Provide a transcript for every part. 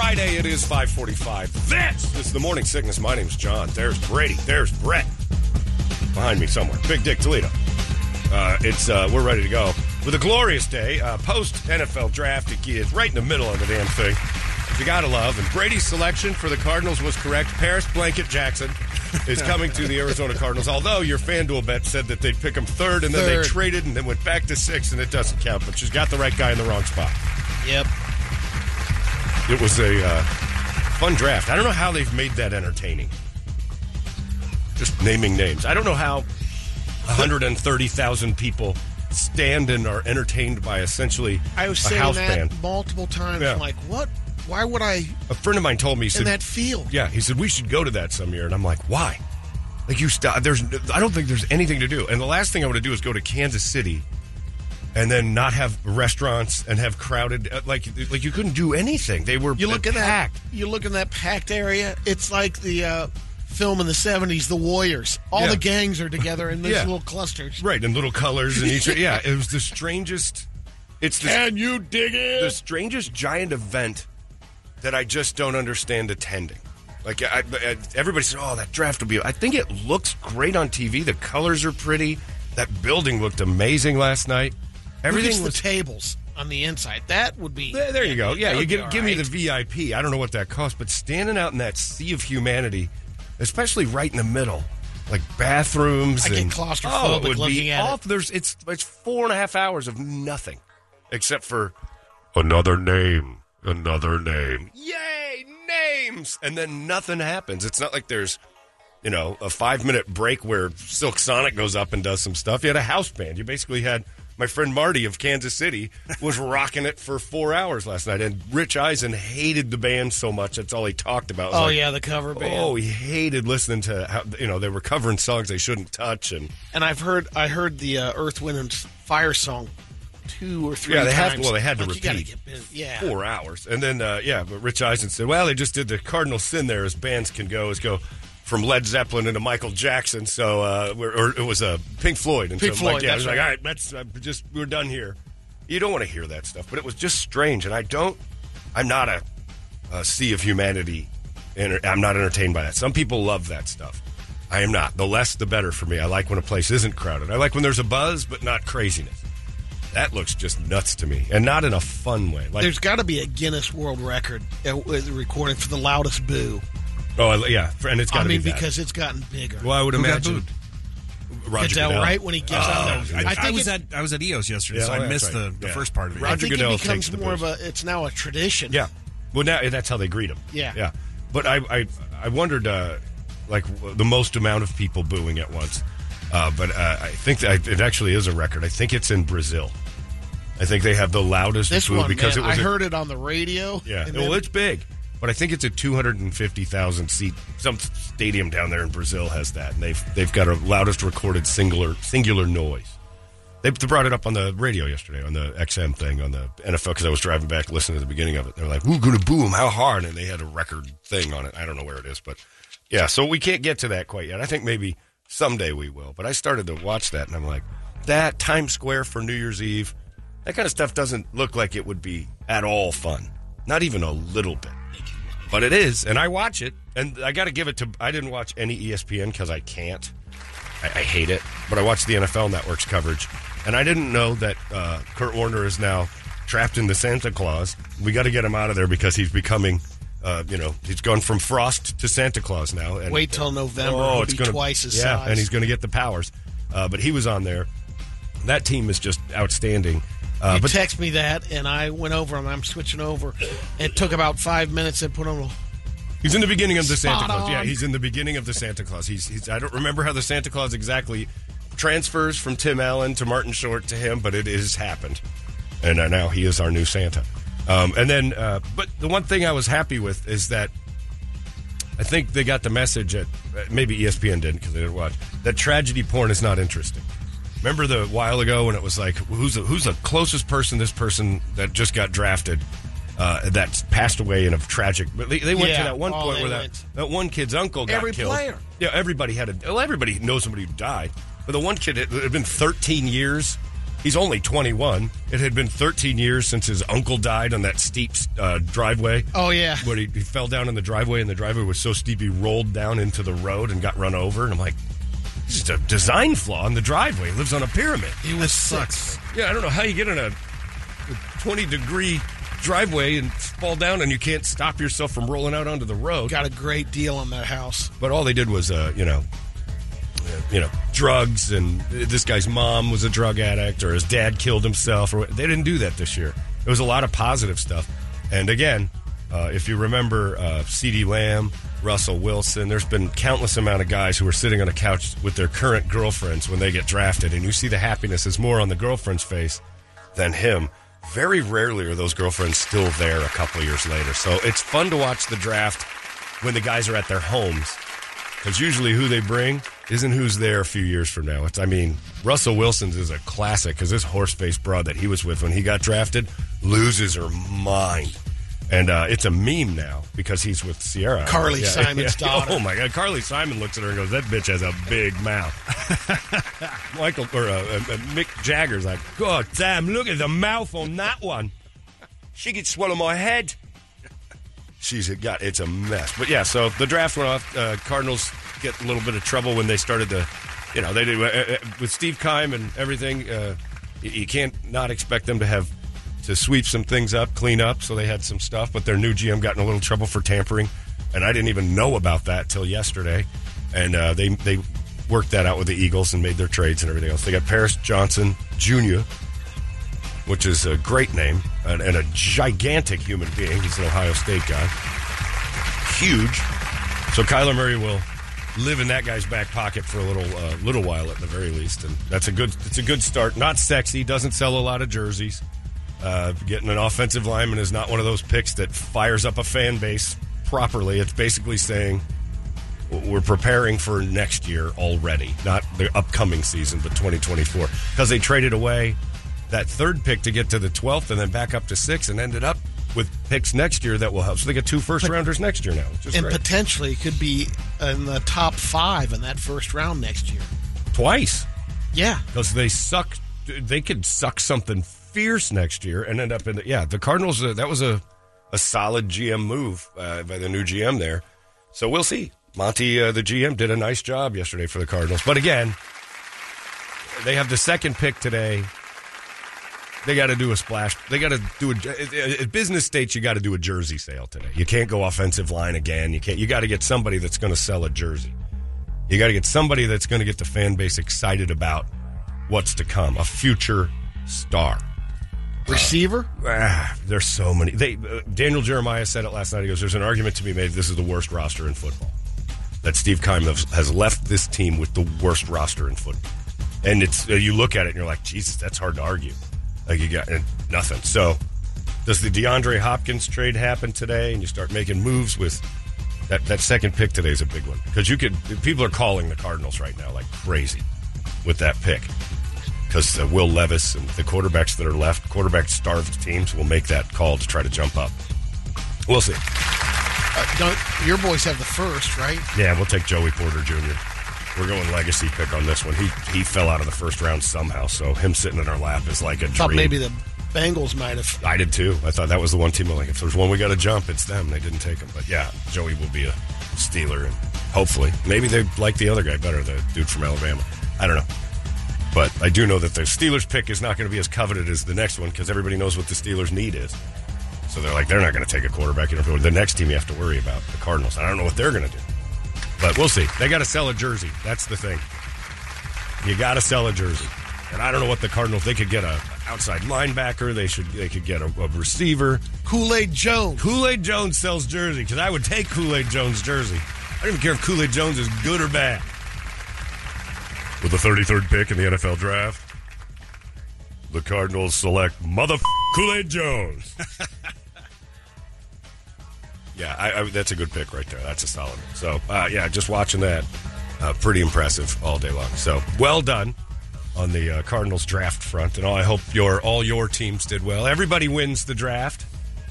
is 545. This is the Morning Sickness. My name's John. There's Brady. There's Brett. Behind me somewhere. Big Dick Toledo. Uh, it's uh, We're ready to go. With a glorious day, uh, post NFL draft, it is right in the middle of the damn thing. You gotta love. And Brady's selection for the Cardinals was correct. Paris Blanket Jackson is coming to the Arizona Cardinals, although your FanDuel bet said that they'd pick him third, and then Third. they traded and then went back to six, and it doesn't count. But she's got the right guy in the wrong spot. Yep. It was a uh, fun draft. I don't know how they've made that entertaining. Just naming names. I don't know how 130,000 people stand and are entertained by essentially I was a saying house that band. multiple times. Yeah. I'm like, what? Why would I A friend of mine told me, he in said, that field? Yeah, he said we should go to that some year, and I'm like, why? Like you stop. There's, I don't think there's anything to do. And the last thing I want to do is go to Kansas City, and then not have restaurants and have crowded. uh, Like, like you couldn't do anything. They were You look in that. packed. You look in that packed area. It's like the uh, film in the '70s, The Warriors. All Yeah. the gangs are together in these Yeah. little clusters. Right, and little colors and each. yeah, it was the strangest. It's the, Can you dig it? the strangest giant event that I just don't understand attending. Like I, I, everybody said, "Oh, that draft will be." I think it looks great on TV. The colors are pretty. That building looked amazing last night. Who gets Everything was. the tables on the inside. That would be. there, there you go. Yeah, that you would give, be give me all the right. VIP. I don't know what that costs, but standing out in that sea of humanity, especially right in the middle, like bathrooms. I get and, claustrophobic oh, it would looking be at it. awful. There's it's it's four and a half hours of nothing, except for another name, another name. Yay, names! And then nothing happens. It's not like there's. You know, a five minute break where Silk Sonic goes up and does some stuff. You had a house band. You basically had my friend Marty of Kansas City was rocking it for four hours last night. And Rich Eisen hated the band so much. That's all he talked about. It was Oh like, yeah, the cover band. Oh, he hated listening to how, you know, they were covering songs they shouldn't touch. And And I've heard I heard the uh, Earth, Wind, and Fire song two or three. Yeah, they had- times. well, they had to Like, you gotta repeat. get busy. yeah. four hours. And then, uh, yeah, but Rich Eisen said, well, they just did the cardinal sin there as bands can go, is go from Led Zeppelin into Michael Jackson. So, uh, we're, or it was uh, Pink Floyd. And Pink so, I'm like, Floyd, yeah, I that's was like, right. all right, that's uh, just, we're done here. You don't want to hear that stuff, but it was just strange. And I don't, I'm not a, a sea of humanity. And I'm not entertained by that. Some people love that stuff. I am not. The less, the better for me. I like when a place isn't crowded. I like when there's a buzz, but not craziness. That looks just nuts to me, and not in a fun way. Like There's got to be a Guinness World Record uh, with the recording for the loudest boo. Oh I- yeah, for- and it's got I to mean, be that. because it's gotten bigger. well, I would Who got imagine booed? Roger Goodell, Goodell. right when he gets out there. Oh, I, yeah. I, think was it- at I was at EOS yesterday, Yeah, so oh, I that's missed right. the, the Yeah. first part of it. Roger- I think Goodell it takes becomes the more of booze. a. It's now a tradition. yeah. Well, now that's how they greet him. Yeah. yeah. But I, I, I wondered, uh, like w- the most amount of people booing at once. Uh, but uh, I think that it actually is a record. I think it's in Brazil. I think they have the loudest This boo one, because man, it was I a- heard it on the radio. Yeah, and well, then- it's big, but I think it's a two hundred and fifty thousand seat. Some stadium down there in Brazil has that, and they've they've got a loudest recorded singular singular noise. They brought it up on the radio yesterday on the XM thing on the NFL because I was driving back listening to the beginning of it. They're like, "We're going to boo them how hard?" And they had a record thing on it. I don't know where it is, but yeah. So we can't get to that quite yet. I think maybe someday we will. But I started to watch that, and I'm like, that Times Square for New Year's Eve, that kind of stuff doesn't look like it would be at all fun. Not even a little bit. But it is, and I watch it, and I got to give it to. I didn't watch any E ESPN because I can't. I, I hate it, but I watched the NFL Network's coverage, and I didn't know that uh, Kurt Warner is now trapped in the Santa Claus. We got to get him out of there because he's becoming, uh, you know, he's gone from Frost to Santa Claus now. And, uh, oh, Wait till November. He'll be twice his yeah, size. and he's going to get the powers. Uh, but he was on there. That team is just outstanding. Uh, You but text me that, and I went over and I'm switching over. It took about five minutes. I put on. He's in the beginning of the Spot Santa Claus. Yeah, on. he's in the beginning of the Santa Claus. He's, he's I don't remember how the Santa Claus exactly transfers from Tim Allen to Martin Short to him, but it has happened, and uh, now he is our new Santa. Um, and then, uh, but the one thing I was happy with is that I think they got the message at uh, maybe E ESPN didn't because they didn't watch that tragedy porn is not interesting. Remember the while ago when it was like who's the, who's the closest person this person that just got drafted uh, that's passed away in a tragic. But they, they went to Yeah, that one oh, point they where that, went. that one kid's uncle got Every killed. player. Yeah, everybody had a. Well, everybody knows somebody who died, but the one kid it, it had been 13 years. He's only 21. It had been 13 years since his uncle died on that steep uh, driveway. Oh, yeah. Where he, he fell down in the driveway, and the driveway was so steep he rolled down into the road and got run over. And I'm like, this is a design flaw in the driveway. He lives on a pyramid. He was six. Yeah, I don't know how you get in a 20 degree driveway and fall down, and you can't stop yourself from rolling out onto the road. Got a great deal on that house. But all they did was, uh, you know, uh, you know, drugs, and this guy's mom was a drug addict, or his dad killed himself. Or they didn't do that this year. It was a lot of positive stuff. And again, uh, if you remember uh, C.D. Lamb, Russell Wilson, there's been countless amount of guys who are sitting on a couch with their current girlfriends when they get drafted, and you see the happiness is more on the girlfriend's face than him. Very rarely are those girlfriends still there a couple years later. So it's fun to watch the draft when the guys are at their homes because usually who they bring isn't who's there a few years from now. It's, I mean, Russell Wilson's is a classic because this horse faced broad that he was with when he got drafted loses her mind. And uh, it's a meme now because he's with Sierra. Carly Simon's daughter. Oh my God! Carly Simon looks at her and goes, "That bitch has a big mouth." Michael or uh, uh, Mick Jagger's like, "God damn! Look at the mouth on that one. She could swallow my head." she's got it's a mess. But yeah, so the draft went off. Uh, Cardinals get a little bit of trouble when they started the, you know, they do uh, uh, with Steve Kime and everything. Uh, y- you can't not expect them to have to sweep some things up, clean up. So they had some stuff, but their new GM got in a little trouble for tampering, and I didn't even know about that till yesterday. And uh, they they worked that out with the Eagles and made their trades and everything else. They got Paris Johnson Jr which is a great name and, and a gigantic human being. He's an Ohio State guy. Huge. So Kyler Murray will live in that guy's back pocket for a little uh, little while at the very least, and that's a good it's a good start. Not sexy, doesn't sell a lot of jerseys. Uh, getting an offensive lineman is not one of those picks that fires up a fan base properly. It's basically saying we're preparing for next year already, not the upcoming season, but 2024. Because they traded away that third pick to get to the 12th and then back up to six and ended up with picks next year that will help. So they get two first rounders next year now, which is And great. potentially could be in the top five in that first round next year. Twice. Yeah. Because they suck. They could suck something fierce next year and end up in the. Yeah, the Cardinals, uh, that was a, a solid GM move uh, by the new GM there. So we'll see. Monty, uh, the GM, did a nice job yesterday for the Cardinals. But again, they have the second pick today. They got to do a splash. They got to do a uh, at business states. You got to do a jersey sale today. You can't go offensive line again. You can't. You got to get somebody that's going to sell a jersey. You got to get somebody that's going to get the fan base excited about what's to come. A future star. Receiver? Ah, there's so many. They uh, Daniel Jeremiah said it last night. He goes, "There's an argument to be made. This is the worst roster in football. That Steve Keim has, has left this team with the worst roster in football." And it's uh, you look at it and you're like, "Jesus, that's hard to argue." Like you got and nothing. So does the DeAndre Hopkins trade happen today? And you start making moves with that. That second pick today is a big one because you could. People are calling the Cardinals right now like crazy with that pick because uh, Will Levis and the quarterbacks that are left, quarterback starved teams, will make that call to try to jump up. We'll see. Uh, don't, your boys have the first, right? Yeah, we'll take Joey Porter Jr. We're going legacy pick on this one. He he fell out of the first round somehow, so him sitting in our lap is like a Thought dream. maybe the Bengals might have. I did too. I thought that was the one team. I'm like, if there's one we got to jump, it's them. They didn't take him, but yeah, Joey will be a Steeler, and hopefully, maybe they like the other guy better, the dude from Alabama. I don't know, but I do know that the Steelers pick is not going to be as coveted as the next one because everybody knows what the Steelers need is. So they're like, they're not going to take a quarterback. You know, the next team you have to worry about the Cardinals. I don't know what they're going to do, but we'll see. They got to sell a jersey. That's the thing. You got to sell a jersey. And I don't know what the Cardinals. They could get a outside linebacker. They should. They could get a, a receiver. Kool Aid Jones. Kool Aid Jones sells jersey because I would take Kool Aid Jones jersey. I don't even care if Kool Aid Jones is good or bad. With the 33rd pick in the NFL draft, the Cardinals select mother Kool Aid Jones. yeah, I, I, that's a good pick right there. That's a solid. one. So, uh, yeah, just watching that, uh, pretty impressive all day long. So, well done on the uh, Cardinals draft front, and I hope your all your teams did well. Everybody wins the draft.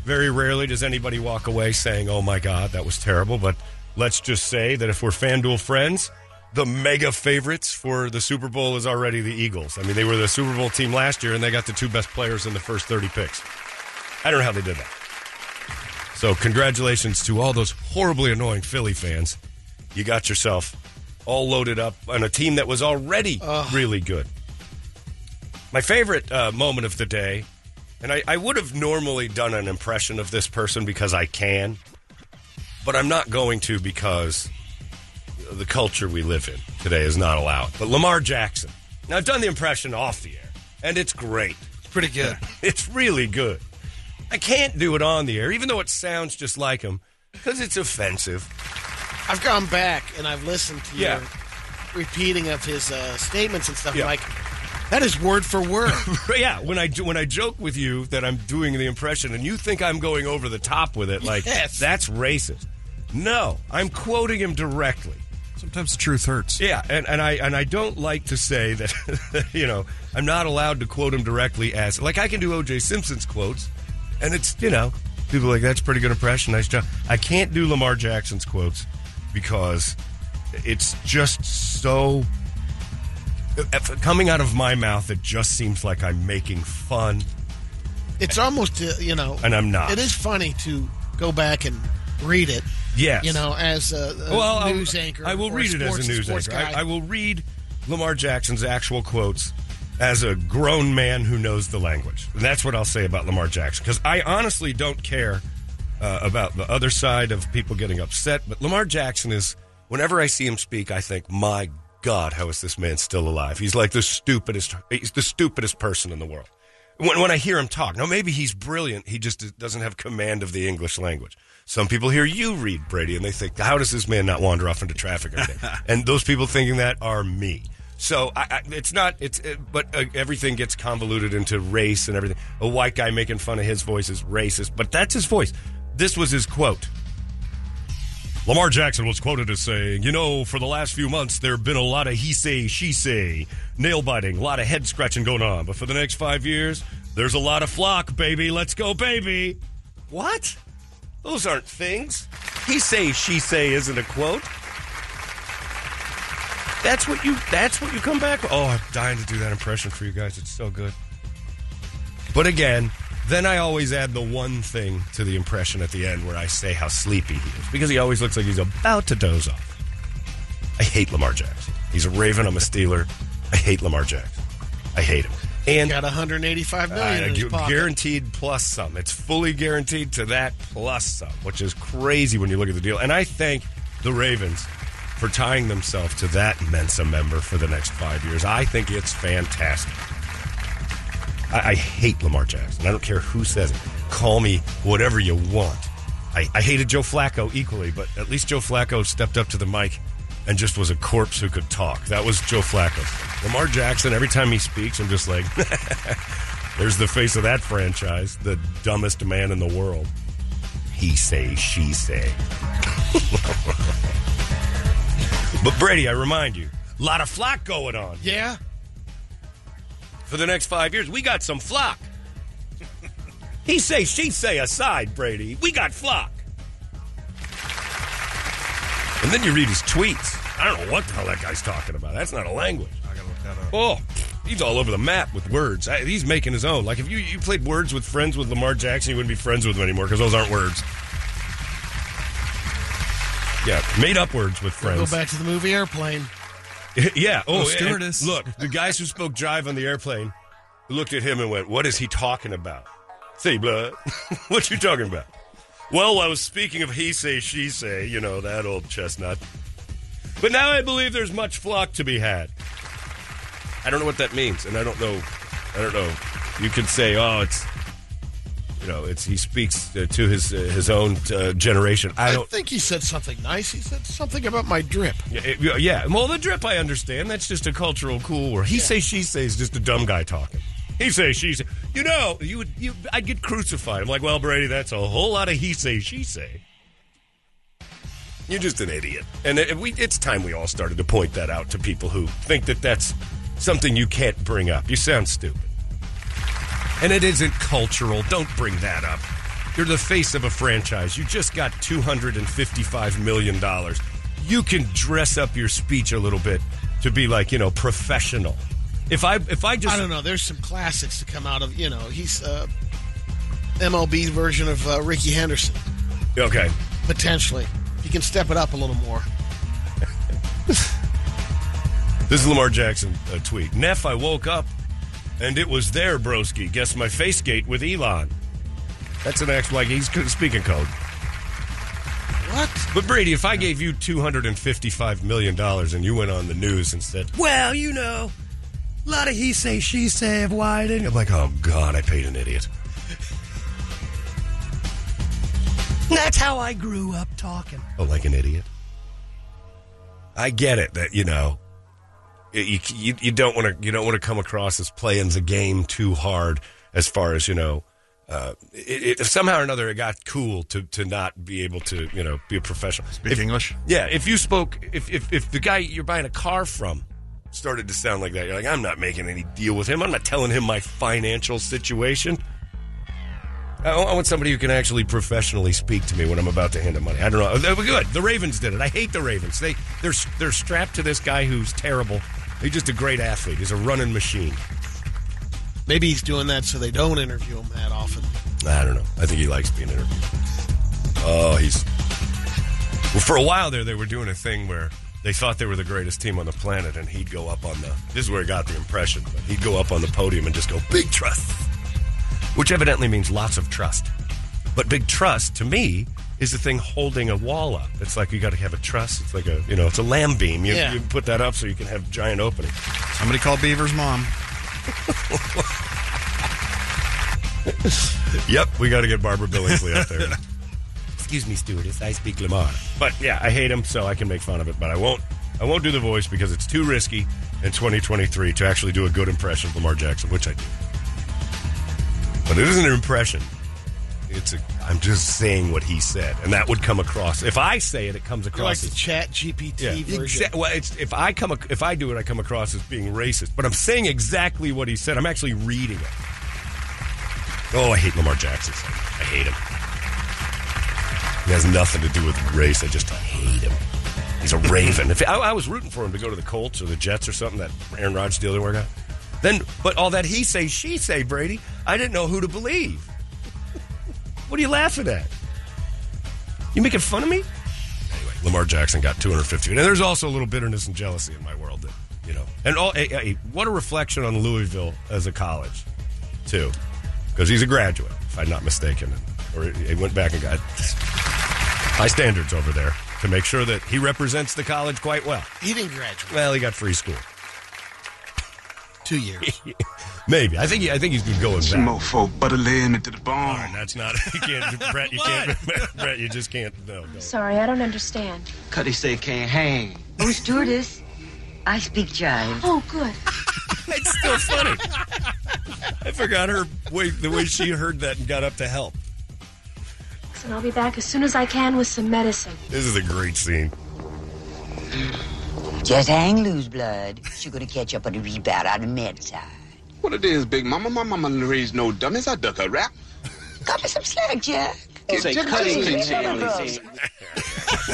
Very rarely does anybody walk away saying, "Oh my God, that was terrible." But let's just say that if we're FanDuel friends, the mega favorites for the Super Bowl is already the Eagles. I mean, they were the Super Bowl team last year, and they got the two best players in the first 30 picks. I don't know how they did that. So, congratulations to all those horribly annoying Philly fans. You got yourself all loaded up on a team that was already really good. My favorite uh, moment of the day, and I, I would have normally done an impression of this person because I can, but I'm not going to because the culture we live in today is not allowed. But Lamar Jackson. Now, I've done the impression off the air, and it's great. Pretty good. It's really good. I can't do it on the air, even though it sounds just like him, because it's offensive. I've gone back and I've listened to Yeah. your repeating of his uh, statements and stuff. Yeah. I'm like, that is word for word. But yeah, when I when I joke with you that I'm doing the impression, and you think I'm going over the top with it, like Yes. that's racist. No, I'm quoting him directly. Sometimes the truth hurts. Yeah, and, and I and I don't like to say that you know I'm not allowed to quote him directly as like I can do O.J. Simpson's quotes, and it's you know people are like that's a pretty good impression, nice job. I can't do Lamar Jackson's quotes because it's just so if- coming out of my mouth. It just seems like I'm making fun. it's almost uh, you know, And I'm not. It is funny to go back and read it. Yes. you know, as a, a well, I'll- news anchor. I will or read it as sports- a news sports anchor. I, guy. I will read Lamar Jackson's actual quotes as a grown man who knows the language. And that's what I'll say about Lamar Jackson because I honestly don't care uh, about the other side of people getting upset. But Lamar Jackson is, whenever I see him speak, I think, my God, how is this man still alive? He's like the stupidest. He's the stupidest person in the world. When, when I hear him talk, now maybe he's brilliant. He just doesn't have command of the English language. Some people hear you read Brady and they think, how does this man not wander off into traffic every day? and those people thinking that are me. So I, I, it's not. It's it, but uh, everything gets convoluted into race and everything. A white guy making fun of his voice is racist, but that's his voice. This was his quote. Lamar Jackson was quoted as saying, You know, for the last few months, there have been a lot of he say, she say, nail biting, a lot of head scratching going on. But for the next five years, there's a lot of flock, baby. Let's go, baby. What? Those aren't things. He say, she say isn't a quote. That's what you. That's what you come back. With. Oh, I'm dying to do that impression for you guys. It's so good. But again, then I always add the one thing to the impression at the end where I say how sleepy he is because he always looks like he's about to doze off. I hate Lamar Jackson. He's a Raven. I'm a Steeler. I hate Lamar Jackson. I hate him. And got 185 million I, in his pocket. guaranteed plus some. It's fully guaranteed to that plus some, which is crazy when you look at the deal. And I thank the Ravens for tying themselves to that Mensa member for the next five years. I think it's fantastic. I, I hate Lamar Jackson. I don't care who says it. Call me whatever you want. I, I hated Joe Flacco equally, but at least Joe Flacco stepped up to the mic and just was a corpse who could talk. That was Joe Flacco. Lamar Jackson, every time he speaks, I'm just like, there's the face of that franchise, the dumbest man in the world. He say, she say. but Brady, I remind you, a lot of flock going on yeah, for the next five years. We got some flock. he say, she say aside, Brady. We got flock. And then you read his tweets. I don't know what the hell that guy's talking about. That's not a language. I gotta look that up. Oh, he's all over the map with words. I, he's making his own. Like if you, you played words with friends with Lamar Jackson, you wouldn't be friends with him anymore because those aren't words. Yeah, made up words with go friends. back to the movie Airplane. yeah. Oh, and- stewardess. look, the guys who spoke jive on the airplane looked at him and went, "What is he talking about?" Say, blood. what you talking about? Well, I was speaking of he say, she say. You know that old chestnut. But now I believe there's much flock to be had. I don't know what that means, and I don't know. I don't know. You could say, "Oh, it's." You know, it's he speaks uh, to his uh, his own uh, generation. I I, don't. think he said something nice. He said something about my drip. Yeah, it- yeah. Well, the drip I understand. That's just a cultural cool word. He say she say is just a dumb guy talking. He say she say. You know, you would. You, I'd get crucified. I'm like, well, Brady, that's a whole lot of he say she say. You're just an idiot, and it, we, it's time we all started to point that out to people who think that that's something you can't bring up. You sound stupid, and it isn't cultural. Don't bring that up. You're the face of a franchise. You just got 255 million dollars. you can dress up your speech a little bit to be like you know professional. If I if I just I don't know. There's some classics to come out of, you know, he's uh, MLB version of uh, Ricky Henderson, okay, potentially. He can step it up a little more. this is Lamar Jackson a tweet. Neff, I woke up and it was there, broski. Guess my face gate with Elon. That's an act like he's speaking code. What? But Brady, if I gave you two hundred and fifty-five million dollars and you went on the news and said, "Well, you know, a lot of he say she say of Wyden," I'm like, "Oh God, I paid an idiot." That's how I grew up talking. Oh, like an idiot. I get it that you know, you you, you don't want to you don't want to come across as playing the game too hard as far as you know. Uh, it, it, somehow or another, it got cool to, to not be able to, you know, be a professional. Speak English. Yeah, if you spoke, if, if if the guy you're buying a car from started to sound like that, you're like, I'm not making any deal with him. I'm not telling him my financial situation. I, I want somebody who can actually professionally speak to me when I'm about to hand him money. I don't know. They were good. The Ravens did it. I hate the Ravens. They they're they're strapped to this guy who's terrible. He's just a great athlete. He's a running machine. Maybe he's doing that so they don't interview him that often. I don't know. I think he likes being interviewed. Oh, he's. Well, for a while there, they were doing a thing where they thought they were the greatest team on the planet, and he'd go up on the. This is where he got the impression, but he'd go up on the podium and just go, Big trust. Which evidently means lots of trust. But big trust, to me, is the thing holding a wall up. It's like you got to have a truss. It's like a, you know, it's a lamb beam. You, Yeah. you put that up so you can have giant opening. Somebody call Beaver's mom. Yep, we got to get Barbara Billingsley up there. Excuse me, stewardess. I speak Lamar. But yeah, I hate him, so I can make fun of it. But I won't. I won't do the voice because it's too risky in 2023 to actually do a good impression of Lamar Jackson, which I do. But it isn't an impression. It's a. I'm just saying what he said, and that would come across. If I say it, it comes You're like across the as chat GPT version. Exa- well, it's, if I come, ac- if I do it, I come across as being racist. But I'm saying exactly what he said. I'm actually reading it. Oh, I hate Lamar Jackson. so much. I hate him. He has nothing to do with race. I just hate him. He's a Raven. If I, I was rooting for him to go to the Colts or the Jets or something, that Aaron Rodgers deal they work out. Then, but all that he say, she say, Brady, I didn't know who to believe. what are you laughing at? You making fun of me? anyway, Lamar Jackson got 250. And there's also a little bitterness and jealousy in my world that, you know, and all, hey, hey, what a reflection on Louisville as a college, too, because he's a graduate, if I'm not mistaken. Or he went back and got high standards over there to make sure that he represents the college quite well. he didn't graduate. Well, he got free school. Two years. Maybe. I think he, I think he's going back. Mofo butter laying into the bone. And that's not, you can't, Brett, you can't, Brett, you just can't, no, no. Sorry, I don't understand. Cuddy say can't hang. Oh, stewardess, I speak jive. Oh, good. It's still funny. I forgot her way, the way she heard that and got up to help. And I'll be back as soon as I can with some medicine. This is a great scene. Just hang loose, blood. She gonna catch up on the rebound on the med side. What it is, Big Mama? My mama raised no dummies. I duck a rap. Cut me some slack, Jack. Say Jack- Cuddy Jack- say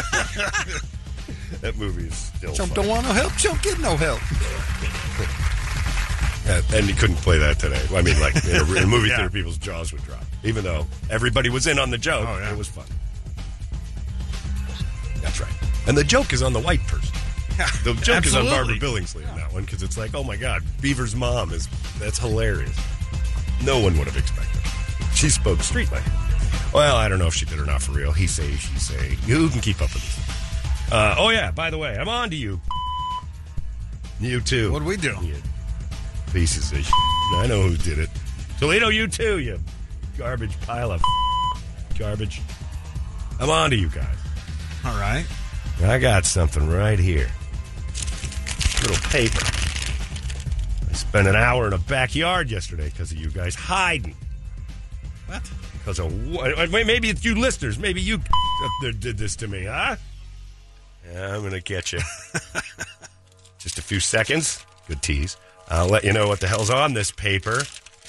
That movie is still Chump funny. don't want no help. Chump get no help. Uh, And you couldn't play that today. I mean, like in a, in a movie theater, people's jaws would drop, even though everybody was in on the joke. Oh, yeah. It was fun. That's right. And the joke is on the white person. The joke is on Barbara Absolutely. Billingsley in that one because it's like, oh my God, Beaver's mom is that's hilarious. No one would have expected. it. She spoke street language. Well, I don't know if she did or not for real. He say, she say. You can keep up with this. Uh, oh yeah. By the way, I'm on to you. You too. What'd we do? You pieces of shit. I know who did it. Toledo, you too, you garbage pile of garbage. I'm on to you guys. All right. I got something right here. Little paper. I spent an hour in a backyard yesterday because of you guys hiding. What? Because of wha- wait, maybe it's you listeners. Maybe you up there did this to me, huh? Yeah, I'm gonna get you. Just a few seconds. Good tease. I'll let you know what the hell's on this paper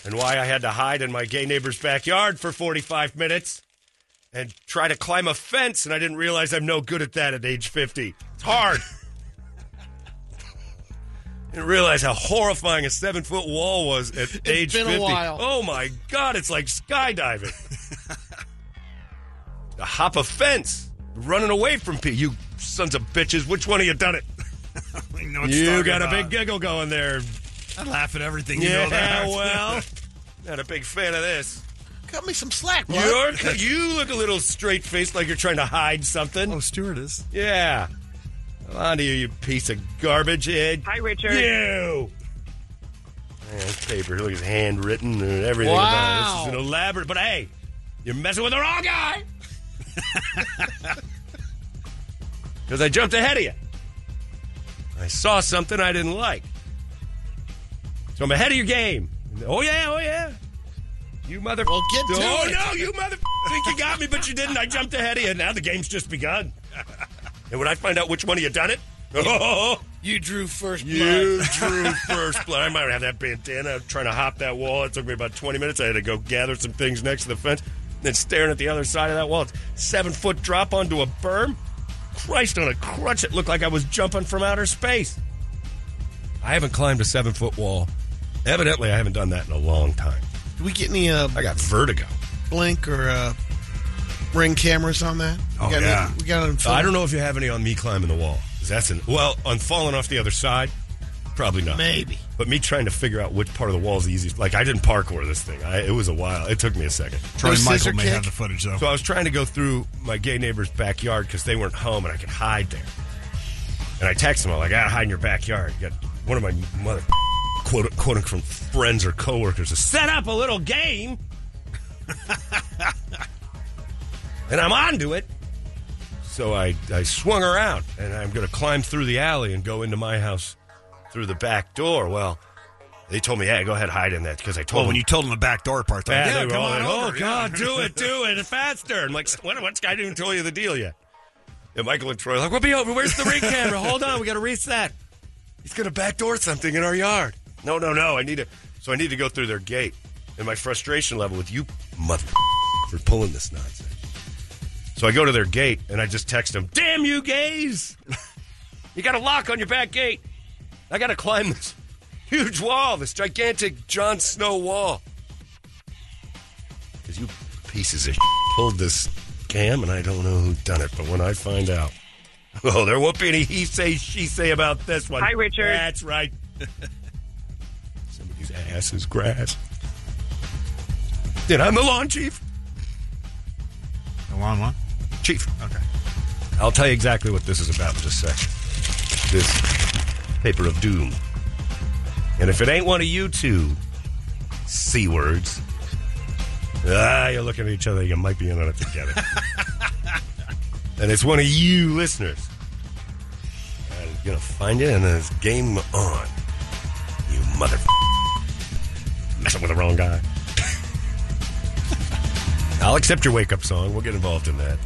and why I had to hide in my gay neighbor's backyard for 45 minutes and try to climb a fence, and I didn't realize I'm no good at that at age 50. It's hard. Didn't realize how horrifying a seven foot wall was at age been a 50. while. Oh my God, it's like skydiving. to hop a fence, running away from people. You sons of bitches, which one of you done it? I know what you're You talking got a about. big giggle going there. I laugh at everything. you yeah, know that. well, not a big fan of this. Cut me some slack, bro. You're, you look a little straight faced like you're trying to hide something. oh, stewardess. Yeah. Come on to you, you piece of garbage head. Hi, Richard. You. Man, this paper, look, it's handwritten and everything about it. This is Wow. an elaborate, but hey, you're messing with the wrong guy. Because I jumped ahead of you. I saw something I didn't like. So I'm ahead of your game. Oh, yeah, oh, yeah. You mother. Well, get to oh, it. no, you mother. think you got me, but you didn't. I jumped ahead of you. Now the game's just begun. And when I find out which one of you done it, oh, You drew first blood. you drew first blood. I might have that bandana I'm trying to hop that wall. It took me about 20 minutes. I had to go gather some things next to the fence. Then staring at the other side of that wall. It's seven foot drop onto a berm. Christ on a crutch. It looked like I was jumping from outer space. I haven't climbed a seven foot wall. Evidently, I haven't done that in a long time. Do we get any uh, I got vertigo. blink or uh, ring cameras on that? Oh, we got yeah. Any, we got them. I don't know if you have any on me climbing the wall. 'Cause That's an well on falling off the other side. Probably not. Maybe. But me trying to figure out which part of the wall is the easiest. Like I didn't parkour this thing. I, it was a while. It took me a second. Troy scissor Michael may kick? have the footage though. So I was trying to go through my gay neighbor's backyard because they weren't home and I could hide there. And I text him, I'm like, I hide in your backyard. You got one of my mother quote quoting from friends or coworkers to set up a little game. and I'm onto it. So I, I swung around and I'm gonna climb through the alley and go into my house through the back door. Well, they told me, yeah, go ahead, hide in that because I told Well, them when you told him the back door part, they're like, yeah, they were come all on like, oh, over, yeah." God, do it, do it faster. I'm like, what, what guy didn't tell you the deal yet? And Michael and Troy are like, we'll be over. Where's the ring camera? Hold on, we got to reset. He's going to backdoor something in our yard. No, no, no. I need to. So I need to go through their gate. And my frustration level with you, mother, for pulling this nonsense. So I go to their gate and I just text them, damn you gays. You got a lock on your back gate. I got to climb this huge wall, this gigantic Jon Snow wall because you pieces of pulled this cam, and I don't know who done it. But when I find out, oh, there won't be any he say she say about this one. Hi, Richard. That's right. Somebody's ass is grass. Then I'm the lawn chief. The long one. Chief, Okay. I'll tell you exactly what this is about in just a second. This paper of doom. And if it ain't one of you two C words, ah, you're looking at each other, you might be in on it together. and it's one of you listeners. I'm going to find you, and this game on. You mother. messing with the wrong guy. I'll accept your wake up song. We'll get involved in that.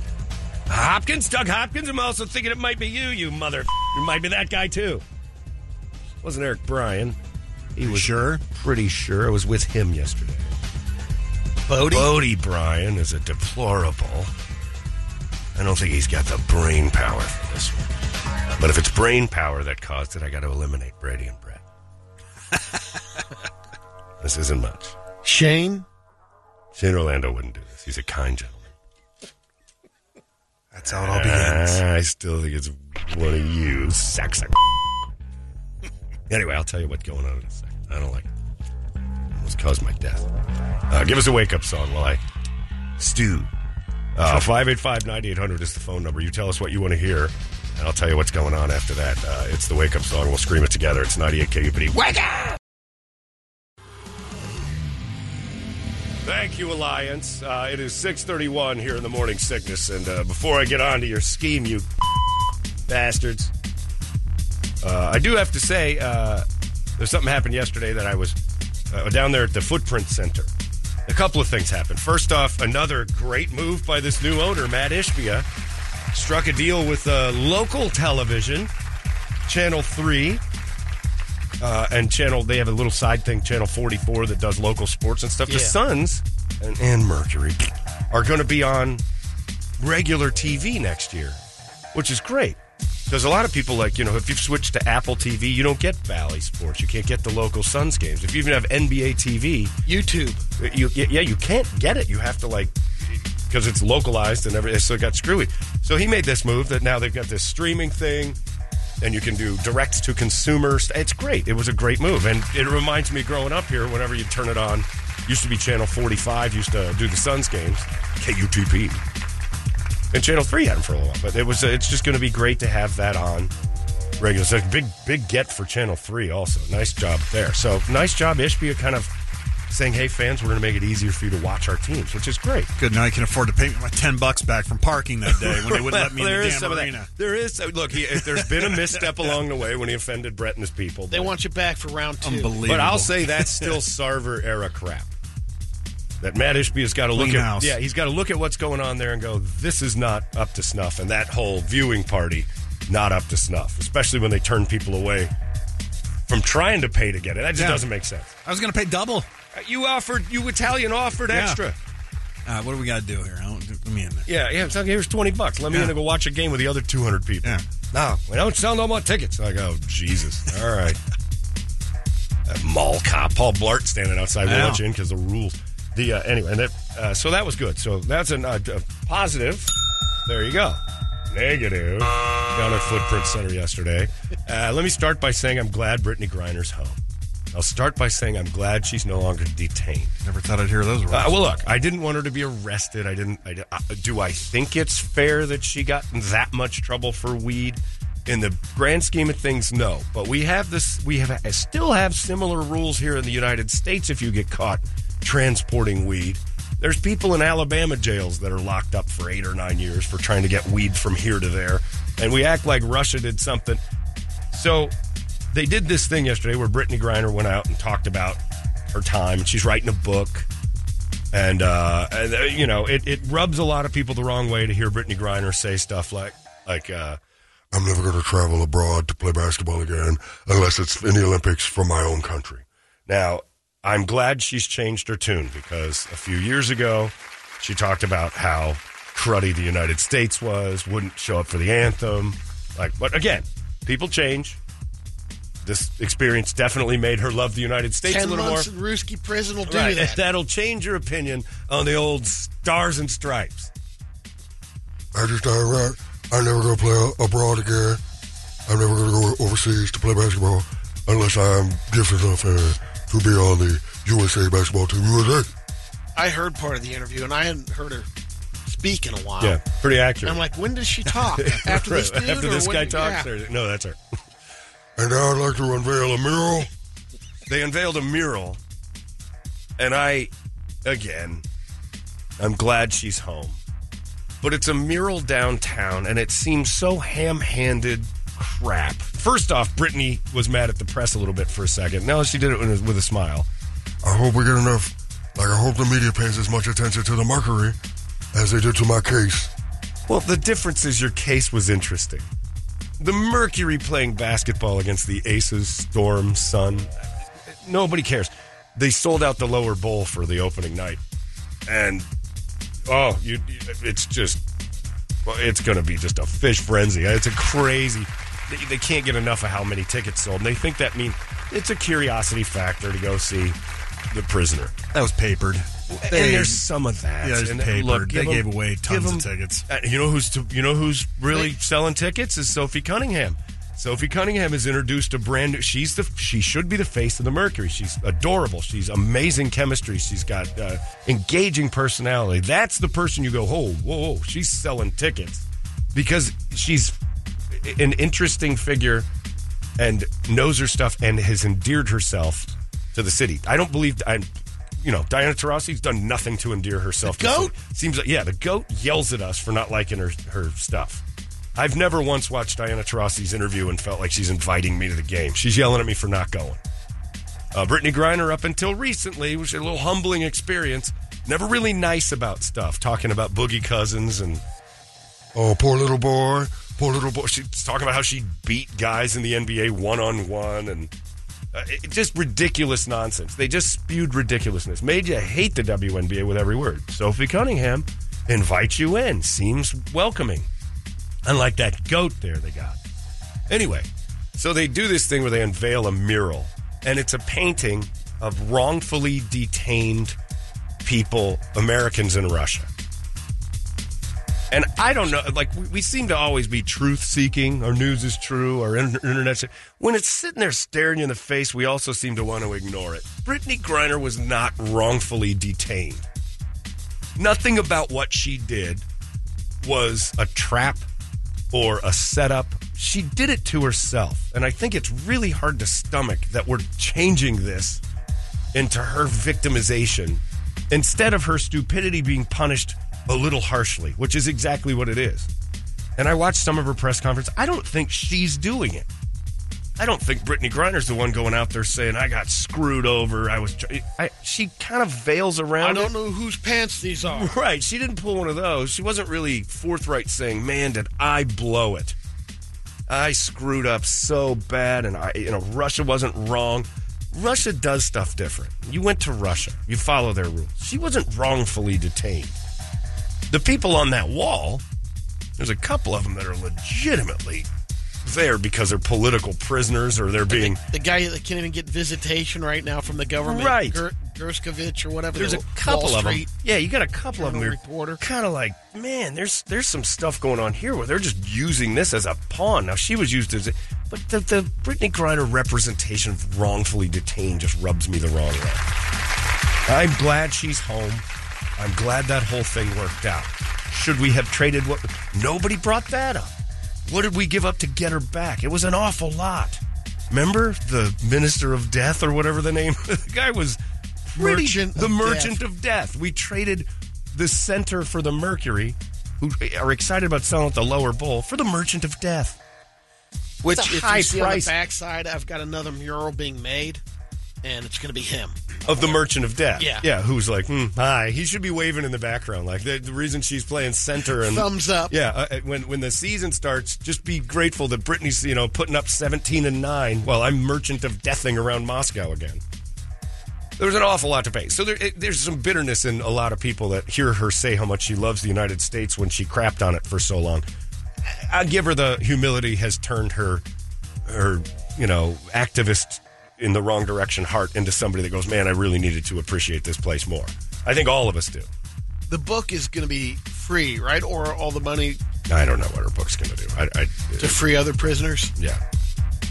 Hopkins, Doug Hopkins. I'm also thinking it might be you, you mother. It might be that guy too. Wasn't Eric Bryan? He was Sure. pretty sure I was with him yesterday. Bodie? Bodie Bryan is a deplorable. I don't think he's got the brain power for this one. But if it's brain power that caused it, I got to eliminate Brady and Brett. this isn't much. Shane. Shane Orlando wouldn't do this. He's a kind gentleman. That's how it all begins. Ah, I still think it's one of you, sex. anyway, I'll tell you what's going on in a second. I don't like it. It almost caused my death. Uh, give us a wake up song while I stew. Uh, 585 9800 is the phone number. You tell us what you want to hear, and I'll tell you what's going on after that. Uh, it's the wake up song. We'll scream it together. It's 98 KUPD. Wake up! Thank you, Alliance. Uh, it is 631 here in the morning sickness. And uh, before I get on to your scheme, you bastards, uh, I do have to say uh, there's something happened yesterday that I was uh, down there at the Footprint Center. A couple of things happened. First off, another great move by this new owner, Matt Ishbia, struck a deal with uh, local television, Channel 3 uh, and channel they have a little side thing channel 44 that does local sports and stuff the Yeah. suns and, and mercury are going to be on regular tv next year which is great Because a lot of people, like, you know, if you've switched to Apple TV, you don't get Valley Sports. You can't get the local Suns games. If you even have NBA TV, YouTube. uh, you yeah you can't get it you have to like because it's localized and everything so it got screwy so he made this move that now they've got this streaming thing and you can do direct to consumers it's great it was a great move and it reminds me growing up here whenever you turn it on used to be channel 45 used to do the suns games kutp and channel 3 had them for a little while but it was uh, it's just going to be great to have that on regular so big big get for channel 3 also nice job there so nice job ishbia kind of saying hey fans we're going to make it easier for you to watch our teams which is great Good. Now I can afford to pay me my ten bucks back from parking that day when they wouldn't let me in There the is damn some of that. arena. There is look. He, there's been a misstep along the way when he offended Brett and his people. They but- want you back for round two. Unbelievable. but I'll say that's still Sarver era crap. That Matt Ishbia's got to look Clean at. house. Yeah, he's got to look at what's going on there and go, this is not up to snuff. And that whole viewing party, not up to snuff, especially when they turn people away from trying to pay to get it. That just Yeah. doesn't make sense. I was going to pay double. You offered, you Italian offered Yeah. extra. Uh, what do we got to do here? I don't, let me in there. Yeah, yeah. So here's twenty bucks. Let me Yeah. in and go watch a game with the other two hundred people. Yeah. No, we don't sell no more tickets. Like, oh Jesus! All right. That mall cop Paul Blart standing outside. We'll I let know. you in because the rules. The uh, anyway, and that, uh, so that was good. So that's a uh, d- positive. There you go. Negative. Down at Footprint Center yesterday. Uh, let me start by saying I'm glad Brittany Griner's home. I'll start by saying I'm glad she's no longer detained. Never thought I'd hear those words. Uh, well, look, I didn't want her to be arrested. I didn't. I, uh, do I think it's fair that she got in that much trouble for weed? In the grand scheme of things, no. But we have this. We have uh, still have similar rules here in the United States. If you get caught transporting weed, there's people in Alabama jails that are locked up for eight or nine years for trying to get weed from here to there, and we act like Russia did something. So they did this thing yesterday where Brittany Griner went out and talked about her time. She's writing a book. And, uh, and, uh, you know, it, it rubs a lot of people the wrong way to hear Brittany Griner say stuff like, like, uh, I'm never going to travel abroad to play basketball again unless it's in the Olympics from my own country. now I'm glad she's changed her tune because a few years ago she talked about how cruddy the United States was, wouldn't show up for the anthem. Like, but again, people change. This experience definitely made her love the United States a Ten little more. months in Ruski prison will do Right, that. will change your opinion on the old stars and stripes. I just started right. I'm never going to play abroad again. I'm never going to go overseas to play basketball unless I'm gifted enough uh, to be on the USA basketball team. USA. I heard part of the interview, and I hadn't heard her speak in a while. Yeah, pretty And accurate. I'm like, when does she talk? After this dude? After or this when- guy talks, yeah. or- no, that's her. And now I'd like to unveil a mural. They unveiled a mural, and I, again, I'm glad she's home. But it's a mural downtown, and it seems so ham-handed crap. First off, Brittany was mad at the press a little bit for a second. No, she did it with a- with a smile. I hope we get enough. Like, I hope the media pays as much attention to the mockery as they did to my case. Well, the difference is your case was interesting. The Mercury playing basketball against the Aces, Storm, Sun. Nobody cares. They sold out the lower bowl for the opening night. And, oh, you, you- it's just, well, it's going to be just a fish frenzy. It's a crazy, they, they can't get enough of how many tickets sold. And they think that means it's a curiosity factor to go see The Prisoner. that was papered. and there's some of that. Yeah, there's and papered. give They 'em- gave away tons give of 'em- tickets. Uh, you know who's to, you know who's really selling tickets is Sophie Cunningham. Sophie Cunningham has introduced a brand new. She's the she should be the face of the Mercury. She's adorable. She's amazing chemistry. She's got uh, engaging personality. That's the person you go, oh, whoa, whoa, she's selling tickets because she's an interesting figure and knows her stuff and has endeared herself to the city. I don't believe I'm. You know, Diana Taurasi's done nothing to endear herself. The to goat? city. seems like yeah, the goat yells at us for not liking her her stuff. I've never once watched Diana Taurasi's interview and felt like she's inviting me to the game. She's yelling at me for not going. Uh, Brittany Griner, up until recently, was a little humbling experience. Never really nice about stuff, talking about Boogie Cousins and Oh, poor little boy. poor little boy. She's talking about how she beat guys in the NBA one on one and uh, it, it- just ridiculous nonsense. They just spewed ridiculousness, made you hate the WNBA with every word. Sophie Cunningham invites you in, seems welcoming. Unlike that goat there they got. Anyway, so they do this thing where they unveil a mural, and it's a painting of wrongfully detained people, Americans in Russia. And I don't know, like, we, we seem to always be truth seeking. Our news is true, our in- internet. When it's sitting there staring you in the face, we also seem to want to ignore it. Brittany Griner was not wrongfully detained. Nothing about what she did was a trap or a setup. She did it to herself. And I think it's really hard to stomach that we're changing this into her victimization instead of her stupidity being punished a little harshly, which is exactly what it is. And I watched some of her press conference. I don't think she's doing it. I don't think Brittany Griner's the one going out there saying, I got screwed over. I was. tr- I, she kind of veils around I it. don't know whose pants these are. Right. She didn't pull one of those. She wasn't really forthright saying, man, did I blow it. I screwed up so bad. And, I, you know, Russia wasn't wrong. Russia does stuff different. You went to Russia, you follow their rules. She wasn't wrongfully detained. The people on that wall, there's a couple of them that are legitimately there because they're political prisoners or they're being. The guy that can't even get visitation right now from the government, Right. Ger- Gerskovich or whatever. There's the a Wall couple of them. Street. Yeah, you got a couple of them. Journal You're reporter. kind of like, man, there's there's some stuff going on here where they're just using this as a pawn. Now she was used as, a, but the, the Brittany Griner representation of wrongfully detained just rubs me the wrong way. I'm glad she's home. I'm glad that whole thing worked out. Should we have traded what? Nobody brought that up. What did we give up to get her back? It was an awful lot. Remember the minister of death or whatever the name? the guy was pretty, Merchant the of merchant death. of death. We traded the center for the Mercury, who are excited about selling at the lower bowl, for the merchant of death. Which, It's a if high you see on price. the backside, I've got another mural being made, and it's going to be him. of the Merchant of Death. Yeah. yeah. Who's like, hmm, hi? He should be waving in the background, like the, the reason she's playing center and Thumbs up. Yeah, uh, uh, when when the season starts, just be grateful that Britney's you know putting up seventeen and nine. Well, I'm Merchant of Deathing around Moscow again. There's an awful lot to pay. So there, it, there's some bitterness in a lot of people that hear her say how much she loves the United States when she crapped on it for so long. I I give her the humility has turned her her you know activist in the wrong direction heart into somebody that goes, man, I really needed to appreciate this place more. I think all of us do. The book is going to be free, right? Or all the money I don't know what her book's going to do. I, I to free other prisoners? yeah,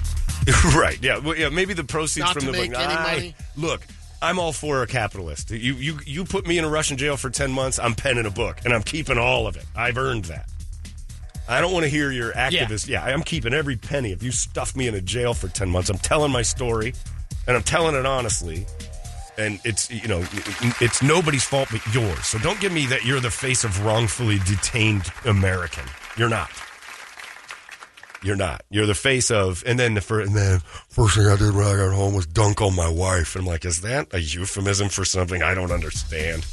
right. Yeah, well, yeah. Maybe the proceeds Not from to the make book. any I- money. Look, I'm all for a capitalist. You you you put me in a Russian jail for ten months. I'm penning a book and I'm keeping all of it. I've earned that. I don't want to hear your activist. Yeah. I'm keeping every penny. If you stuff me in a jail for 10 months, I'm telling my story and I'm telling it honestly. And it's, you know, it's nobody's fault but yours. So don't give me that you're the face of wrongfully detained American. You're not. You're not. You're the face of, and then the first, and then First thing I did when I got home was dunk on my wife. I'm like, is that a euphemism for something I don't understand?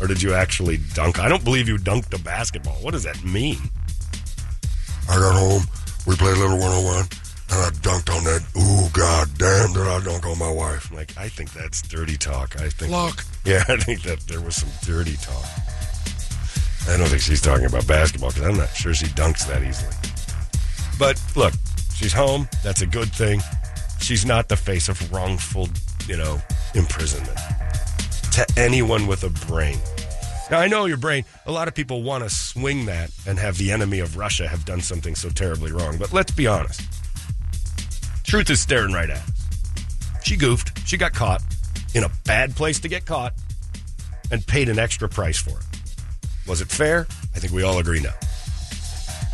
Or did you actually dunk? I don't believe you dunked a basketball. What does that mean? I got home, we played a little one on one, and I dunked on that. Ooh, god damn, did I dunk on my wife? I'm like, I think that's dirty talk. I think Look, Yeah, I think that there was some dirty talk. I don't think she's talking about basketball because I'm not sure she dunks that easily. But look, she's home. That's a good thing. She's not the face of wrongful, you know, imprisonment to anyone with a brain. Now, I know your brain, a lot of people want to swing that and have the enemy of Russia have done something so terribly wrong. But let's be honest truth is staring right at us. She goofed. She got caught in a bad place to get caught and paid an extra price for it. Was it fair? I think we all agree no.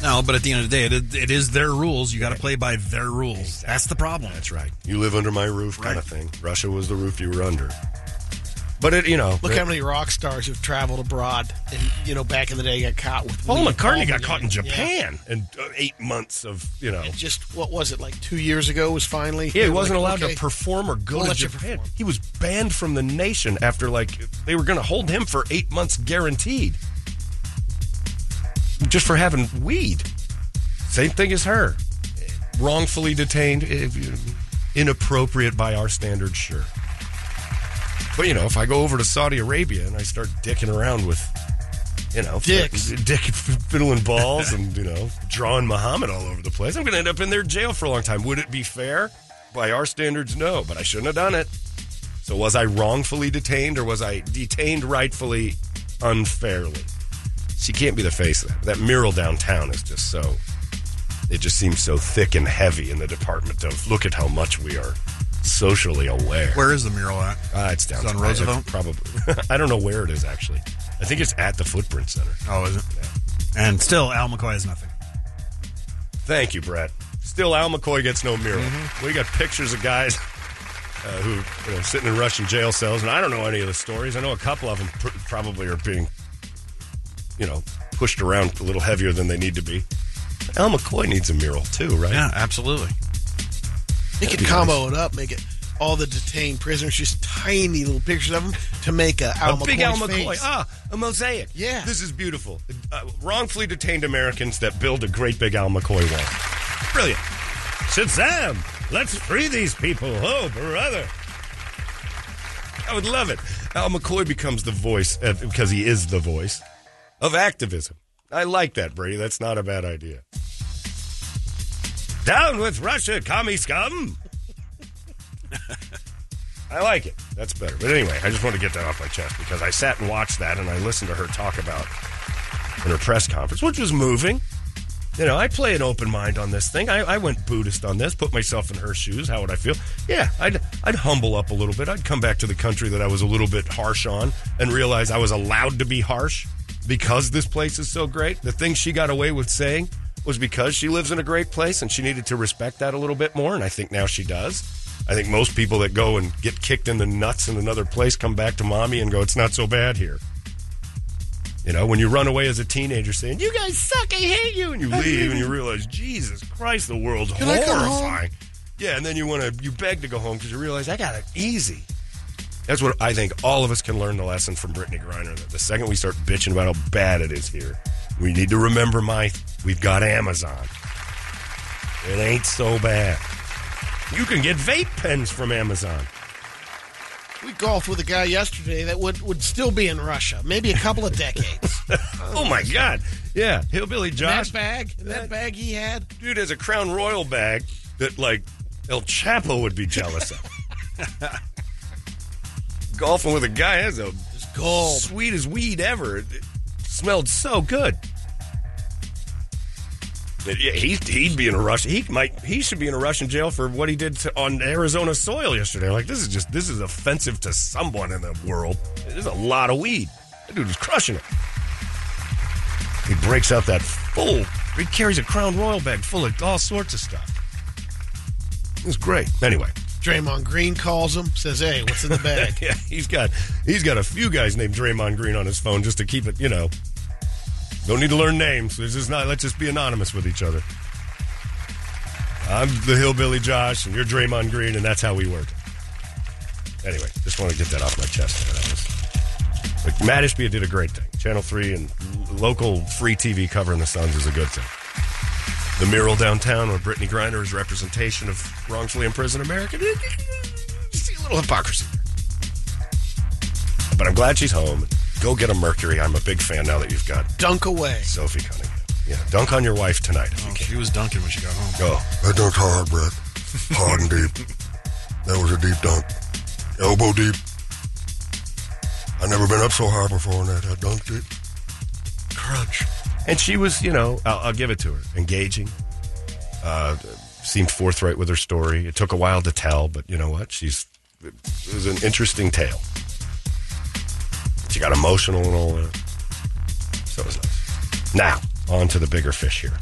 No, but at the end of the day, it, it is their rules. You got to play by their rules. That's the problem. That's right. You live under my roof, Right. kind of thing. Russia was the roof you were under. But it, you know, look how many rock stars have traveled abroad, and you know, back in the day, got caught with. Paul weed. Oh, McCartney Yeah. got caught in Yeah. Japan and uh, eight months of you know. And Just what was it like two years ago? Was finally Yeah, they he were wasn't like, allowed okay, to perform or go we'll to let you Japan. perform. He was banned from the nation after like they were going to hold him for eight months guaranteed, just for having weed. Same thing as her, wrongfully detained, eh, if you- inappropriate by our standards, sure. But you know, if I go over to Saudi Arabia and I start dicking around with, you you know, Dicks. dick fiddling balls, and you know, drawing Muhammad all over the place. I'm going to end up in their jail for a long time. Would it be fair? By our standards, no. But I shouldn't have done it. So was I wrongfully detained, or was I detained rightfully, unfairly? She can't be the face of that. That mural downtown is just so. It just seems so thick and heavy in the department of look at how much we are socially aware. Where is the mural at? Uh, it's down It's on Roosevelt? probably. I don't know where it is actually. I think it's at the Footprint Center. Oh, is it? And still, Al McCoy has nothing. Thank you, Brett. Still, Al McCoy gets no mural. We got pictures of guys uh, who you know, sitting in Russian jail cells, and I don't know any of the stories. I know a couple of them pr- probably are being, you know, pushed around a little heavier than they need to be. Al McCoy needs a mural too, right? Yeah, absolutely. They could combo it up, make it all the detained prisoners just tiny little pictures of them to make a Al a big Al McCoy face. McCoy. Ah, a mosaic. Yeah. This is beautiful. Uh, wrongfully detained Americans that build a great big Al McCoy wall. Brilliant. Shazam! Let's free these people. Oh, brother. I would love it. Al McCoy becomes the voice, uh, because he is the voice, of activism. I like that, Brady. That's not a bad idea. Down with Russia, commie scum! I like it. That's better. But anyway, I just wanted to get that off my chest because I sat and watched that and I listened to her talk about in her press conference, which was moving. You know, I play an open mind on this thing. I, I went Buddhist on this, put myself in her shoes. How would I feel? Yeah, I'd I'd humble up a little bit. I'd come back to the country that I was a little bit harsh on and realize I was allowed to be harsh because this place is so great. The thing she got away with saying was because she lives in a great place and she needed to respect that a little bit more. And I think now she does. I think most people that go and get kicked in the nuts in another place come back to mommy and go, it's not so bad here. You know, when you run away as a teenager saying, you guys suck, I hate you, and you leave and you realize, Jesus Christ, the world's I come horrifying. Yeah, and then you want to, you beg to go home because you realize, I got it easy. That's what I think all of us can learn the lesson from Brittany Griner that the second we start bitching about how bad it is here, we need to remember, Mike, we've got Amazon. It ain't so bad. You can get vape pens from Amazon. We golfed with a guy yesterday that would, would still be in Russia, maybe a couple of decades. Oh my God. Yeah. Hillbilly Josh. that bag, that bag he had. Dude has a Crown Royal bag that, like, El Chapo would be jealous of. Golfing with a guy has a Gold. sweet as weed ever. It smelled so good. But yeah, he, he'd be in a Russian. He might. He should be in a Russian jail for what he did to, on Arizona soil yesterday. Like this is just this is offensive to someone in the world. There's a lot of weed. That dude was crushing it. He breaks out that full. He carries a Crown Royal bag full of all sorts of stuff. It was great. Anyway, Draymond Green calls him, says, "Hey, what's in the bag?" yeah, he's got he's got a few guys named Draymond Green on his phone just to keep it, you know. Don't need to learn names. This is not. Let's just be anonymous with each other. I'm the hillbilly Josh, and you're Draymond Green, and that's how we work. Anyway, just want to get that off my chest. There, that was. But Matt Ishbia did a great thing. Channel three and l- local free TV covering the Suns is a good thing. The mural downtown with Brittany Griner is representation of wrongfully imprisoned American. You see a little hypocrisy there but I'm glad she's home. Go get a Mercury. I'm a big fan now that you've got Dunk away. Sophie Cunningham. Yeah, dunk on your wife tonight if you Oh, can. she was dunking when she got home. Go. That dunk's hard, Brett. Hard and deep. That was a deep dunk. Elbow deep. I never been up so high before on that. I dunked it. Crunch. And she was, you know, I'll, I'll give it to her. Engaging. Uh, seemed forthright with her story. It took a while to tell, but you know what? She's it was an interesting tale. She got emotional and all that. So it was nice. Now on to the bigger fish here.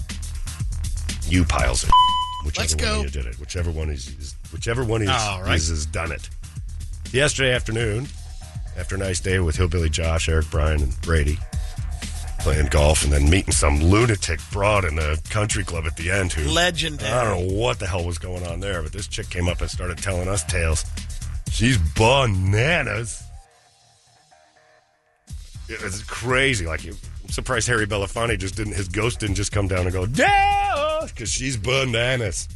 You piles of whichever Let's one go. of you did it, whichever one is, is whichever one is, All right. is has done it. Yesterday afternoon, after a nice day with Hillbilly Josh, Eric Bryan, and Brady playing golf and then meeting some lunatic broad in a country club at the end who Legendary. I don't know what the hell was going on there, but this chick came up and started telling us tales. She's bananas. It was crazy. Like you I'm surprised Harry Belafonte just didn't his ghost didn't just come down and go, Down because she's bananas.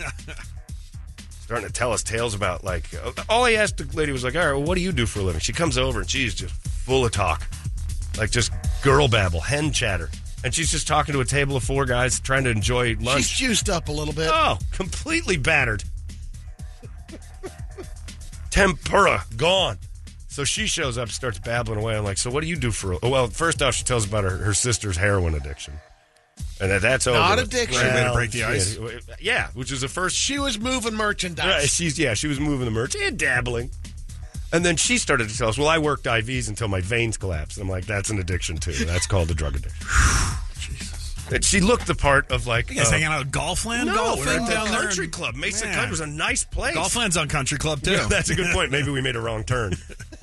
Starting to tell us tales about like all I asked the lady was like, All right, well, what do you do for a living? She comes over and she's just full of talk like just girl babble, hen chatter. And she's just talking to a table of four guys trying to enjoy lunch. She's juiced up a little bit. Oh, completely battered. Tempura gone. So she shows up, starts babbling away. I'm like, so what do you do for? A-? Well, first off, she tells about her, her sister's heroin addiction, and that that's over. Not with. addiction. Great way to break the ice. Yeah, which is the first. She, She was moving merchandise. she's yeah, she was moving the merch and dabbling, and then she started to tell us, well, I worked IVs until my veins collapsed. And I'm like, that's an addiction too. That's called the drug addiction. Jesus. And she looked the part of like You guys uh, hanging out at Golfland? no, Golf thing Land down there. Country in- Club. Mesa Man. Country's a nice place. Golfland's on Country Club too. Yeah, that's a good point. Maybe we made a wrong turn.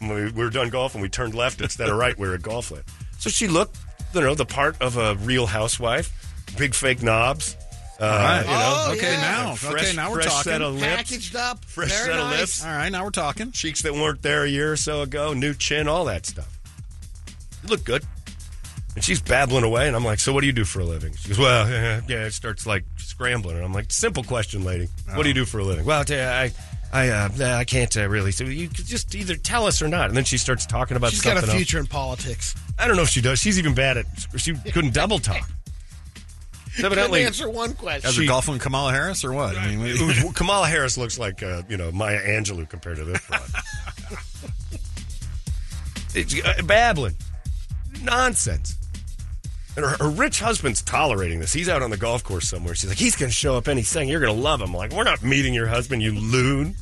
we, we were done golfing. We turned left instead of right. We were at Golfland. So she looked, you know, the part of a real housewife. Big fake knobs. Uh, right. You know, Oh, okay, yeah. now, fresh, okay, now we're fresh talking. set of lips. Packaged up. Fresh very set of nice. lips. All right, now we're talking. Cheeks that weren't there a year or so ago. New chin, all that stuff. You look good. And she's babbling away, and I'm like, "So what do you do for a living?" She goes, "Well, yeah." yeah," It starts like scrambling, and I'm like, "Simple question, lady. What Oh. do you do for a living?" Well, t- I, I, uh, I can't uh, really. So you could just either tell us or not. And then she starts talking about She's got something a else. future in politics. I don't know if she does. She's even bad at. She couldn't double talk. Couldn't Evidently, answer one question. Guys She- are golfing Kamala Harris or what? I mean, we- it was- Kamala Harris looks like uh, you know Maya Angelou compared to this one. it's, uh, babbling, nonsense. And her, her rich husband's tolerating this. He's out on the golf course somewhere. She's like, he's going to show up any second. You're going to love him. Like, we're not meeting your husband, you loon.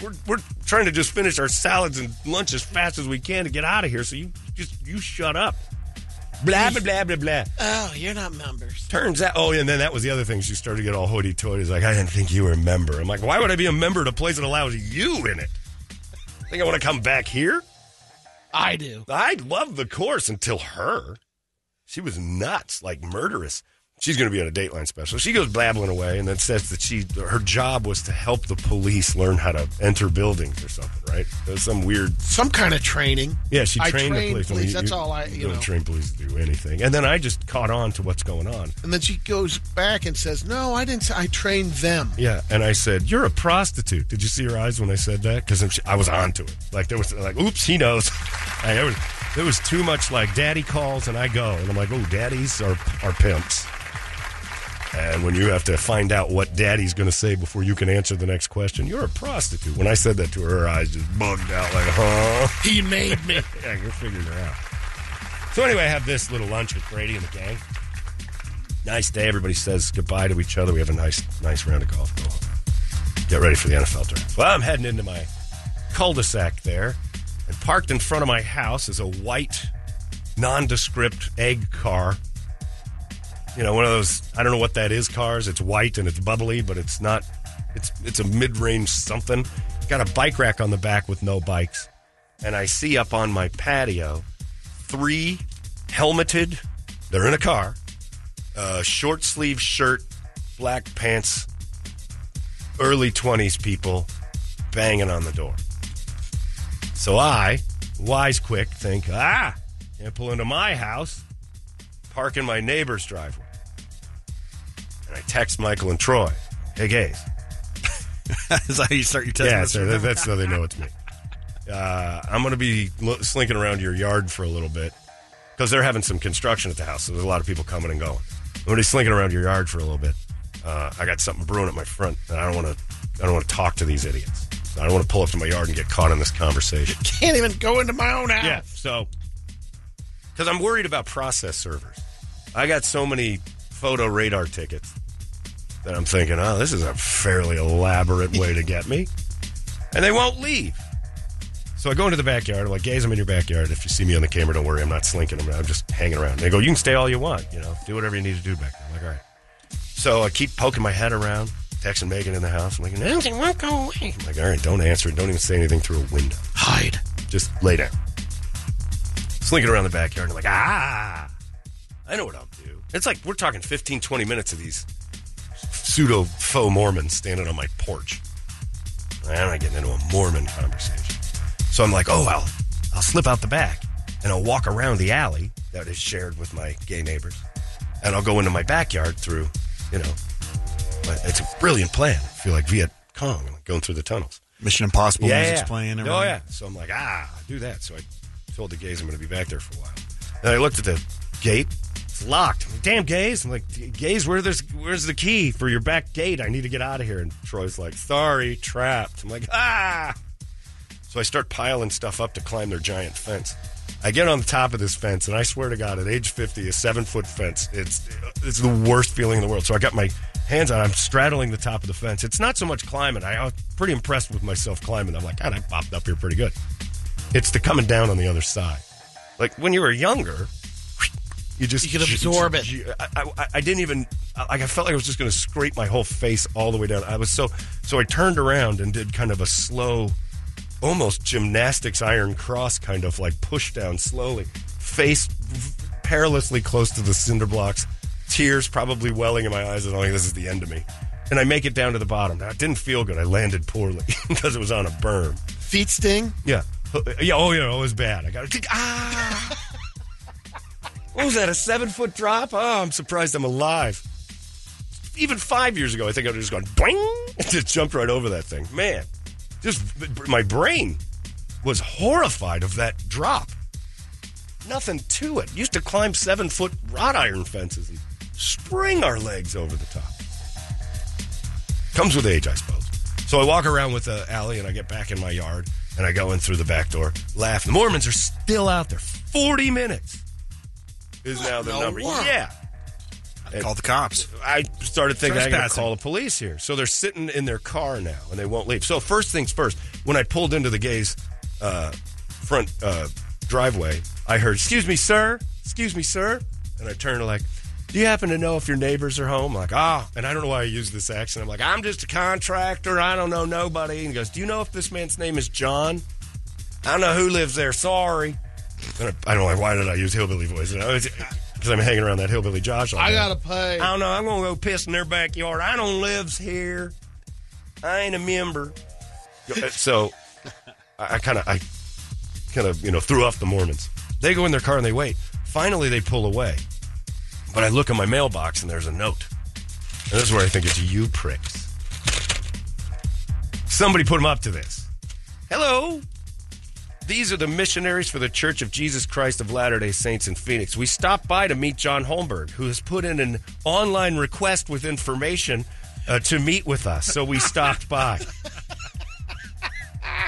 We're, we're trying to just finish our salads and lunch as fast as we can to get out of here. So you just you shut up. Blah blah blah blah blah. Oh, you're not members. Turns out, oh, and then that was the other thing. She started to get all hoity-toity. She's Like, I didn't think you were a member. I'm like, why would I be a member at a place that allows you in it? Think I want to come back here? I do. I loved the course until her. She was nuts, like murderous. She's going to be on a Dateline special. She goes babbling away and then says that she her job was to help the police learn how to enter buildings or something, right? There's some weird Some kind of training. yeah, she I trained the trained police. I mean, police, that's all I- you don't know. train police to do anything. And then I just caught on to what's going on. And then she goes back and says, No, I didn't. Say, I trained them. Yeah, and I said, "You're a prostitute." Did you see her eyes when I said that? Because I was onto it. Like there was like, "Oops, he knows." Like, there, was, there was too much like daddy calls and I go, and I'm like, "Oh, daddies are are pimps." And when you have to find out what daddy's going to say before you can answer the next question, you're a prostitute. When I said that to her, her eyes just bugged out, like, "Huh." He made me. Uh-huh. Yeah, you're figuring her out. So anyway, I have this little lunch with Brady and the gang. Nice day. Everybody says goodbye to each other. We have a nice, nice round of golf. Go home. Get ready for the NFL draft. Well, I'm heading into my cul-de-sac there, and parked in front of my house is a white, nondescript egg car. You know, one of those I don't know what that is cars. It's white and it's bubbly, but it's not. It's it's a mid-range something. Got a bike rack on the back with no bikes and I see up on my patio three helmeted, they're in a car, uh, short sleeve shirt, black pants, early 20s people banging on the door. So I, wise quick, think, ah, can't pull into my house, park in my neighbor's driveway. And I text Michael and Troy, hey, gays. Is that how you start your test? Yeah, message? so that, that's how they know it's me. Uh, I'm going to be lo- slinking around your yard for a little bit because they're having some construction at the house. So there's a lot of people coming and going. I'm going to be slinking around your yard for a little bit. Uh, I got something brewing at my front, and I don't want to. I don't want to talk to these idiots. I don't want to pull up to my yard and get caught in this conversation. Can't even go into my own house. Yeah. So, because I'm worried about process servers. I got so many photo radar tickets that I'm thinking, oh, this is a fairly elaborate way to get me. And they won't leave. So I go into the backyard. I'm like, gays, I'm in your backyard. If you see me on the camera, don't worry. I'm not slinking. I'm, I'm just hanging around. And they go, you can stay all you want. You know, do whatever you need to do back there. I'm like, all right. So I keep poking my head around, texting Megan in the house. I'm like, no, it won't go away. I'm like, all right, don't answer it. Don't even say anything through a window Hide. just lay down. Slinking around the backyard and like, ah, I know what I'll do. It's like we're talking 15, 20 minutes of these pseudo faux Mormons standing on my porch. And I'm not getting into a Mormon conversation. So I'm like, oh, I'll, I'll slip out the back and I'll walk around the alley that is shared with my gay neighbors. And I'll go into my backyard through, you know, but it's a brilliant plan. I feel like Viet Cong, like going through the tunnels. Mission Impossible music's playing. Oh everything. yeah. So I'm like, ah, I'll do that. So I told the gays I'm going to be back there for a while. And I looked at the gate. It's locked. I'm like, Damn, gays. I'm like, gays, where there's, where's the key for your back gate? I need to get out of here. And Troy's like, sorry, trapped. I'm like, ah. So I start piling stuff up to climb their giant fence. I get on the top of this fence, and I swear to God, at age 50, a seven foot fence, it's, it's the worst feeling in the world. So I got my hands on, I'm straddling the top of the fence. It's not so much climbing. I, I was pretty impressed with myself climbing. I'm like, God, I popped up here pretty good. It's the coming down on the other side. Like when you were younger, you just You could absorb it. I, I, I didn't even like. I felt like I was just going to scrape my whole face all the way down. I was so so. I turned around and did kind of a slow, almost gymnastics iron cross kind of like push down slowly, face perilously close to the cinder blocks, tears probably welling in my eyes, and I'm like, "This is the end of me." And I make it down to the bottom. Now it didn't feel good. I landed poorly because it was on a berm. Feet sting. Yeah. Yeah. Oh, yeah. Oh, it was bad. I got it. Ah. what was that? A seven foot drop? Oh, I'm surprised I'm alive. Even five years ago, I think I would have just gone boing and just jumped right over that thing. Man, just my brain was horrified of that drop. Nothing to it. Used to climb seven foot wrought iron fences and spring our legs over the top. Comes with age, I suppose. So I walk around with uh, Allie and I get back in my yard and I go in through the back door, laugh. The Mormons are still out there. 40 minutes is now the number. Yeah. Call the cops. I started thinking I gotta Trespassing. call the police here. So they're sitting in their car now and they won't leave. So first things first, when I pulled into the gay's uh, front uh, driveway, I heard, "Excuse me, sir. Excuse me, sir." And I turned like, "Do you happen to know if your neighbors are home?" I'm like, "Ah." And I don't know why I use this accent. I'm like, "I'm just a contractor. I don't know nobody." And he goes, "Do you know if this man's name is John?" I don't know who lives there. Sorry. And I, I don't know like, why did I use hillbilly voice because I'm hanging around that hillbilly Josh. all I day. gotta pay. I don't know. I'm gonna go piss in their backyard. I don't lives here. I ain't a member. eh, So I kind of, I kind of, you know, threw off the Mormons. They go in their car and they wait. Finally, they pull away. But I look in my mailbox and there's a note. And this is where I think it's you pricks. Somebody put them up to this. Hello. These are the missionaries for the Church of Jesus Christ of Latter day Saints in Phoenix. We stopped by to meet John Holmberg, who has put in an online request with information uh, to meet with us. So we stopped by.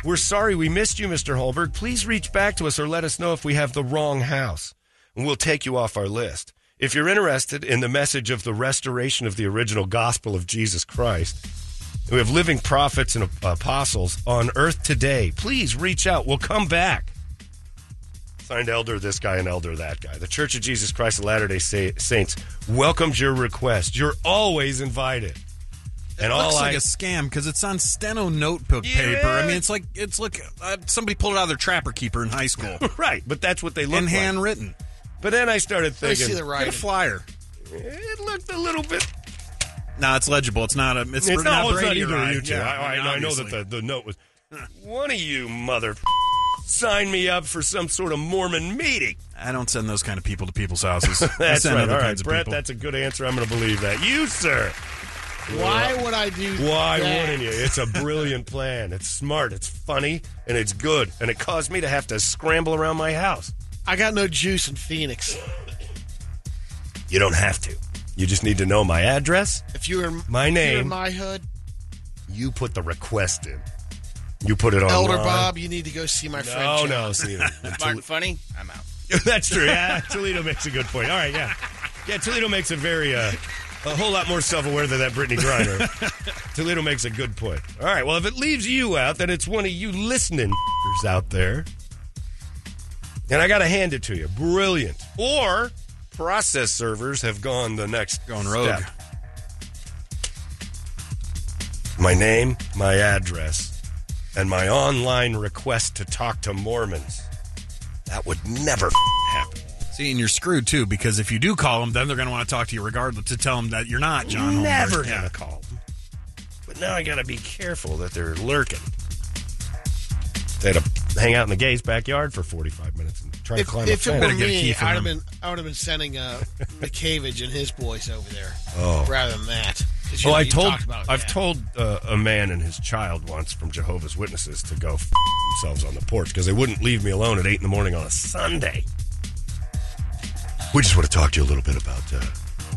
We're sorry we missed you, Mr. Holmberg. Please reach back to us or let us know if we have the wrong house, and we'll take you off our list. If you're interested in the message of the restoration of the original gospel of Jesus Christ, we have living prophets and apostles on earth today. Please reach out. We'll come back. Signed Elder this guy and Elder that guy. The Church of Jesus Christ of Latter day Saints welcomes your request. You're always invited. And all Looks I like a scam because it's on steno notebook Yeah. paper. I mean, it's like it's like uh, somebody pulled it out of their trapper keeper in high school right, but that's what they look and like. handwritten. But then I started I thinking see the Get a writing. flyer. it looked a little bit. No, it's legible. It's not a. It's, It's not, it's not Brady either of ride. you two. Yeah, I, I, mean, I know obviously. that the, the note was one of you mother sign me up for some sort of Mormon meeting. I don't send those kind of people to people's houses. Oh, I That's send right. other All right, kinds of Brett. people. That's a good answer. I'm going to believe that. You, sir. Why would I do? Why that? wouldn't you? It's a brilliant plan. It's smart. It's funny, and it's good. And it caused me to have to scramble around my house. I got no juice in Phoenix. You don't have to. You just need to know my address. If you were My if you were name. in my hood, You put the request in. You put it on. Elder Bob, you need to go see my friend. Oh John. no, Steven. Mark Funny, I'm out. That's true. Yeah, Toledo makes a good point. All right, yeah, yeah. Toledo makes a very uh, a whole lot more self-aware than that Brittany Griner. Toledo makes a good point. All right. Well, if it leaves you out, then it's one of you listening out there. And I got to hand it to you. Brilliant. Or process servers have gone the next Gone rogue. step. My name, my address, and my online request to talk to Mormons. That would never happen. See, and you're screwed too because if you do call them, then they're going to want to talk to you regardless to tell them that you're not John. never Holmberg. gonna Yeah. call them. But now I gotta be careful that they're lurking. They had to hang out in the gay's backyard for 45 minutes and try If, to climb if a it fence. were Better get a key me, for I'd have him. been I would have been sending uh, McCavage and his boys over there Oh. rather than that. 'Cause you Oh, know, I you told talked about I've that. told uh, a man and his child once from Jehovah's Witnesses to go f- themselves on the porch because they wouldn't leave me alone at eight in the morning on a Sunday. We just want to talk to you a little bit about. Uh,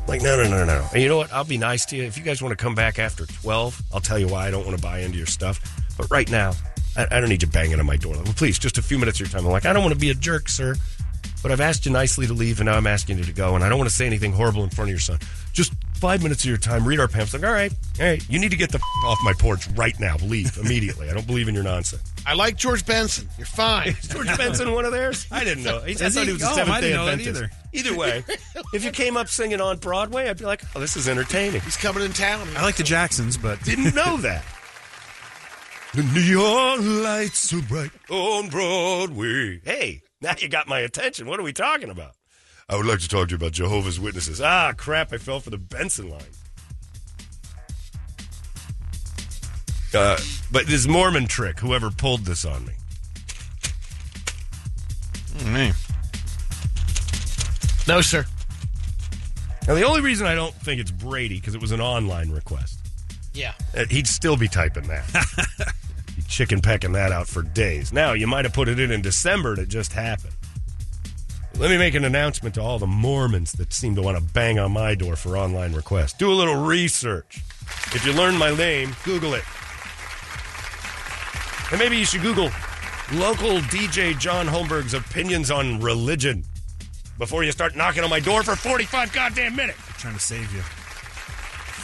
like, no, no, no, no, no. And you know what? I'll be nice to you. If you guys want to come back after 12, I'll tell you why I don't want to buy into your stuff. But right now, I, I don't need you banging on my door. Like, well, please, just a few minutes of your time. I'm like, I don't want to be a jerk, sir. But I've asked you nicely to leave, and now I'm asking you to go. And I don't want to say anything horrible in front of your son. Just five minutes of your time, read our pamphlet. Like, all right, all right. You need to get the f- off my porch right now. Leave immediately. I don't believe in your nonsense. I like George Benson. You're fine. George Benson one of theirs? I didn't know. He, I Is thought he? he was Oh, a I Seventh didn't Day know that Adventist. either. Either way, if you came up singing on Broadway, I'd be like, "Oh, this is entertaining." He's coming in town. I like the Jacksons, but Didn't know that. the neon lights so bright on Broadway. Hey, now you got my attention. What are we talking about? I would like to talk to you about Jehovah's Witnesses. Ah, crap! I fell for the Benson line. Uh, but this Mormon trick, whoever pulled this on me. No, sir. Now, the only reason I don't think it's Brady because it was an online request. Yeah. Uh, He'd still be typing that. Be Chicken pecking that out for days. Now, you might have put it in in December and it just happened. Let me make an announcement to all the Mormons that seem to want to bang on my door for online requests. Do a little research. If you learn my name, Google it. And maybe you should Google local DJ John Holmberg's opinions on religion before you start knocking on my door for 45 goddamn minutes trying to save you.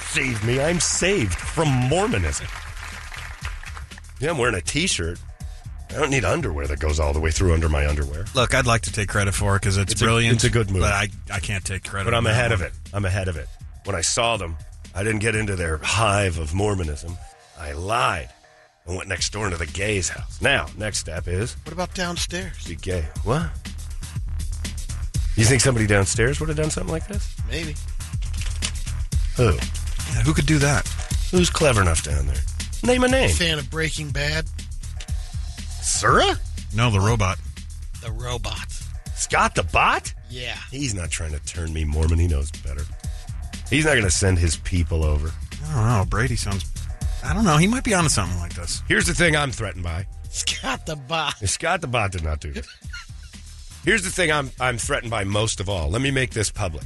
save me. I'm saved from Mormonism. Yeah, I'm wearing a T-shirt. I don't need underwear that goes all the way through under my underwear. Look, I'd like to take credit for it because it's, It's a- brilliant. it's a good move. but I, I can't take credit. But I'm on that ahead of one. it. I'm ahead of it. When I saw them, I didn't get into their hive of Mormonism. I lied and went next door into the gay's house. Now, next step is What about downstairs? be gay. What? You think somebody downstairs would have done something like this? Maybe. Who? Yeah, who could do that? Who's clever enough down there? Name a name. Fan of Breaking Bad. Sarah? No, the robot. The robot. Scott the bot? Yeah. He's not trying to turn me Mormon. He knows better. He's not going to send his people over. I don't know. Brady sounds. I don't know. He might be onto something like this. Here's the thing I'm threatened by. Scott the bot. Scott the bot did not do this. Here's the thing I'm I'm threatened by most of all. Let me make this public.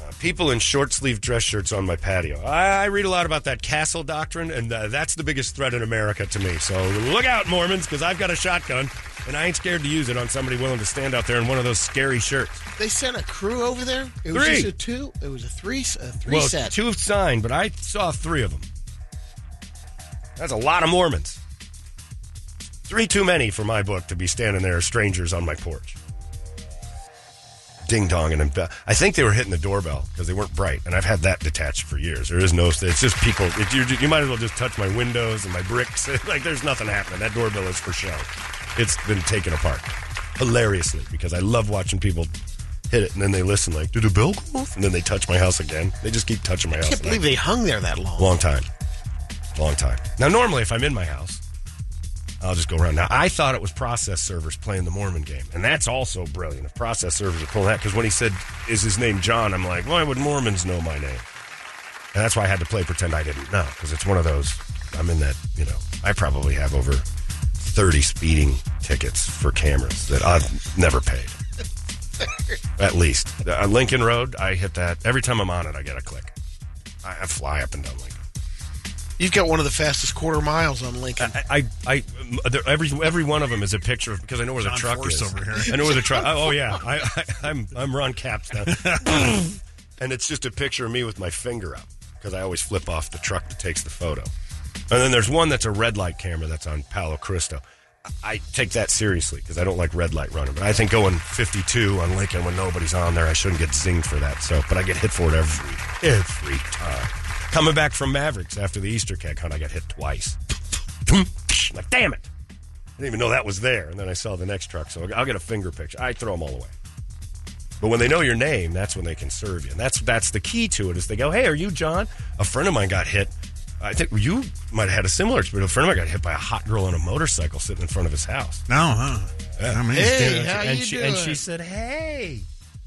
Uh, people in short sleeve dress shirts on my patio. I, I read a lot about that castle doctrine, and uh, that's the biggest threat in America to me. So look out, Mormons, because I've got a shotgun, and I ain't scared to use it on somebody willing to stand out there in one of those scary shirts. They sent a crew over there. It was Three. just a two. It was a three. A three well, set. two have signed, but I saw three of them. That's a lot of Mormons. Three too many for my book to be standing there as strangers on my porch. Ding dong and I think they were hitting the doorbell because they weren't bright, and I've had that detached for years. There is no, it's just people. It, you, you might as well just touch my windows and my bricks. like there's nothing happening. That doorbell is for show. It's been taken apart hilariously because I love watching people hit it and then they listen like, did the bell go off? And then they touch my house again. They just keep touching my house. I can't and I- believe they hung there that long. Long time. Long time. Now, normally, if I'm in my house, I'll just go around. Now, I thought it was process servers playing the Mormon game, and that's also brilliant if process servers are pulling that. Because when he said, Is his name John? I'm like, Why would Mormons know my name? And that's why I had to play pretend I didn't know, because it's one of those, I'm in that, you know, I probably have over 30 speeding tickets for cameras that I've never paid. At least. Uh, Lincoln Road, I hit that. Every time I'm on it, I get a click. I, I fly up and down Lincoln. You've got one of the fastest quarter miles on Lincoln. I, I, I there, every every one of them is a picture of because I know where John the truck Force is. over here. I know where the truck. Oh yeah, I, I, I'm I'm Ron Caps now, and it's just a picture of me with my finger up because I always flip off the truck that takes the photo. And then there's one that's a red light camera that's on Palo Cristo. I- I take that seriously because I don't like red light running, but I think going 52 on Lincoln when nobody's on there, I shouldn't get zinged for that. So, but I get hit for it every every time. Coming back from Mavericks after the Easter egg hunt, I got hit twice. like, damn it. I didn't even know that was there. And then I saw the next truck, so I'll get a finger picture. I throw them all away. But when they know your name, that's when they can serve you. And that's that's the key to it is they go, hey, are you John? A friend of mine got hit. I think you might have had a similar experience. A friend of mine got hit by a hot girl on a motorcycle sitting in front of his house. No, huh? I mean, Hey, how and you she doing? and she said, hey.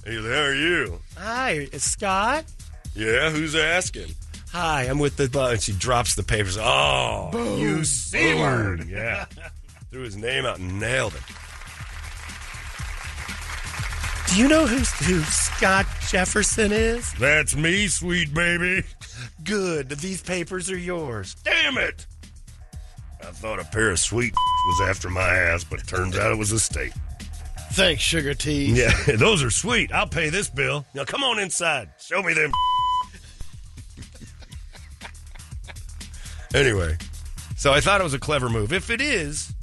And he's like, how are you? Hi, it's Scott. Yeah, who's asking? Hi, I'm with the. bu-" And she drops the papers. Oh, you c word. Yeah, threw his name out and nailed it. Do you know who's, who Scott Jefferson is? That's me, sweet baby. Good. These papers are yours. Damn it! I thought a pair of sweet was after my ass, but it turns out it was a steak. Thanks, Sugar T. Yeah, those are sweet. I'll pay this bill. Now come on inside. Show me them. anyway, so I thought it was a clever move. If it is,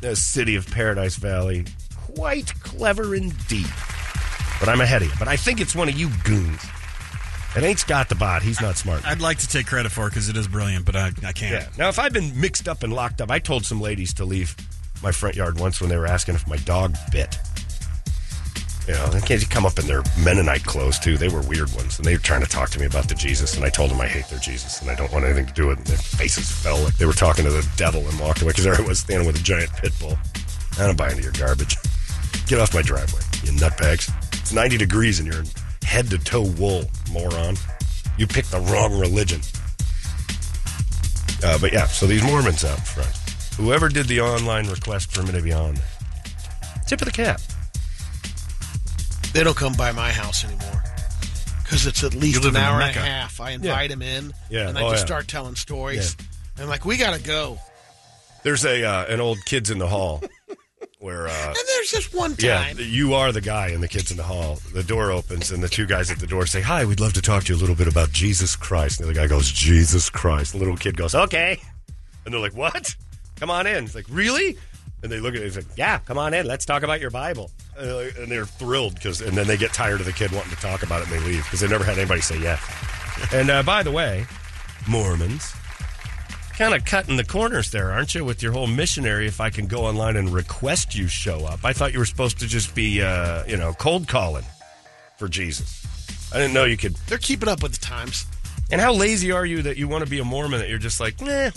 the city of Paradise Valley, quite clever indeed. But I'm ahead of you. But I think it's one of you goons. It ain't Scott the bot. He's not smart. I'd like to take credit for it because it is brilliant, but I, I can't. Yeah. Now, if I've been mixed up and locked up, I told some ladies to leave my front yard once when they were asking if my dog bit. You know, they can't just come up in their Mennonite clothes, too. They were weird ones. And they were trying to talk to me about the Jesus. And I told them I hate their Jesus and I don't want anything to do with it. And their faces fell like they were talking to the devil and walked away because there I was standing with a giant pit bull. I don't buy into your garbage. Get off my driveway, you nutbags. It's 90 degrees and you're in head to toe wool, moron. You picked the wrong religion. Uh, but yeah, so these Mormons out front. Whoever did the online request for me to be on, tip of the cap. They don't come by my house anymore because it's at least live an in hour and Mecca. a half. I invite them in, Yeah, and oh, I just yeah. start telling stories. And I'm like, we gotta go. There's a uh, an old kids in the hall where uh, And there's this one yeah, time. you are the guy in the kids in the hall. The door opens and the two guys at the door say, "Hi, we'd love to talk to you a little bit about Jesus Christ." And the other guy goes, "Jesus Christ." The little kid goes, "Okay," and they're like, "What? Come on in." It's like, "Really?" And they look at it. He's like, "Yeah, come on in. Let's talk about your Bible." And they're, like- and they're thrilled because, and then they get tired of the kid wanting to talk about it and they leave because they never had anybody say yes. and uh, by the way, Mormons kind of cutting the corners there, aren't you, with your whole missionary? If I can go online and request you show up, I thought you were supposed to just be, uh, you know, cold calling for Jesus. I didn't know you could. They're keeping up with the times. And how lazy are you that you want to be a Mormon that you're just like, nah, let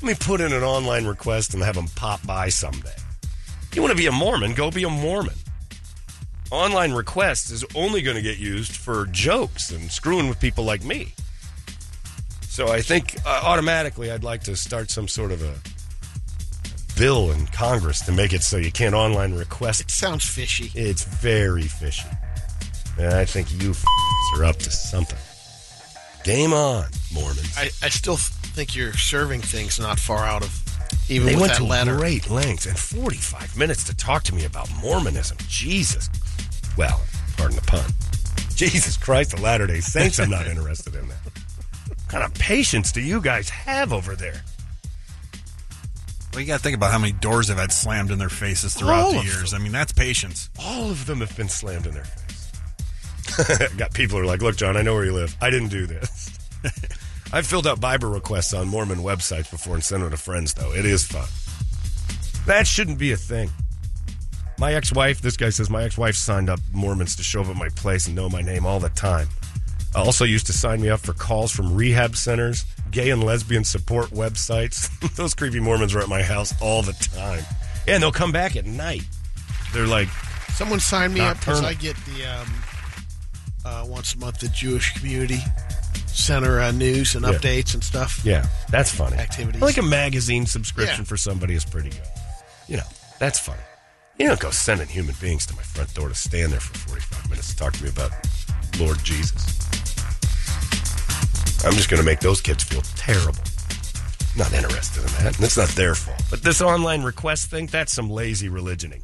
me put in an online request and have them pop by someday. You want to be a Mormon, go be a Mormon. Online requests is only going to get used for jokes and screwing with people like me. So I think uh, automatically I'd like to start some sort of a bill in Congress to make it so you can't online request It sounds fishy. it's very fishy. And I think you f***s are up to something. Game on, Mormons. I, I still think you're serving things not far out of even They with went that to letter. great lengths and 45 minutes to talk to me about Mormonism. Jesus. Well, pardon the pun. Jesus Christ, the Latter day Saints, I'm not interested in that. What kind of patience do you guys have over there? Well, you got to think about how many doors they've had slammed in their faces throughout All the of years. I mean, that's patience. All of them have been slammed in their face. Got people who are like, look, John, I know where you live. I didn't do this. I've filled out Bible requests on Mormon websites before and sent them to friends, though. It is fun. That shouldn't be a thing. My ex wife, this guy says, my ex wife signed up Mormons to show up at my place and know my name all the time. I also used to sign me up for calls from rehab centers, gay and lesbian support websites. Those creepy Mormons are at my house all the time. And they'll come back at night. They're like, Someone signed me up because I Nocturnal. get the um, uh, once a month the Jewish Community Center uh, news and Yeah. updates and stuff. Yeah, that's funny. Activities. Like a magazine subscription Yeah. for somebody is pretty good. You know, that's funny. You don't go sending human beings to my front door to stand there for 45 minutes to talk to me about Lord Jesus. I'm just going to make those kids feel terrible. Not interested in that. And it's not their fault. But this online request thing, that's some lazy religioning.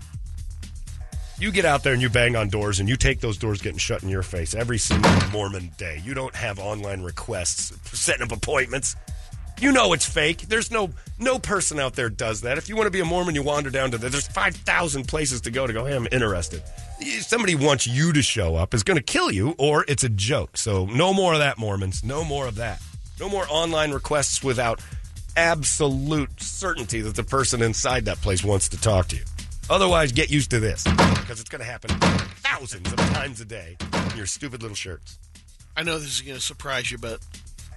You get out there and you bang on doors and you take those doors getting shut in your face every single Mormon day. You don't have online requests, setting up appointments. You know it's fake. There's no no person out there does that. If you want to be a Mormon, you wander down to there. There's five thousand places to go to go. Hey, I'm interested. If Somebody wants you to show up. Is going to kill you, or it's a joke. So no more of that, Mormons. No more of that. No more online requests without absolute certainty that the person inside that place wants to talk to you. Otherwise, get used to this because it's going to happen thousands of times a day in your stupid little shirts. I know this is going to surprise you, but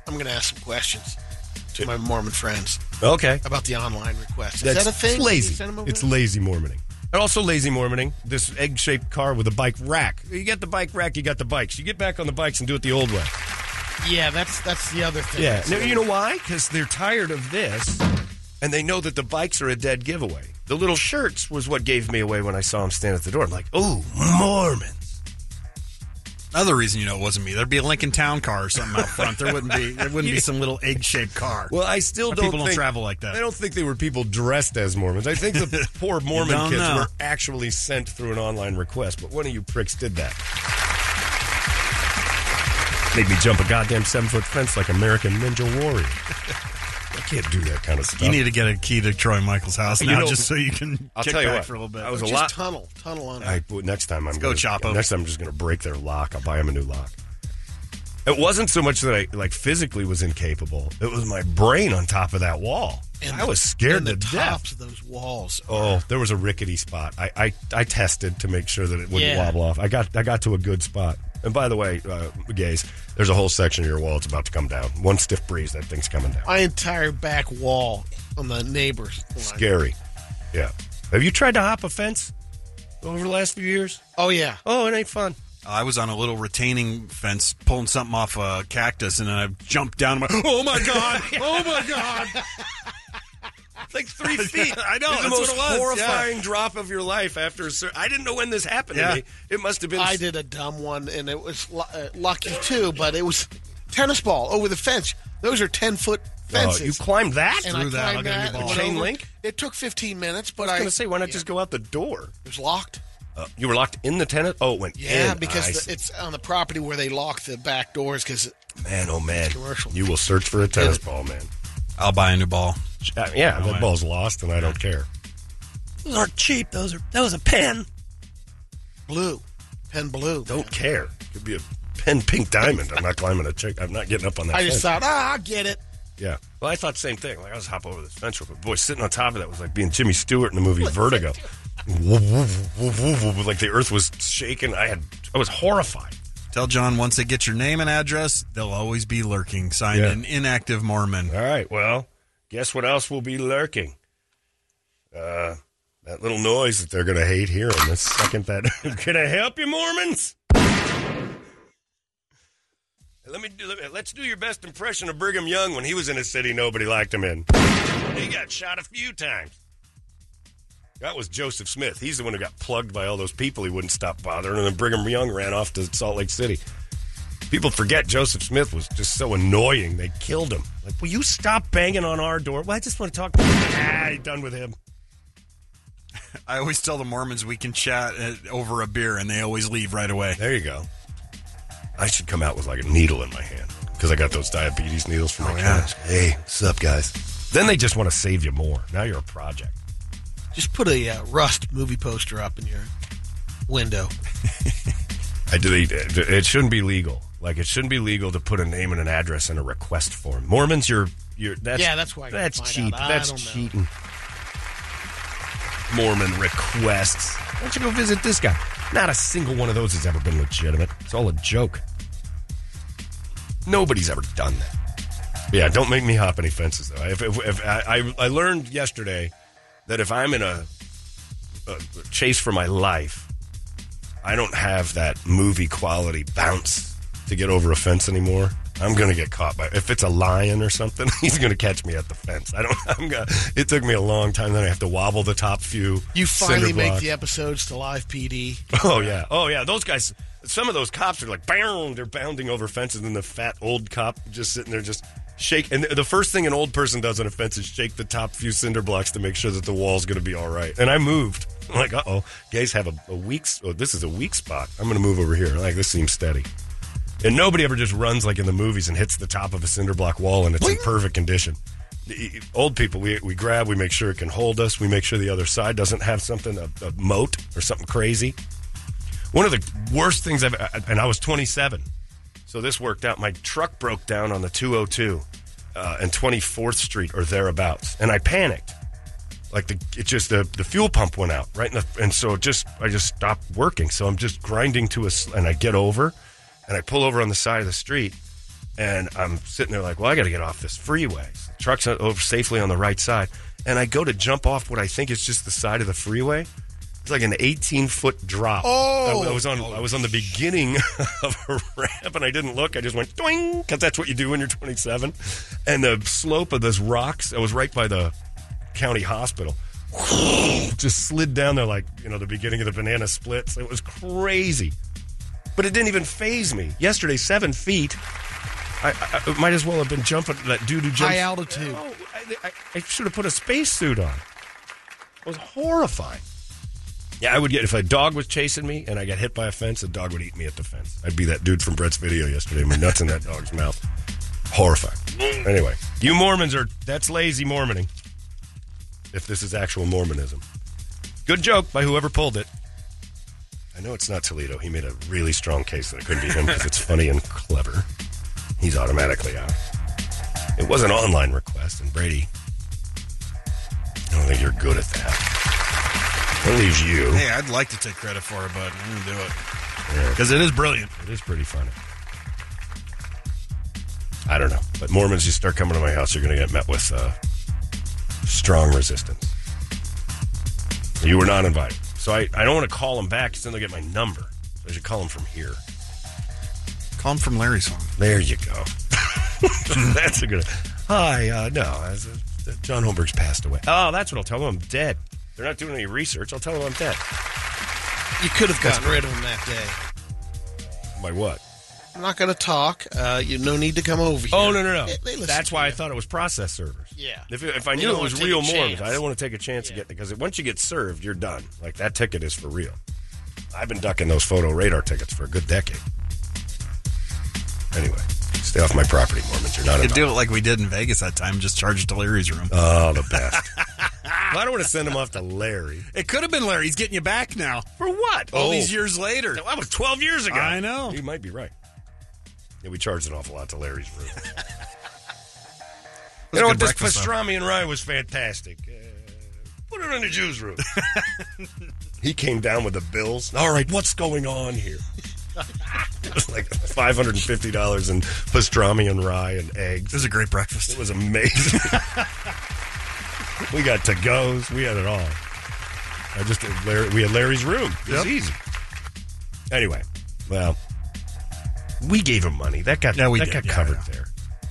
I'm going to ask some questions to my Mormon friends Okay. about the online request. Is That's that a thing? It's You lazy. send 'em over It's there? lazy Mormoning. And also lazy Mormoning, this egg shaped car with a bike rack. You get the bike rack, you got the bikes. You get back on the bikes and do it the old way. yeah, that's that's the other thing. Yeah. No, you know why? Because they're tired of this and they know that the bikes are a dead giveaway. The little shirts was what gave me away when I saw him stand at the door. I'm like, oh, Mormons. Another reason you know it wasn't me. There'd be a Lincoln Town car or something out front. There wouldn't be. There wouldn't be some little egg-shaped car. Well, I still But don't people don't think- travel like that. I don't think they were people dressed as Mormons. I think the poor Mormon don't kids know. were actually sent through an online request. But one of you pricks did that. Made me jump a goddamn seven foot fence like American Ninja Warrior. I can't do that kind of stuff. you need to get a key to Troy Michael's house You now, know, just so you can I'll kick tell you back what, for a little bit. I was a Just lot- tunnel, tunnel on it. I, well, next time I'm go, gonna, Chapo. Next time I'm just going to break their lock. I'll buy them a new lock. It wasn't so much that I like physically was incapable. It was my brain on top of that wall. And I was and scared the to tops death. of those walls. Oh, there was a rickety spot. I, I, I tested to make sure that it wouldn't Yeah. wobble off. I got I got to a good spot. And by the way, uh, gays, there's a whole section of your wall that's about to come down. One stiff breeze, that thing's coming down. My entire back wall on the neighbor's line. Scary. Yeah. Have you tried to hop a fence over the last few years? Oh yeah. Oh, it ain't fun. I was on a little retaining fence pulling something off a cactus, and then I jumped down. And went, oh my god! Oh my god! like three feet. I know, It's that's the most what it was, yeah. horrifying drop of your life. After a cer- I didn't know when this happened Yeah. to me. It must have been. I did a dumb one, and it was lu- uh, lucky too. But it was tennis ball over the fence. Those are ten foot Oh, fences. you climbed that? and I I was that, I'll climbed get a new that. and ball. went Chain over. link? It took fifteen minutes, but I going to say, why not just go out the door? it was locked. Uh, you were locked in the tenant. Oh, it went. Yeah, in. I because see. the, it's on the property where they lock the back doors because man, oh man, commercial. You will search for a tennis ball, man. I'll buy a new ball. Uh, yeah, that man. ball's lost, and I don't care. Those aren't cheap. Those are. That was a pen. blue, pen blue. Don't care. Could be a pen pink diamond. I'm not climbing a chick. I'm not getting up on that. I just thought, fence. ah, I get it. Yeah. Well, I thought the same thing. Like, I was hop over this fence real quick. Boy, sitting on top of that was like being Jimmy Stewart in the movie Vertigo. Woof, woof, woof, woof, woof. like the earth was shaking. I had, I was horrified. Tell John once they get your name and address, they'll always be lurking. Signed Yeah. an inactive Mormon. All right. Well, guess what else will be lurking? Uh, that little noise that they're going to hate hearing the second that. Can I help you, Mormons? Let me do. Let me, let's do your best impression of Brigham Young when he was in a city nobody liked him in. He got shot a few times. That was Joseph Smith. He's the one who got plugged by all those people he wouldn't stop bothering, and then Brigham Young ran off to Salt Lake City. People forget Joseph Smith was just so annoying. They killed him. Like, will you stop banging on our door? Well, I just want to talk to you. Ah, you're done with him. I always tell the Mormons we can chat uh, over a beer, and they always leave right away. There you go. I should come out with like a needle in my hand because I got those diabetes needles from my chemist. Oh, Hey, what's up, guys? Then they just want to save you more. Now you're a project. Just put a uh, Rust movie poster up in your window. I do. It shouldn't be legal. Like it shouldn't be legal to put a name and an address in a request form. Mormons, you're you're that's Yeah, that's why I gotta that's find cheap. out. I That's don't know. cheating. Mormon requests. Why don't you go visit this guy? Not a single one of those has ever been legitimate. It's all a joke. Nobody's ever done that. Yeah, don't make me hop any fences though. If, if, if I, I I learned yesterday that if I'm in a, a chase for my life, I don't have that movie quality bounce to get over a fence anymore. I'm gonna get caught by if it's a lion or something. He's gonna catch me at the fence. I don't. I'm gonna. It took me a long time. Then I have to wobble the top few. You finally cinder make block. the episodes to live PD. Oh yeah. Oh yeah. Those guys. Some of those cops are like bound. They're bounding over fences, and the fat old cop just sitting there just shake. And the first thing an old person does on a fence is shake the top few cinder blocks to make sure that the wall's going to be all right. And I moved. I'm like, uh oh, guys have a, a weak. s- Oh, this is a weak spot. I'm going to move over here. Like this seems steady. And nobody ever just runs like in the movies and hits the top of a cinder block wall and it's in perfect condition. The- the Old people, we, we grab, we make sure it can hold us, we make sure the other side doesn't have something, a, a moat or something crazy. One of the worst things I've, and I was 27, so this worked out. My truck broke down on the 202 uh, and 24th Street or thereabouts, and I panicked. Like the, it just the, the fuel pump went out right, in the, and so it just I just stopped working. So I'm just grinding to a, s- and I get over, and I pull over on the side of the street, and I'm sitting there like, well, I got to get off this freeway. So the truck's over safely on the right side, and I go to jump off what I think is just the side of the freeway. It's like an 18 foot drop. Oh. I, I was on I was on the beginning of a ramp, and I didn't look. I just went doing because that's what you do when you're 27. And the slope of this rocks, I was right by the county hospital. just slid down there like you know the beginning of the banana splits. It was crazy, but it didn't even phase me. Yesterday, seven feet. I, I, I might as well have been jumping that dude who jumps High altitude. No, Oh, I, I, I should have put a spacesuit on. It was horrifying. Yeah, I would get if a dog was chasing me and I got hit by a fence, a dog would eat me at the fence. I'd be that dude from Brett's video yesterday. My nuts in that dog's mouth. Horrifying. Anyway, you Mormons are that's lazy Mormoning. If this is actual Mormonism, good joke by whoever pulled it. I know it's not Toledo. He made a really strong case that it couldn't be him because it's funny and clever. He's automatically out. It was an online request, and Brady, I don't think you're good at that. That leaves you. Hey, I'd like to take credit for it, but I'm going to do it. Because it is brilliant. It is pretty funny. I don't know. But Mormons, you start coming to my house, you're going to get met with uh, strong resistance. You were not invited. So I, I don't want to call them back because then they'll get my number. So I should call them from here. Calm from Larry's song. There you go. that's a good. Hi, uh, no, that's, uh, John Holmberg's passed away. Oh, that's what I'll tell them. I'm dead. They're not doing any research. I'll tell them I'm dead. You could have gotten rid of him that day. By what? I'm not going to talk. Uh, you no need to come over here. Oh no no no! They- they listen That's to why I you. thought it was process servers. Yeah. If, if I They knew don't it was wanna take real a Mormons, chance. I didn't want to take a chance to Yeah. get because once you get served, you're done. Like that ticket is for real. I've been ducking those photo radar tickets for a good decade. Anyway, stay off my property, Mormons. You're not Could invited. do it like we did in Vegas that time, just charge it to Larry's room. Oh, the best. Well, I don't want to send them off to Larry. it could have been Larry. He's getting you back now. For what? All these years later. That was 12 years ago. I know. You might be right. Yeah, we charged an awful lot to Larry's room. you know what? This pastrami and rye was fantastic. Uh, put it in the Jew's room. he came down with the bills. All right, what's going on here? it was like $550 in pastrami and rye and eggs. This is a great breakfast. It was amazing. we got to goes. We had it all. I just Larry, we had Larry's room. It was easy. Anyway, well, we gave him money. That got Yeah, we that did. got Yeah, covered yeah. there.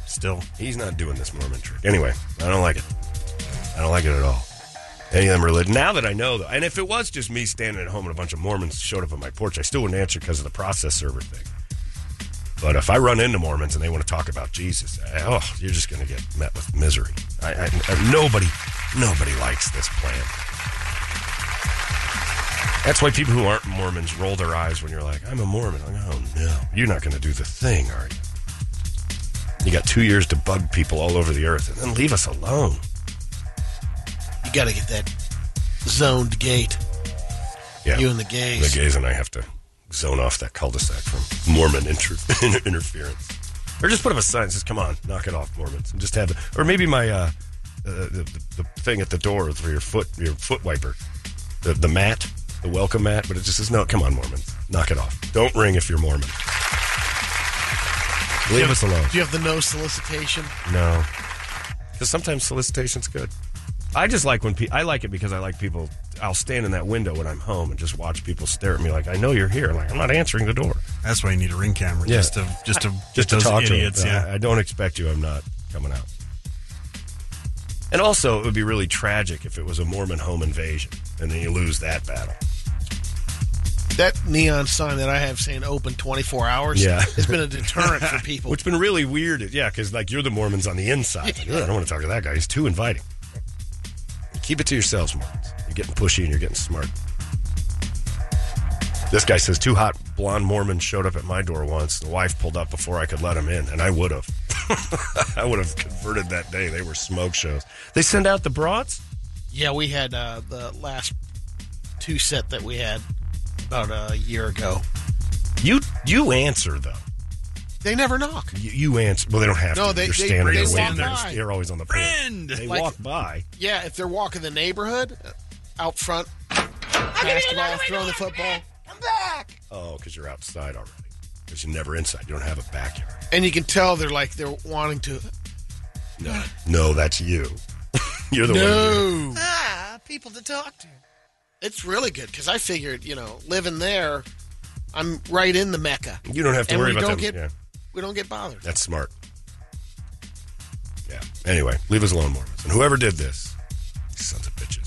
Still. He's not doing this Mormon trick. Anyway, I don't like it. I don't like it at all. Any of them religion. Now that I know, though, and if it was just me standing at home and a bunch of Mormons showed up on my porch, I still wouldn't answer because of the process server thing. But if I run into Mormons and they want to talk about Jesus, I- oh, you're just going to get met with misery. I, I, I- nobody, nobody likes this plan. That's why people who aren't Mormons roll their eyes when you're like, "I'm a Mormon." Like, oh no, you're not going to do the thing, are you? You got two years to bug people all over the earth and then leave us alone. You got to get that zoned gate. Yeah. You and the the gays. gays and I have to zone off that cul-de-sac from Mormon inter- interference. Or just put up a sign that says, come on, knock it off, Mormons. And just have the, or maybe my, uh, uh, the, the, the thing at the door for your foot, your foot wiper, the, the mat, the welcome mat, but it just says, no, come on, Mormons, knock it off. Don't ring if you're Mormon. Leave us alone. Do you have the no solicitation? No, because sometimes solicitation's good. I just like when pe- I like it because I like people. I'll stand in that window when I'm home and just watch people stare at me like I know you're here. Like I'm not answering the door. That's why you need a ring camera. Yeah. Just to just to get to those talk to idiots. them. yeah. I, I don't expect you. I'm not coming out. And also, it would be really tragic if it was a Mormon home invasion and then you lose that battle. That neon sign that I have saying open 24 hours Yeah. has been a deterrent for people. Which been really weird. Yeah, because like you're the Mormons on the inside. Like, "Ugh, I don't want to talk to that guy. He's too inviting. Keep it to yourselves, Mormons. You're getting pushy and you're getting smart. This guy says two hot blonde Mormons showed up at my door once. The wife pulled up before I could let him in, and I would have. I would have converted that day. They were smoke shows. They send out the broads. yeah, we had uh, the last two set that we had about a year ago. You you answer though. They never knock. You, you answer. Well, they don't have No, to. they- You're they- standing they there walk waiting. They're, by. they're always on the porch. Friend! They Like- walk by. Yeah, if they're walking the neighborhood, uh, out front, basketball, throw the football, Oh, because you're outside already. Because you're never inside. You don't have a backyard. and you can tell they're like they're wanting to. No, no, that's you. you're the one. No, who- Ah, people to talk to. it's really good because I figured, you know, living there, I'm right in the mecca. You don't have to And worry we about don't them. get- Yeah, We don't get bothered. that's smart. Yeah. Anyway, leave us alone, Mormons. And whoever did this, sons of bitches.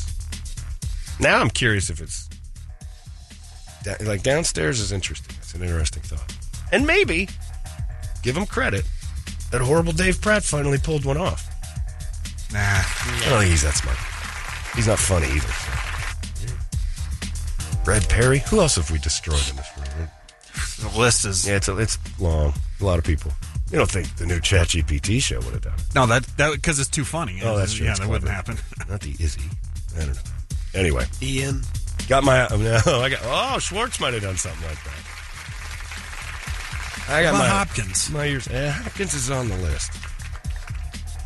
Now I'm curious if it's da- like downstairs is interesting. It's an interesting thought, and maybe give him credit that horrible Dave Pratt finally pulled one off. Nah. I don't think he's that smart. He's not funny either. Brad Perry. Who else have we destroyed in this room? The list is Yeah, it's a, it's long. A lot of people. You don't think the new ChatGPT show would have done it? no that that because it's too funny. Oh, that's true. Yeah, It's that wouldn't clever. happen. Not the Izzy. I don't know. Anyway, Ian. got my oh, no. I got oh Schwartz might have done something like that. I got About my Hopkins? My ears. Eh, Hopkins is on the list.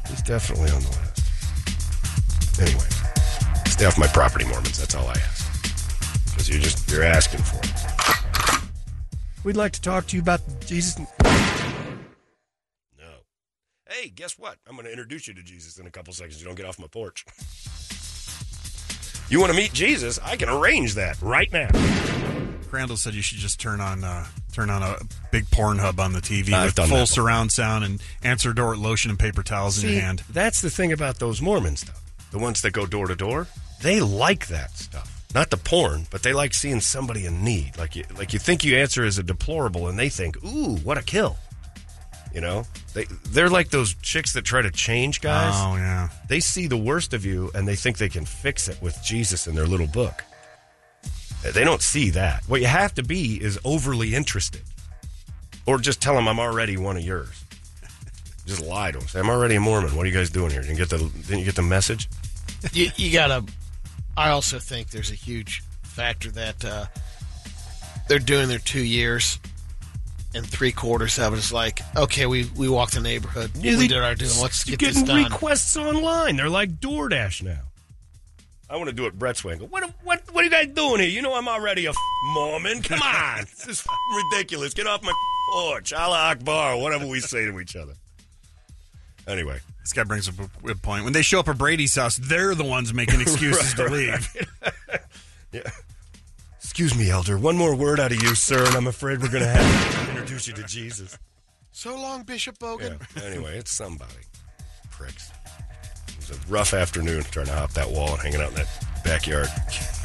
He's definitely on the list. Anyway, stay off my property, Mormons. That's all I ask. Because you're just you're asking for it. We'd like to talk to you about Jesus. No. Hey, guess what? I'm going to introduce you to Jesus in a couple seconds. You don't get off my porch. You want to meet Jesus? I can arrange that right now. Crandall said you should just turn on uh, turn on a big porn hub on the TV I've with done full that before. surround sound and answer door with lotion and paper towels in your hand. That's the thing about those Mormons, though. The ones that go door to door, they like that stuff. Not the porn, but they like seeing somebody in need. Like you, like you think you answer as a deplorable, and they think, "Ooh, what a kill." You know, they they're like those chicks that try to change guys. Oh yeah. They see the worst of you, and they think they can fix it with Jesus in their little book. Uh, They don't see that. What you have to be is overly interested, or just tell them I'm already one of yours. Just lie to them. Say I'm already a Mormon. What are you guys doing here? Didn't get the didn't you get the message? you, you gotta. I also think there's a huge factor that uh, they're doing their two years, and three quarters of it is like, okay, we we walked the neighborhood, we did our doing, let's You're get this getting done. requests online. They're like DoorDash now. I want to do it Brett's way. and go, What, what, what are you guys doing here? You know I'm already a f- Mormon. Come on. this is f- ridiculous. Get off my porch. Allah Akbar. Whatever we say to each other. Anyway. This guy brings up a good point. When they show up at Brady's house, they're the ones making excuses to leave. Excuse me, Elder. One more word out of you, sir, and I'm afraid we're going to have to introduce you to Jesus. So long, Bishop Yeah. Bogan. Anyway, it's somebody. Pricks. It was a rough afternoon trying to hop that wall and hanging out in that backyard.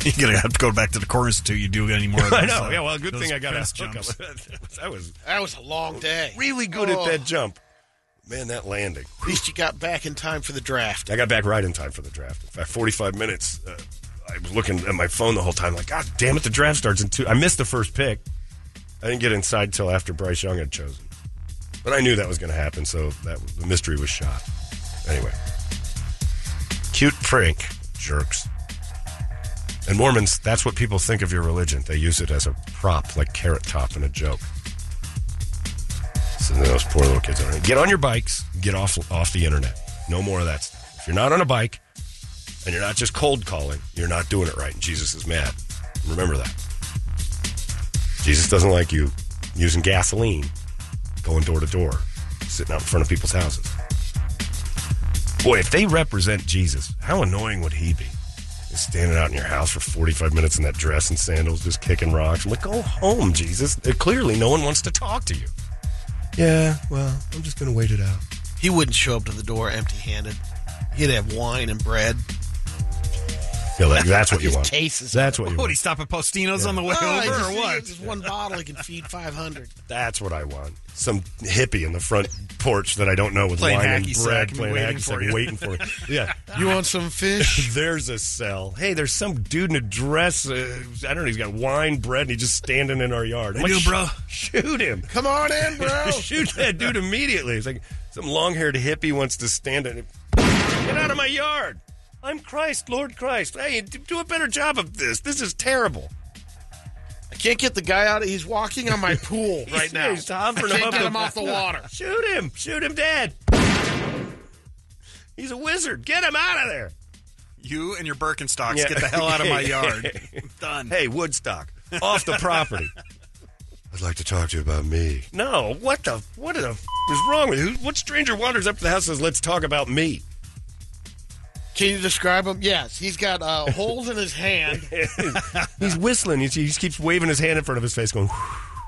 You're gonna have to go back to the core institute. You do any more? Of I those, know. uh, Yeah, well, good those thing I got fence a hookup. jumps. I was That was a long day. really good Oh, at that jump. Man, that landing. At least you got back in time for the draft. I got back right in time for the draft. In fact, 45 minutes. Uh, I was looking at my phone the whole time, like, God damn it, the draft starts in two. I missed the first pick. I didn't get inside till after Bryce Young had chosen. But I knew that was going to happen, so that the mystery was shot. Anyway, cute prank, jerks. And Mormons, that's what people think of your religion. They use it as a prop, like carrot top and a joke. So those poor little kids on it. Get on your bikes. Get off off the internet. No more of that stuff. If you're not on a bike and you're not just cold calling, you're not doing it right. And Jesus is mad. Remember that. Jesus doesn't like you using gasoline, going door to door, sitting out in front of people's houses. Boy, if they represent Jesus, how annoying would he be? Just standing out in your house for 45 minutes in that dress and sandals, just kicking rocks. I'm like, go home, Jesus. Uh, Clearly, no one wants to talk to you. Yeah, well, I'm just going to wait it out. He wouldn't show up to the door empty-handed. He'd have wine and bread. Yeah, that, that's what you Just want. cases. That's what you What, he want. stop at Postino's on the way Oh, I over, just- or what? Just one bottle, he can feed 500. That's what I want. Some hippie in the front porch that I don't know with Playing wine and hacky sack bread and playing waiting hacky for sack, you. waiting for me. Yeah, You want some fish? there's a cell. Hey, there's some dude in a dress. Uh, I don't know. He's got wine, bread, and he's just standing in our yard. I'm You like, doing, bro? "Sh- Shoot him. Come on in, bro. Shoot that dude immediately. It's like some long haired hippie wants to stand in it. Get out of my yard. I'm Christ, Lord Christ. Hey, d- do a better job of this. This is terrible. I can't get the guy out. He's walking on my pool right now. He's hovering I can't above get the- him off the water. Shoot him! Shoot him dead! He's a wizard. Get him out of there. You and your Birkenstocks, Yeah. get the hell out of my yard. I'm done. Hey, Woodstock, off the property. I'd like to talk to you about me. No, what the what the f- is wrong with you? What stranger wanders up to the house and says, "Let's talk about me"? Can you describe him? Yes, he's got uh, holes in his hand. He's whistling. He he just keeps waving his hand in front of his face, going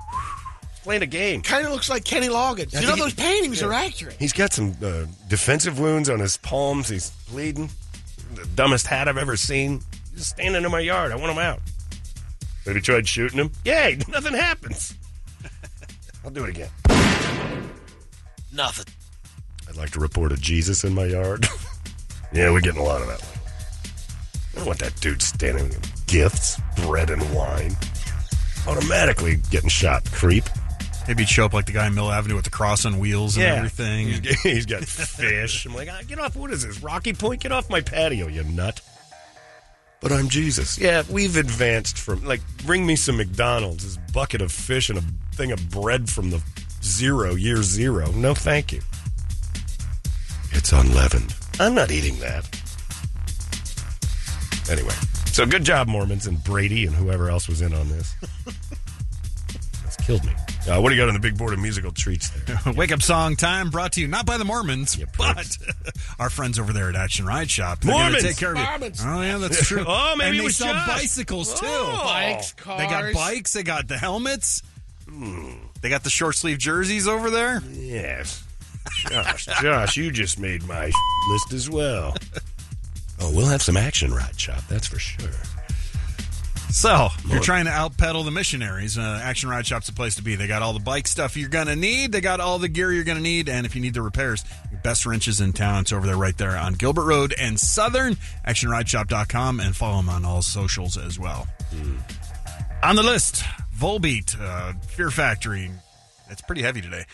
playing a game. Kind of looks like Kenny Loggins. you know think those paintings are accurate. He's got some uh, defensive wounds on his palms. He's bleeding. The dumbest hat I've ever seen. He's standing in my yard. I want him out. Have you tried shooting him? Yay, nothing happens. I'll do it again. Nothing. I'd like to report a Jesus in my yard. yeah, we're getting a lot of that one. I don't want that dude standing with gifts, bread, and wine. Automatically getting shot, creep. Maybe he'd show up like the guy in Mill Avenue with the cross on wheels and everything. He's, got- he's got fish. I'm like, "Ah, get off. What is this? Rocky Point? Get off my patio, you nut. But I'm Jesus. Yeah, we've advanced from, like, bring me some McDonald's, this bucket of fish and a thing of bread from the zero, year zero. No, thank you. It's unleavened. I'm not eating that. Anyway, so good job, Mormons and Brady and whoever else was in on this. That's killed me. Uh, what do you got on the big board of musical treats there? Wake up song time brought to you not by the Mormons, You but pricks. our friends over there at Action Ride Shop. They're gonna Mormons! take care of you. Mormons! Oh yeah, that's true. Oh, maybe and it they was sell Josh. bicycles too. Oh. Bikes, cars. They got bikes. They got the helmets. They got the short sleeve jerseys over there. Hmm. Yes. Josh, Josh, you just made my list as well. Oh, we'll have some action ride shop, that's for sure. So if you're trying to outpedal the missionaries. Uh, Action Ride Shop's the place to be. They got all the bike stuff you're gonna need. They got all the gear you're gonna need, and if you need the repairs, your best wrenches in town. It's over there, right there on Gilbert Road and Southern. ActionRideShop.com and follow them on all socials as well. On the list, Volbeat, uh, Fear Factory. That's pretty heavy today.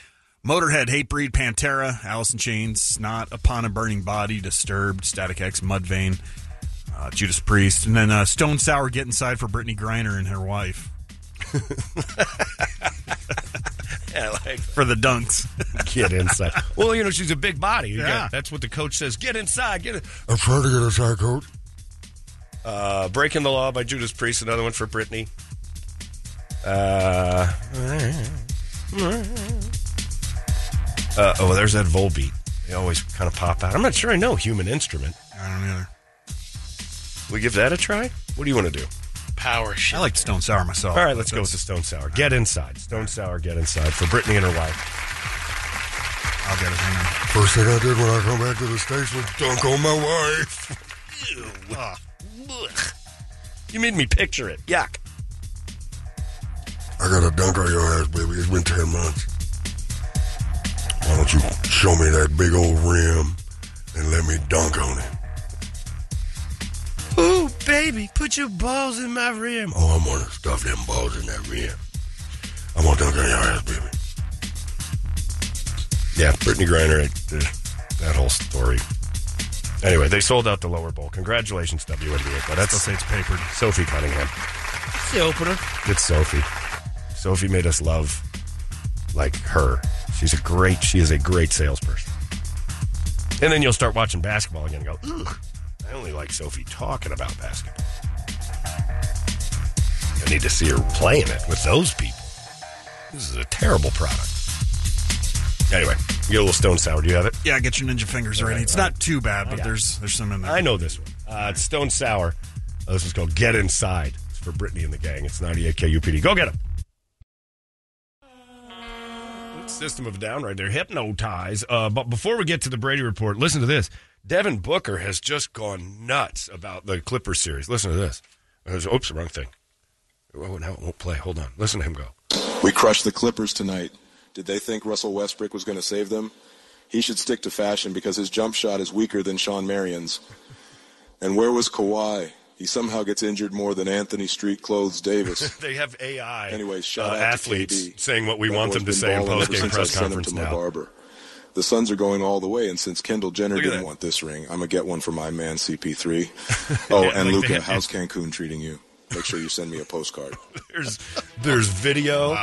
Motorhead, Hatebreed, Pantera, Alice in Chains, Snot, Upon a Burning Body, Disturbed, Static X, Mudvayne uh, Judas Priest, and then uh, Stone Sour get inside for Brittany Griner and her wife for the dunks. Get inside. well, you know, she's a big body. You Yeah. got- that's what the coach says. Get inside. Get it. I'm trying to get inside, coach. Uh, Breaking the Law by Judas Priest, another one for Brittany. Uh, uh, oh, there's that Volbeat. They always kind of pop out. I'm not sure I know Human Instrument. I don't either. We give that a try? What do you want to do? Power shit. I like Stone Sour myself. All right, let's go with the Stone Sour. Get inside. Stone Sour, get inside for Brittany and her wife. I'll get it. Hang First thing I did when I come back to the States was dunk on my wife. You made me picture it. Yuck. I got a dunk on your ass, baby. It's been 10 months. Why don't you show me that big old rim and let me dunk on it? Ooh, baby, put your balls in my rim. Oh, I'm gonna stuff them balls in that rim. I'm gonna dunk on your ass, baby. Yeah, Brittany Griner, uh, that whole story. Anyway, they sold out the lower bowl. Congratulations, WNBA. But on. Still that's say it's papered. Sophie Cunningham. That's the opener. It's Sophie. Sophie made us love like her. She's a great. She is a great salesperson. And then you'll start watching basketball again and go, ugh, I only like Sophie talking about basketball. I need to see her playing it with those people. This is a terrible product. Anyway, you get a little stone sour. Do you have it? Yeah, get your ninja fingers ready. It's not too bad, but there's there's some in there. I know this one. Uh, it's Stone Sour. Uh, this is called Get Inside. It's for Brittany and the gang. It's 98 KUPD. Go get him. System of a Down right there. Hypnotize. Uh, but before we get to the Brady report, listen to this. Devin Booker has just gone nuts about the Clipper series. Listen to this. Uh, Oops, wrong thing. Oh, now it won't play. Hold on. Listen to him go. We crushed the Clippers tonight. Did they think Russell Westbrook was going to save them? He should stick to fashion because his jump shot is weaker than Sean Marion's. And where was Kawhi? He somehow gets injured more than Anthony Street Clothes Davis. They have AI Anyway, shout uh, out to athletes KD. saying what we That want boy's them to been say in balling ever post game since I press sent him to conference my now. barber. The Suns are going all the way, and since Kendall Jenner Look at didn't that. want this ring, I'm gonna get one for my man CP3. Oh, Yeah, and like Luca, that. how's Cancun treating you? Make sure you send me a postcard. There's there's video.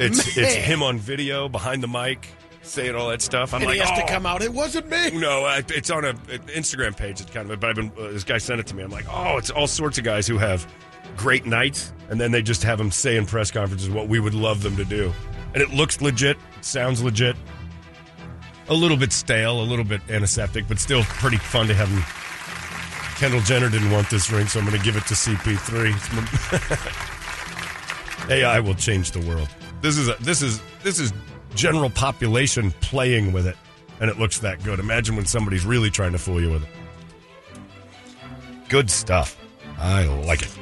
It's it's him on video behind the mic saying all that stuff. I'm And like, he has "Oh, to come out. It wasn't me. No, I, it's on a an Instagram page. It's kind of, but I've been uh, this guy sent it to me. I'm like, oh, it's all sorts of guys who have great nights, and then they just have them say in press conferences what we would love them to do, and it looks legit, it sounds legit, a little bit stale, a little bit antiseptic, but still pretty fun to have them. Kendall Jenner didn't want this ring, so I'm going to give it to CP3. It's my- AI will change the world. This is a, this is this is general population playing with it, and it looks that good. Imagine when somebody's really trying to fool you with it. Good stuff. I like it.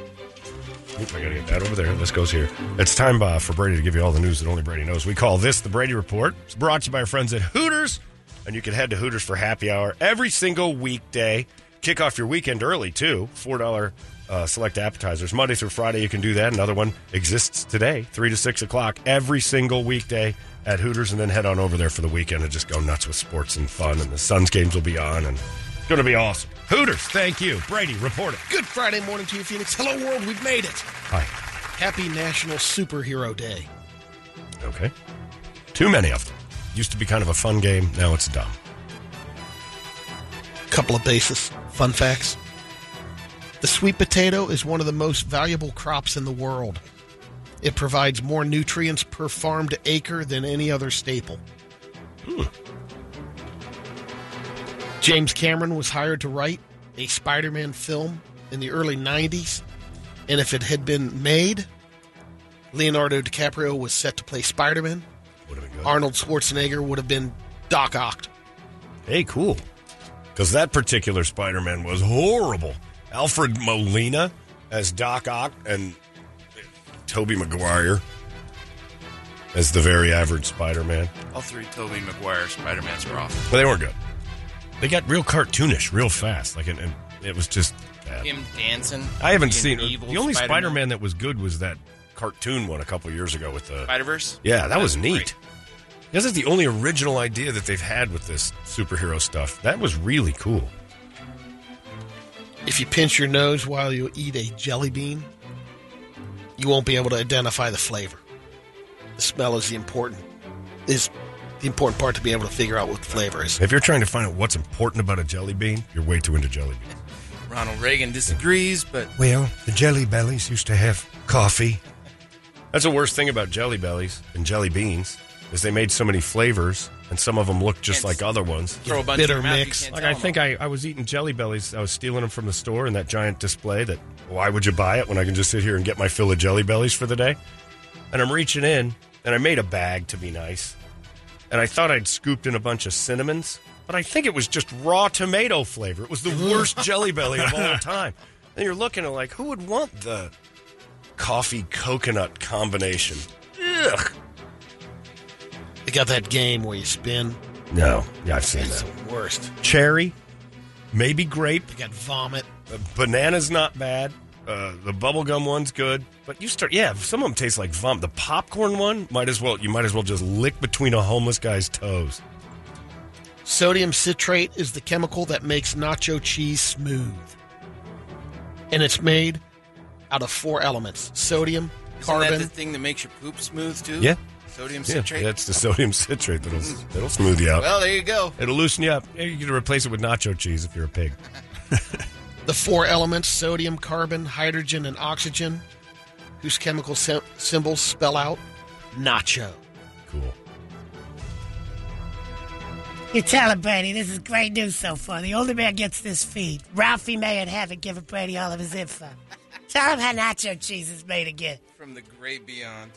Oop, I got to get that over there. This goes here. It's time uh, for Brady to give you all the news that only Brady knows. We call this the Brady Report. It's brought to you by our friends at Hooters, and you can head to Hooters for happy hour every single weekday. Kick off your weekend early, too. $4 uh, select appetizers. Monday through Friday, you can do that. Another one exists today, 3 to 6 o'clock, every single weekday at Hooters, and then head on over there for the weekend and just go nuts with sports and fun. And the Suns games will be on, and it's going to be awesome. Hooters, thank you. Brady, report it. Good Friday morning to you, Phoenix. Hello, world. We've made it. Hi. Happy National Superhero Day. Okay. Too many of them. Used to be kind of a fun game. Now it's dumb. Couple of basis fun facts. The sweet potato is one of the most valuable crops in the world. It provides more nutrients per farmed acre than any other staple. Hmm. James Cameron was hired to write a Spider Man film in the early 90s, and if it had been made, Leonardo DiCaprio was set to play Spider Man. Arnold Schwarzenegger would have been Doc Ock. Hey, cool. Because that particular Spider Man was horrible. Alfred Molina as Doc Ock and Toby Maguire as the very average Spider Man. All three Toby Maguire Spider Mans were awful. But they weren't good. They got real cartoonish real fast. Like, and, and it was just bad. Him dancing. I haven't being seen evil the only Spider Man that was good was that cartoon one a couple years ago with the Spider Verse. Yeah, that was neat. This is the only original idea that they've had with this superhero stuff. That was really cool. If you pinch your nose while you eat a jelly bean, you won't be able to identify the flavor. The smell is the important is the important part to be able to figure out what the flavor is. If you're trying to find out what's important about a jelly bean, you're way too into jelly beans. Ronald Reagan disagrees, but Well, the Jelly Bellies used to have coffee. That's the worst thing about Jelly Bellies and jelly beans is they made so many flavors, and some of them looked just like other ones. Throw a bunch Bitter in your mouth, you mix. can't Like tell I them think I, I was eating Jelly Bellies. I was stealing them from the store in that giant display. That why would you buy it when I can just sit here and get my fill of Jelly Bellies for the day? And I'm reaching in, and I made a bag to be nice, and I thought I'd scooped in a bunch of cinnamons, but I think it was just raw tomato flavor. It was the worst Jelly Belly of all time. And you're looking at like, who would want the coffee coconut combination? Ugh. They got that game where you spin. No, yeah, I've seen It's that. the worst. Cherry, maybe grape. You got vomit. Uh, banana's not bad. Uh, the bubblegum one's good, but you start yeah. Some of them taste like vomit. The popcorn one might as well you might as well just lick between a homeless guy's toes. Sodium citrate is the chemical that makes nacho cheese smooth. And it's made out of four elements sodium, Isn't that the carbon, thing that makes your poop smooth too? Yeah. Sodium Yeah, citrate. that's the sodium citrate that'll that'll smooth you out. Well, there you go. It'll loosen you up. Yeah, You can replace it with nacho cheese if you're a pig. the four elements sodium, carbon, hydrogen, and oxygen, whose chemical sy- symbols spell out nacho. Cool. You tell it, Brady. This is great news so far. The older man gets this feed. Ralphie May in heaven giving Brady all of his info. tell him how nacho cheese is made again. From the gray beyond.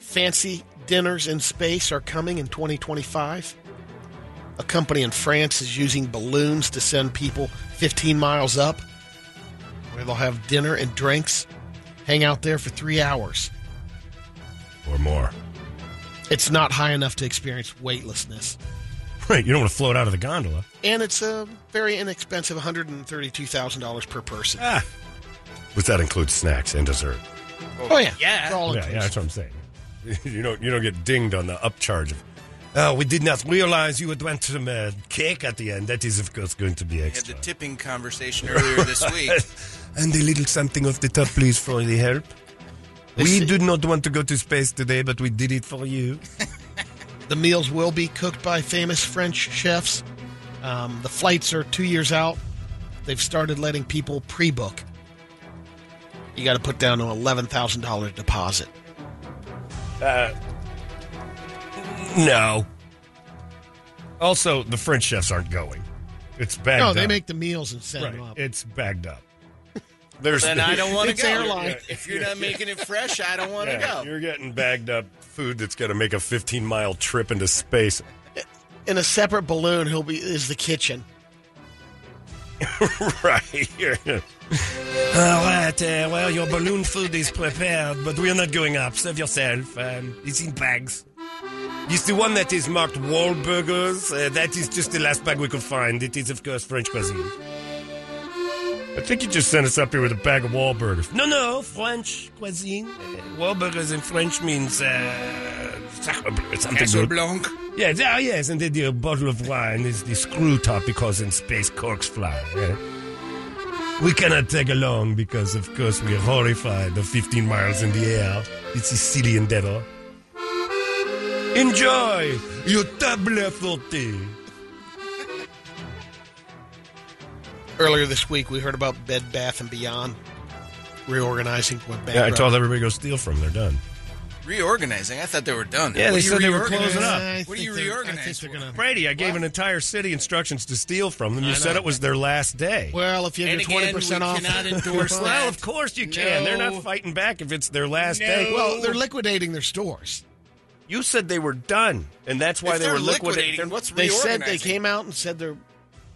Fancy dinners in space are coming in 2025. A company in France is using balloons to send people 15 miles up, where they'll have dinner and drinks, hang out there for three hours. Or more. It's not high enough to experience weightlessness. Right. You don't want to float out of the gondola. And it's a very inexpensive $132,000 per person. Ah, Which that includes snacks and dessert. Oh, yeah. Yeah. It's all yeah, yeah, that's what I'm saying. you don't you don't get dinged on the upcharge of. Oh, we did not realize you had went some uh, cake at the end. That is, of course, going to be We had the tipping conversation earlier this week. and a little something off the top, please, for the help. They say- not want to go to space today, but we did it for you. The meals will be cooked by famous French chefs. Um, the flights are two years out. They've started letting people pre book. You got to put down an $11,000 deposit. No. Also, the French chefs aren't going. It's bagged No, up. they make the meals and send Right, them up. It's bagged up. There's Then I don't want to It's go. airline. If you're not making it fresh, I don't want to Yeah, go. You're getting bagged up food that's going to make a 15 mile trip into space. In a separate balloon, he'll be is the kitchen. right. All right, uh, well, your balloon food is prepared, but we are not going up. Serve yourself. Um, it's in bags. It's the one that is marked Wahlburgers. Uh, that is just the last bag we could find. It is, of course, French cuisine. I think you just sent us up here with a bag of Wahlburgers. No, no, French cuisine. Uh, Wahlburgers in French means uh, something good. Casablanca. Yes, ah, yes, and then the bottle of wine is the screw top because in space corks fly. eh? We cannot take along because, of course, we are horrified of 15 miles in the air. It's a silly endeavor. Enjoy your table forte. Earlier this week, we heard about Bed Bath and Beyond reorganizing. Went bankrupt. Yeah, I told everybody to go steal from. They're done. Reorganizing. I thought they were done. Yeah, they What do you said they were reorganize? closing up. What do you reorganize? for? Brady, I gave an entire city instructions to steal from them. You I said know. it was their last day. Well, if you have And your again, twenty percent we off, cannot endorse Well, that. of course you can. No. They're not fighting back if it's their last day. Well, they're liquidating their stores. You said they were done, and that's why If they they're were liquidating. liquidating, they said they came out and said they're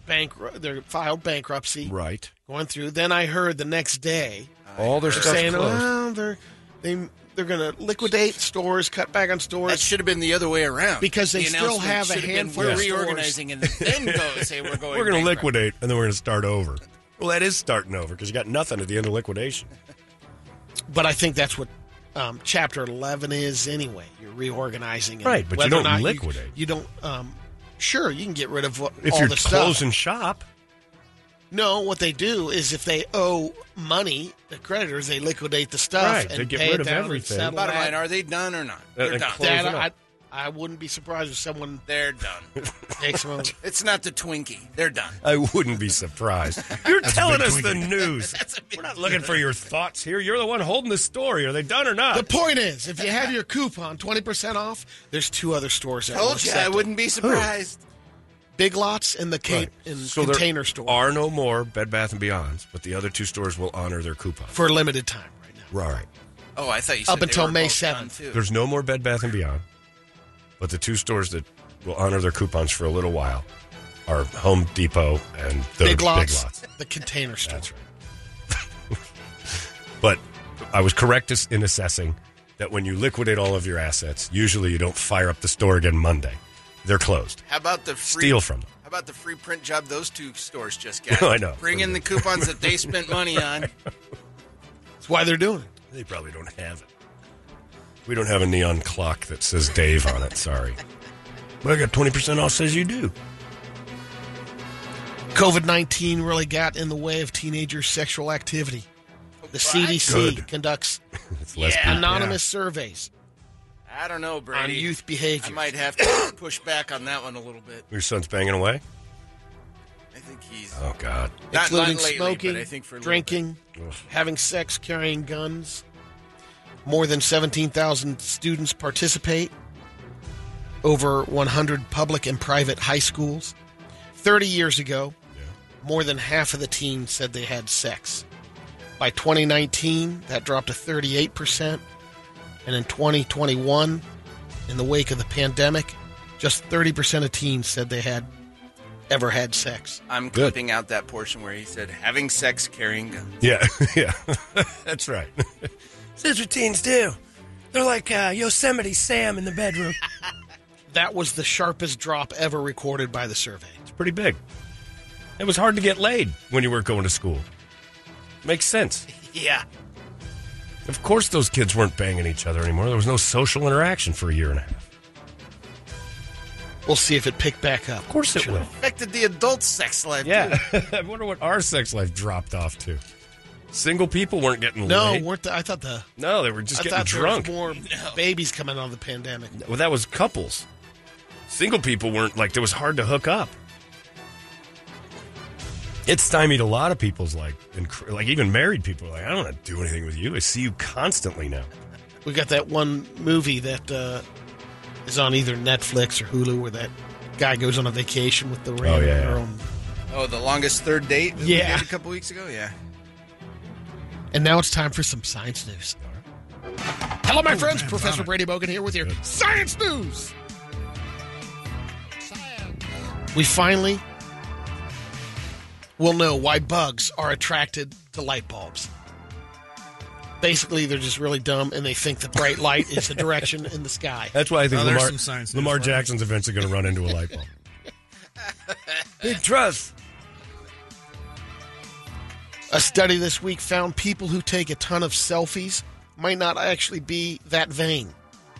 bankrupt. They're filed bankruptcy. Right. Uh, Going through. Then I heard the next day All their they're stuff's saying, closed. "Well, they're they they're going to liquidate stores, cut back on stores." That should have been the other way around because they The still announcement have a should been, handful. We're of stores. reorganizing and then go say we're going. We're going to bankrupt. liquidate, and then we're going to start over. Well, that is starting over because you got nothing at the end of liquidation. But I think that's what um, Chapter Eleven is anyway. You're reorganizing, and Right, but you whether or don't not liquidate. You, don't. Um, sure, you can get rid of what, If all you're the closing stuff. shop, No, what they do is if they owe money, the creditors they liquidate the stuff Right, and they get pay rid it of down and everything. settle Bottom that. line, are they done or not? They're dey're done. That, I, I wouldn't be surprised if someone they're done. takes them. over. It's not the Twinkie. They're done. I wouldn't be surprised. You're That's a telling big us the twinkie. news. We're not looking for your thoughts here. You're the one holding the story. Are they done or not? The point is, if you have your coupon twenty percent off, there's two other stores. that Told will you, accept I it. wouldn't be surprised. Big Lots and the Cape and So there Container Store are no more Bed Bath and Beyonds, but the other two stores will honor their coupon for a limited time. Right. Oh, I thought you said Up they until were May both done, 7th. too. There's no more Bed Bath and Beyond, but the two stores that will honor their coupons for a little while are Home Depot and the Big Lots, the Container Store. That's right. But I was correct as- in assessing that when you liquidate all of your assets, usually you don't fire up the store again Monday. They're closed. How about the free, Steal from them. How about the free print job those two stores just got? I know. Bring in the coupons that they spent money on. That's why they're doing it. They probably don't have it. We don't have a neon clock that says Dave on it. Sorry. But I got 20% off says you do. COVID 19 really got in the way of teenager sexual activity. The CDC Good. conducts It's less people. anonymous surveys. I don't know, Brady. On youth behavior. I might have to push back on that one a little bit. Your son's banging away? I think he's Oh, God. Not- not including lately, smoking, but I think for a little drinking, bit. Ugh. having sex, carrying guns. More than 17,000 students participate, over 100 public and private high schools. 30 years ago, more than half of the teens said they had sex. By 2019, that dropped to 38%. And in 2021, in the wake of the pandemic, just 30% of teens said they had ever had sex. I'm Good. clipping out that portion where he said having sex carrying guns. Yeah, yeah. That's right. That's what teens do. They're like uh, Yosemite Sam in the bedroom. That was the sharpest drop ever recorded by the survey. It's pretty big. It was hard to get laid when you weren't going to school. Makes sense. Yeah. Of course, those kids weren't banging each other anymore. There was no social interaction for a year and a half. We'll see if it picked back up. Of course it will. Affected the adult sex life. Yeah. too. I wonder what our sex life dropped off to. Single people weren't getting No, laid. weren't the, I thought the No, they were just I getting thought there was drunk. more babies coming out of the pandemic. Well, that was couples. Single people weren't like it was hard to hook up. It stymied a lot of people's like, inc- like even married people. Are like, I don't want to do anything with you. I see you constantly now. We got that one movie that uh, is on either Netflix or Hulu where that guy goes on a vacation with the random yeah, yeah. girl. Oh, the longest third date. that we Yeah. did a couple weeks ago. Yeah. And now it's time for some science news. Hello, Oh, my friends. Professor Brady Bogan here with your science news. We finally will know why bugs are attracted to light bulbs. Basically, they're just really dumb, and they think the bright light is the direction in the sky. That's why I think Oh, there's Lamar, some science news Lamar for you. Jackson's eventually going to run into a light bulb. Big trust. A study this week found people who take a ton of selfies might not actually be that vain.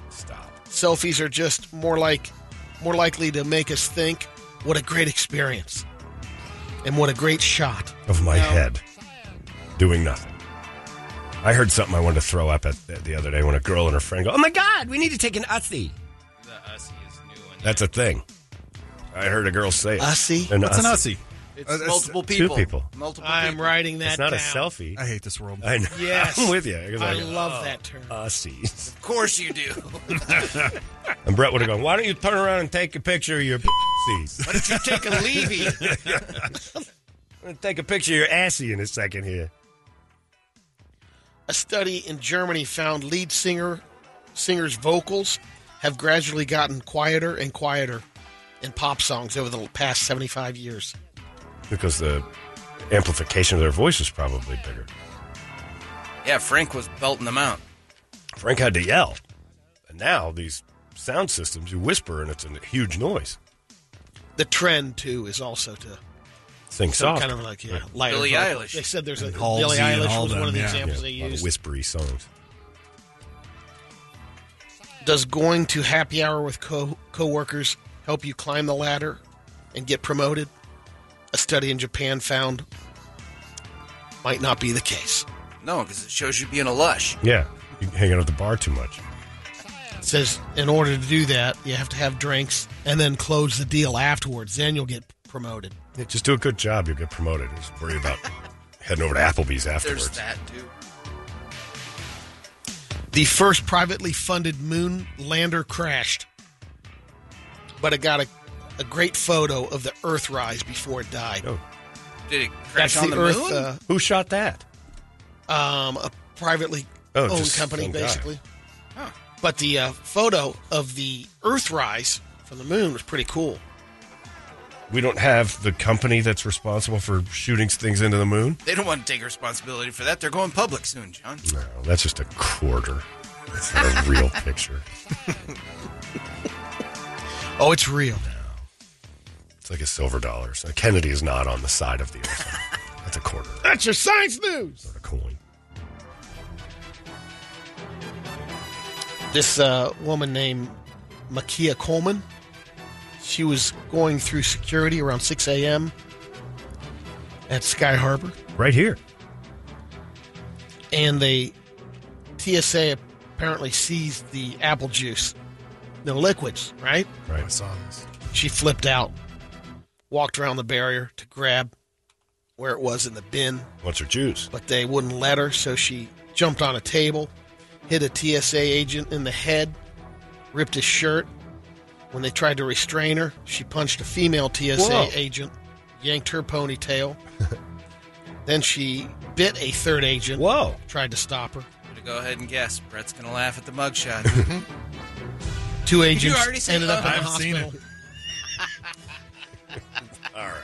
Stop. Selfies are just more like more likely to make us think what a great experience and what a great shot. Of my head, doing nothing. I heard something I wanted to throw up at the other day when a girl and her friend go, "Oh my God, we need to take an Uthi." The Ussie is new. That's a thing. I heard a girl say it. Ussie? An What's an Ussie? Ussie? It's Uh, that's multiple two Oh, people. people. Multiple I'm people. writing that It's not down. a selfie. I hate this world. I know. Yes. I'm with you. 'cause I go, love Oh. that term. Ussies. Of course you do. And Brett would have gone, why don't you turn around and take a picture of your seas? Why don't you take a Levy? I'm going to take a picture of your assy in a second here. A study in Germany found lead singer singers' vocals have gradually gotten quieter and quieter in pop songs over the past 75 years. Because the amplification of their voice is probably bigger. yeah, Frank was belting them out. Frank had to yell. And now these sound systems, you whisper and it's a huge noise. The trend too is also to Sing some soft. kind of like yeah, lighter Billie vocal. Eilish. They said there's a And Billie Halsey and Eilish all was them, one of the yeah. examples they Yeah, a lot of used. whispery songs. Does going to happy hour with co coworkers help you climb the ladder and get promoted? A study in Japan found might not be the case. No, because it shows you being a lush. Yeah. You hang out at the bar too much. It says in order to do that, you have to have drinks and then close the deal afterwards. Then you'll get promoted. Yeah, just do a good job. You'll get promoted. Just worry about heading over to Applebee's afterwards. There's that too. The first privately funded moon lander crashed, but it got a, a great photo of the Earthrise before it died. Did it crash That's on the the, Earth, moon? uh, Oh. Who shot that? Um, a privately Oh, owned just company, some guy. basically. But the uh, photo of the Earthrise from the moon was pretty cool. We don't have the company that's responsible for shooting things into the moon. they don't want to take responsibility for that. They're going public soon, John. No, that's just a quarter. That's not a real picture. Oh, it's real. It's like a silver dollar. So Kennedy is not on the side of the earth. That's a quarter. That's your science news. A coin. This uh, woman named Makia Coleman, she was going through security around 6 a.m. at Sky Harbor. Right here. and they TSA apparently seized the apple juice, the liquids, right? Right. I saw this. She flipped out, walked around the barrier to grab where it was in the bin, What's her juice? but they wouldn't let her, so she jumped on a table, hit a TSA agent in the head, ripped his shirt. When they tried to restrain her, she punched a female TSA Whoa. agent, yanked her ponytail. then she bit a third agent. Whoa. Tried to stop her. I'm gonna go ahead and guess. Brett's gonna laugh at the mugshot. Two You agents already seen ended up in that? the I've seen hospital. All right.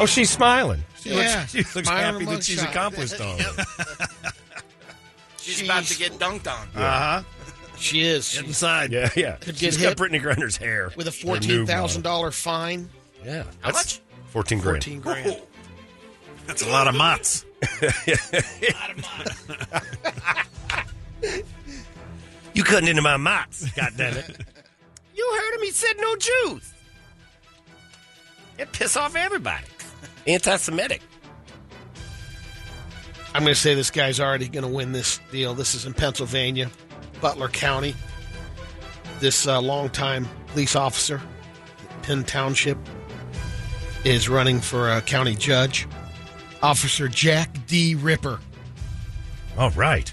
Oh, she's smiling. She Yeah, looks, she looks smiling happy that she's mugshot. accomplished all of it. She's about to get dunked on. Uh-huh. She is. Get inside. Yeah, yeah. Could get She's got hit. Brittany Griner's hair. With a Her new fourteen thousand dollar fine. model. Yeah. How That's much? 14 grand. Fourteen grand. That's a lot of mutts. you cutting into my mocks, God damn it. You heard him. He said no Jews. It piss off everybody. Anti-Semitic. I'm going to say this guy's already going to win this deal. This is in Pennsylvania, Butler County. This uh, longtime police officer, Penn Township, is running for a county judge. Officer Jack D. Ripper. All right.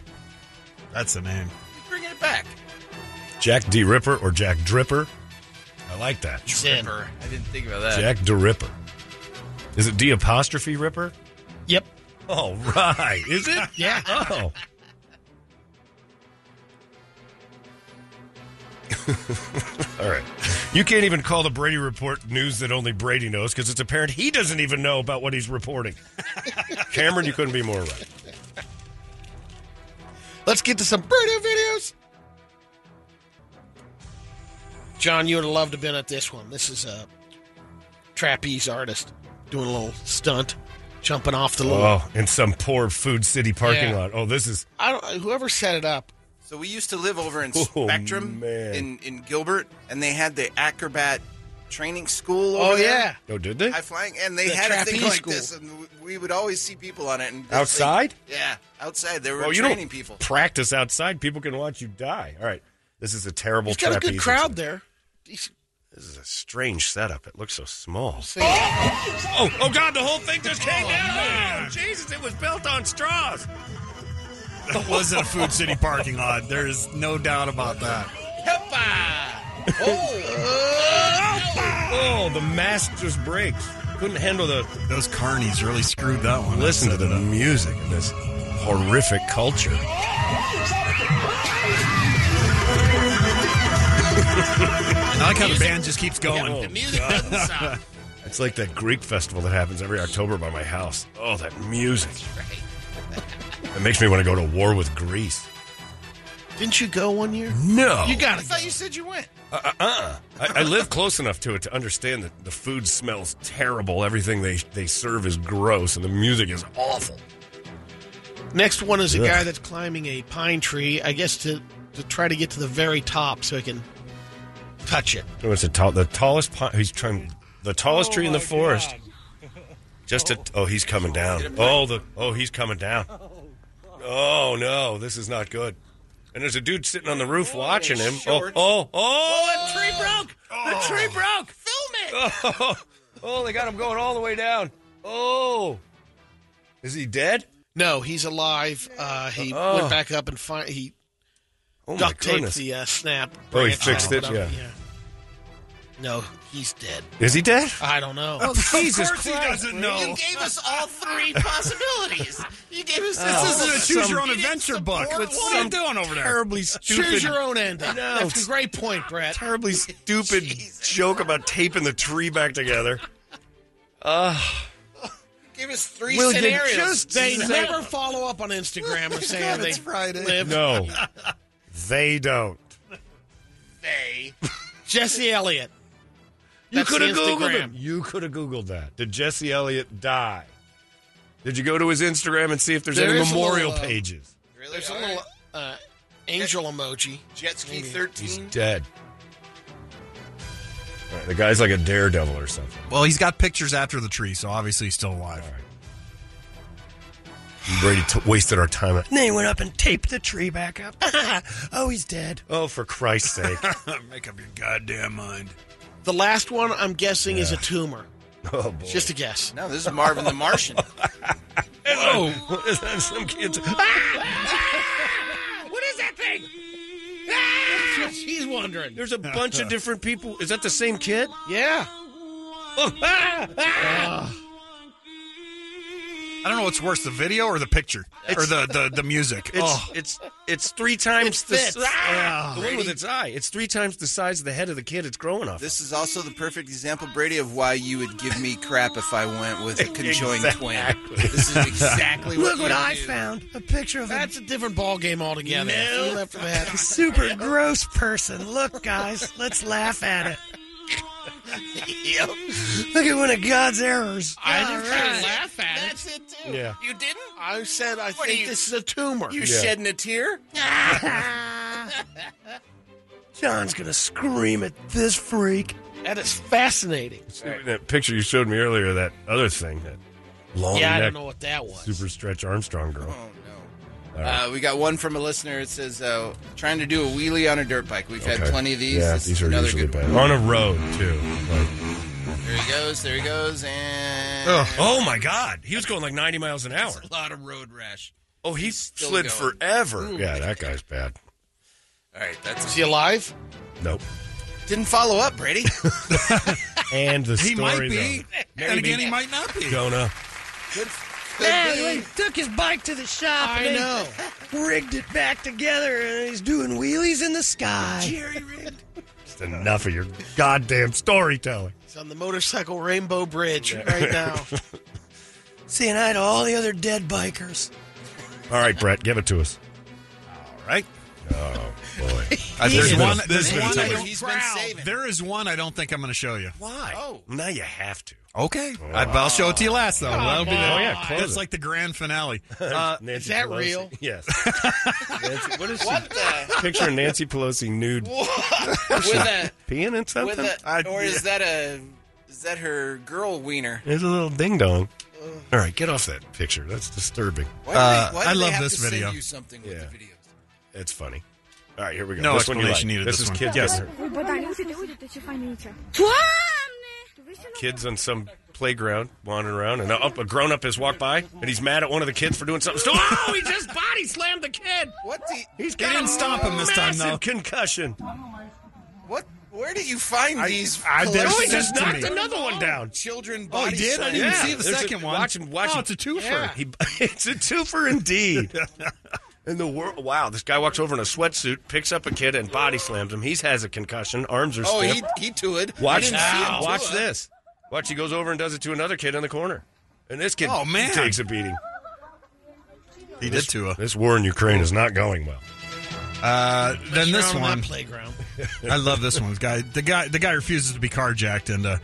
That's the name. Bringing it back. Jack D. Ripper or Jack Dripper. I like that. Ripper. I didn't think about that. Jack D. Ripper. Is it D apostrophe Ripper? Yep. All right. Is it? Yeah. Oh. All right. You can't even call the Brady Report news that only Brady knows because it's apparent he doesn't even know about what he's reporting. Cameron, you couldn't be more right. Let's get to some Brady videos. John, you would have loved to have been at this one. This is a trapeze artist doing a little stunt, jumping off the little. Oh, in some poor Food City parking Yeah. lot. Oh, this is. I don't. uh, Whoever set it up. So we used to live over in Oh, Spectrum man. in, in Gilbert, and they had the acrobat training school. Oh, Over there. yeah. Oh, did they? High flying, and they The had a thing trapeze like school. this, and w- we would always see people on it. And this Outside? thing- yeah, outside. They were Well, Oh, you training don't people. practice outside. People can watch you die. All right. This is a terrible He's got a good trapeze. crowd there. He's- This is a strange setup. It looks so small. Oh, oh God, the whole thing just came down. Oh, Jesus, it was built on straws. That was at a Food City parking lot. There is no doubt about that. Oh, the mast just breaks. Couldn't handle the. Those carnies really screwed that one. Listen to the music in this horrific culture. I like how the band just keeps going. Oh, The music doesn't stop. It's like that Greek festival that happens every October by my house. Oh, that music. It makes me want to go to war with Greece. Didn't you go one year? No. You got I to thought you said you went. Uh uh. uh. I, I live close enough to it to understand that the food smells terrible. Everything they, they serve is gross, and the music is awful. Next one is a Ugh. guy that's climbing a pine tree, I guess to to try to get to the very top so he can touch it. It was the, tall, the tallest pine. He's trying the tallest tree in the Oh forest. Just to oh, he's coming down. Oh the oh, he's coming down. Oh no, this is not good. And there's a dude sitting on the roof watching him. Oh oh oh! The tree broke. The tree broke. Film it. Oh, oh, they got him going all the way down. Oh, is he dead? No, he's alive. Uh, he Oh. went back up and find he Oh, my duct taped goodness. the uh, snap. Oh, he branch fixed and it, up- yeah. No, he's dead. Is he dead? I don't know. Oh, Jesus Christ. You gave us all three possibilities. You gave us this Oh. is This isn't a choose your own adventure book. support What are one. you doing over there? Terribly stupid. Choose your own ending. No. That's a great point, Brett. terribly stupid joke about taping the tree back together. Uh, Give us three Will you scenarios. just They say- never follow up on Instagram or saying they live. no, they don't. They. Jesse Elliott. You That's could have the Googled Instagram. him. You could have Googled that. Did Jesse Elliott die? Did you go to his Instagram and see if there's There any is a memorial little, uh, pages? Really? There's a All little right. uh, angel emoji. Jet ski Maybe. He's 13. dead. All right, the guy's like a daredevil or something. Well, he's got pictures after the tree, so obviously he's still alive. Brady t- wasted our time. And then he went up and taped the tree back up. oh, he's dead. Oh, for Christ's sake! Make up your goddamn mind. The last one I'm guessing is a tumor. Oh boy! It's Just a guess. No, this is Marvin the Martian. oh, is that some kids? Ah! What is that thing? She's wondering. There's a bunch of different people. Is that the same kid? Yeah. Oh, ah, ah. I don't know what's worse, the video or the picture or the the, the music. It's, oh, it's it's three times the, fits. ah, the one with Brady. its eye. It's three times the size of the head of the kid it's growing off. This is also the perfect example, Brady, of why you would give me crap if I went with a conjoined Exactly. twin. This is exactly Look what what you I do. found. A picture of a That's a different ball game altogether. No. You left that. super gross person. Look, guys, let's laugh at it. Yep. Look at one of God's errors. I All didn't try right. to laugh at it. That's it too. Yeah. You didn't? I said I What are think you- this is a tumor. You Yeah. shedding a tear? John's gonna scream at this freak. that is fascinating. That picture you showed me earlier, that other thing, that long yeah, I neck, don't know what that was. super stretch Armstrong girl. Oh no. All right. Uh, we got one from a listener. It says, uh, "Trying to do a wheelie on a dirt bike." We've had Okay. plenty of these. Yeah, This is these are another usually good bad. one. On a road too. Like- There he goes. There he goes. And oh my God, he was going like 90 miles an hour. a lot of road rash. Oh, he still slid going. forever. Yeah, that guy's bad. All right, Is that's he alive? Nope. didn't follow up, Brady. And the he story might be, though. and Maybe. again he might not be. Don't know. Could- could Man, he be. took his bike to the shop. I and know. Then rigged it back together, and he's doing wheelies in the sky. Jerry rigged. It's enough of your goddamn storytelling. He's on the motorcycle rainbow bridge right now. Saying hi to all the other dead bikers. All right, Brett, give it to us. All right. Oh boy. There's one. This There's is one. gonna I take- don't, there is one. I don't think I'm going to show you. Why? Oh. Now you have to. Okay, I, I'll show it to you last though. Come That'll be the, on. Oh, yeah, close that's it. like the grand finale. Uh, Nancy Pelosi. Yes. Nancy, what is she? What the? Picture of Nancy Pelosi nude. What? Is With she a- peeing in something? With a, I- or is that a is that her girl wiener? It's a little ding dong. All right, get off that picture. That's disturbing. Why do they- why do Uh, I they love have this to send video. you something with Yeah. the video? It's funny. All right, here we go. No this one you explanation like. needed, This, this is one. kids. Yes. getting- Tłamny! Kids on some playground wandering around, and a, a grown up has walked by, and he's mad at one of the kids for doing something. stupid. Oh, he just body slammed the kid. What? The, He's got got a a massive massive Concussion. What? Where do you find these? I did. collections? Oh, he just knocked another one down. Children. Oh, he body did? I size. didn't even see the There's a- second one. watch him- watch Oh, him. it's a twofer. Yeah. He- it's a twofer indeed. In the world, wow! This guy walks over in a sweatsuit, picks up a kid, and body slams him. He has a concussion. Arms are Oh, stiff. he he to it. Watch, didn't see him do watch it. this. Watch, he goes over and does it to another kid in the corner. And this kid Oh, man. takes a beating. He this, did to a- This war in Ukraine is not going well. Uh, then You're this on that one. playground. I love this one. The guy, the guy, the guy refuses to be carjacked, and uh,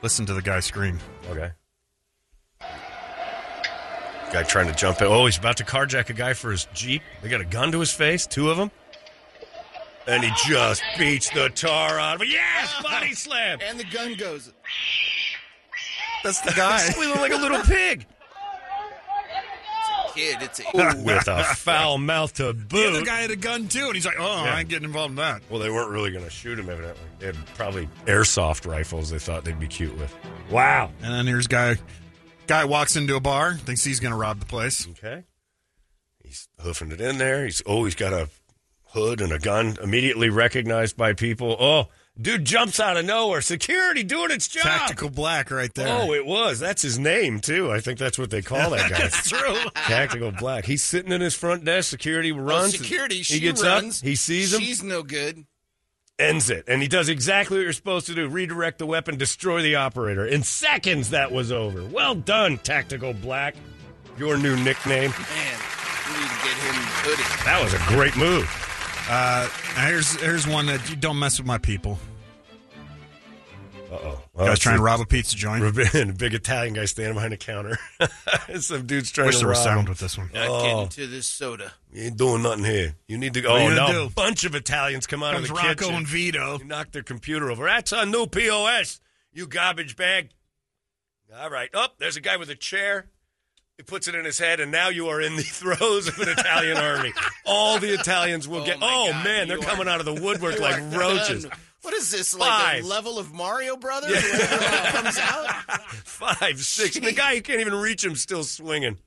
listen to the guy scream. Okay. Guy trying to jump in. Oh, he's about to carjack a guy for his Jeep. They got a gun to his face, two of them. And he just beats the tar out of him. Yes, body slam. And the gun goes. That's the guy. we look like a little pig. Kid, it's a With a foul mouth to Oh. The boot. other guy had a gun too, and he's like, "Oh, Yeah. I ain't getting involved in that." Well, they weren't really going to shoot him, evidently. They had probably airsoft rifles they thought they'd be cute with. Wow. And then here's guy. Guy walks into a bar, thinks he's going to rob the place. Okay. He's hoofing it in there. He's oh, he's got a hood and a gun. Immediately recognized by people. Oh, dude jumps out of nowhere. Security doing its job. Tactical black right there. Oh, it was. That's his name too. I think that's what they call that guy. That's true. Tactical black. He's sitting in his front desk. Security Oh, runs. security. She he gets runs. up. He sees him. She's no good. ends it, and he does exactly what you're supposed to do: redirect the weapon, destroy the operator. In seconds, that was over. Well done, Tactical Black. Your new nickname. Man, we need to get him hoodie. That was a great move. Uh, now here's here's one that you don't mess with my people. Uh oh. Guys trying to rob a pizza joint. a big Italian guy standing behind a counter. Some dude's trying Wish to there was rob sound him. with this one. Not Oh. getting to this soda. You ain't doing nothing here. You need to go. What Oh, you gonna no. do? A bunch of Italians come out Comes of the Rocco kitchen. and Vito. You knock their computer over. That's our new POS, you garbage bag. All right. Oh, there's a guy with a chair. He puts it in his head, and now you are in the throes of an Italian army. All the Italians will Oh, get. my Oh, God, man, they're you coming out of the woodwork You like are roaches. done. What is this like Five. a level of Mario Brothers? Yeah. Where everyone comes out. Five, six. And the guy who can't even reach him still swinging.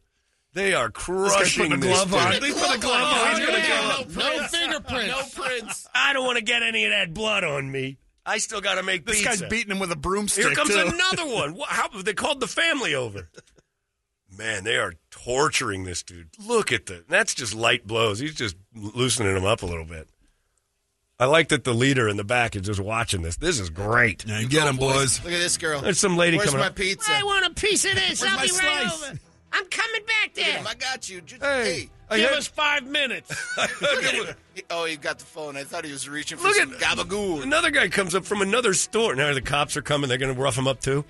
They are guy crushing putting a this glove on. dude. They put a glove Oh, on. he's gonna go. No fingerprints. No prints. I don't want to get any of that blood on me. I still got to make This pizza. guy's beating him with a broomstick. Here comes too. another one. Wha- How they called the family over? Man, they are torturing this dude. Look at the. That's just light blows. He's just loosening him up a little bit. I like that the leader in the back is just watching this. This is great. Oh, Now you get him, boys. Look at this girl. There's some lady Where's coming my up. pizza? I want a piece of this. Where's I'll my be right slice? over. I'm coming back there. I got you. Ju- Hey, I Give heard- us five minutes. Hey. Oh, he got the phone. I thought he was reaching for Look at some gabagool. Another guy comes up from another store. Now the cops are coming. They're going to rough him up too.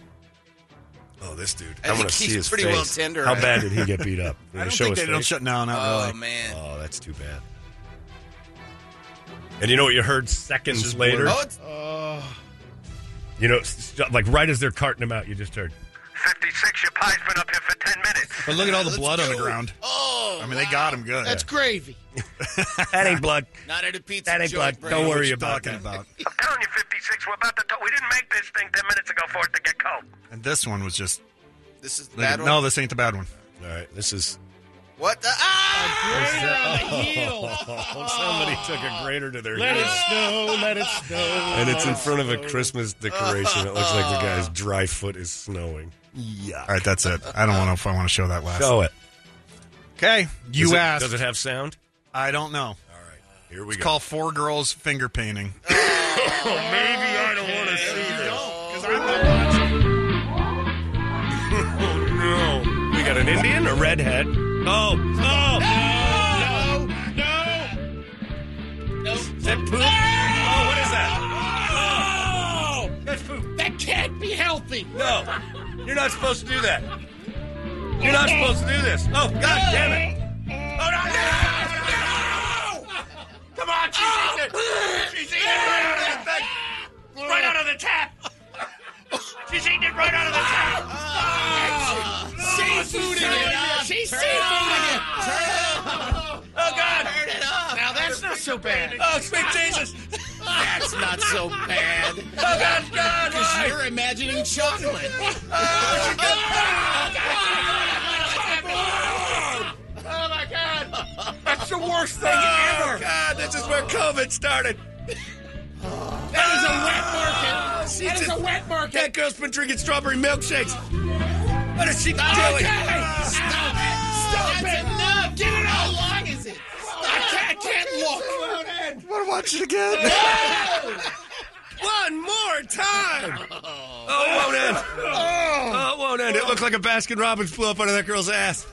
Oh, this dude! I I want think to see he's his pretty face. well tender, How I bad did he get beat up? Did I don't they show think his they don't face? shut down. Not Oh really. man. Oh, that's too bad. And you know what you heard This seconds is later? Oh, it's You know, s- like right as they're carting him out, you just heard. 56, your pie's been up here for 10 minutes. But look at all the Let's blood on the go. ground. Oh, I mean, they got him good. That's gravy. That ain't blood. not at a pizza That ain't blood. joint. Brandon. Don't worry about talking that. about. I'm telling you, 56, we're about to talk. We didn't make this thing 10 minutes ago for it to get cold. And this one was just. This is the Look at, bad one. no, this ain't the bad one. All right, this is. What? The, ah! Oh. Oh, somebody took a grater to their Let head. it snow, let it snow. And it's in front of a Christmas decoration. It looks like the guy's dry foot is snowing. All right, that's it. I don't know if I want to show that last. Show it. Okay, you Does it- asked. Does it have sound? I don't know. Here we It's go. called Four Girls Finger Painting. Oh, I don't want to see this. No. We got an Indian, a redhead. Oh, oh. No! No! No! Is that poop? Oh, what is Oh. that? No! That's poop. That can't be healthy. No. You're not supposed to do that. You're not supposed to do this. Oh, God damn it. Oh, no, no! No! Come on, she's eating it. She's eating it right out of that thing. Right out of the tap. She's eating it right out of the tap. Seafood in it. She's seafood in it. Oh, God. Turn it up. Now, that's not so bad. Oh, sweet Jesus. That's not so bad. Oh, God, God. Because you're imagining chocolate. Oh my god! That's the worst thing ever! Oh, God, this is where COVID started. That is a wet market! That is a wet market! Oh, That girl's been drinking strawberry milkshakes. What is she doing? Stop it! Stop it! Enough! Get it out! How long is it? I can't, I can't look! want to watch it again. One more time. Oh, it won't end. Oh, it won't end. It looked like a Baskin Robbins blew up under that girl's ass.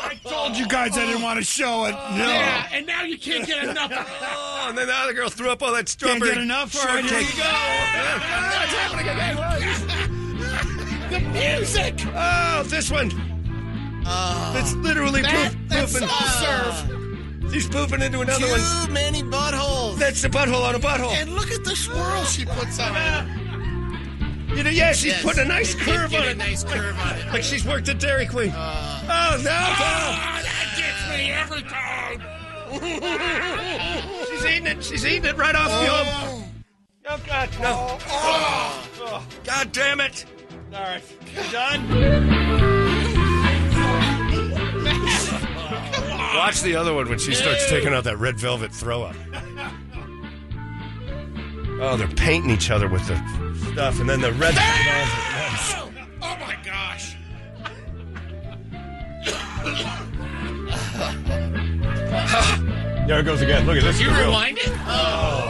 I told you guys I didn't want to show it. No. Yeah, and now you can't get enough of it. Oh, and then the other girl threw up all that strawberry. get enough or shortcake. here you go. What's happening again? The music! Oh, this one. it's literally Oh. that- poop, that's pooping. all serve. She's pooping into another Too one. many buttholes. That's the butthole on a butthole. And look at the swirl she puts on it. You know, yeah, she's Yes, putting a nice it did curve get on a it. nice curve on it. Like she's worked at Dairy Queen. oh, no. Oh, that gets me every time. She's eating it. She's eating it right off the old. Oh, God, no. Oh, God damn it. All right. You done? Watch the other one when she starts Ew. taking out that red velvet throw up. Oh, they're painting each other with the stuff, and then the red. Oh my gosh. there it goes again. Look at this. You The real- rewinded? Oh.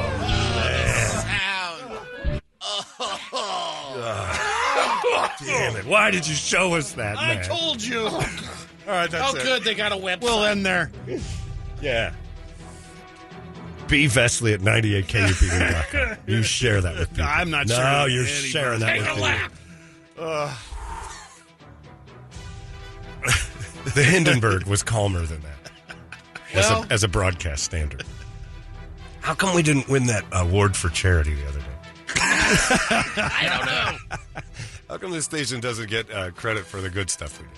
Ah, damn it! Why did you show us Oh, that? I man? told you. All right, that's How it. good they got a website. We'll end there. Yeah. B. Vesley at 98kupd.com. You share that with people. I'm not no, sharing No, with you're anybody. sharing that Take with a people. lap. The Hindenburg was calmer than that as, Well- a, as a broadcast standard. How come we didn't win that award for charity the other day? I don't know. How come this station doesn't get uh, credit for the good stuff we do?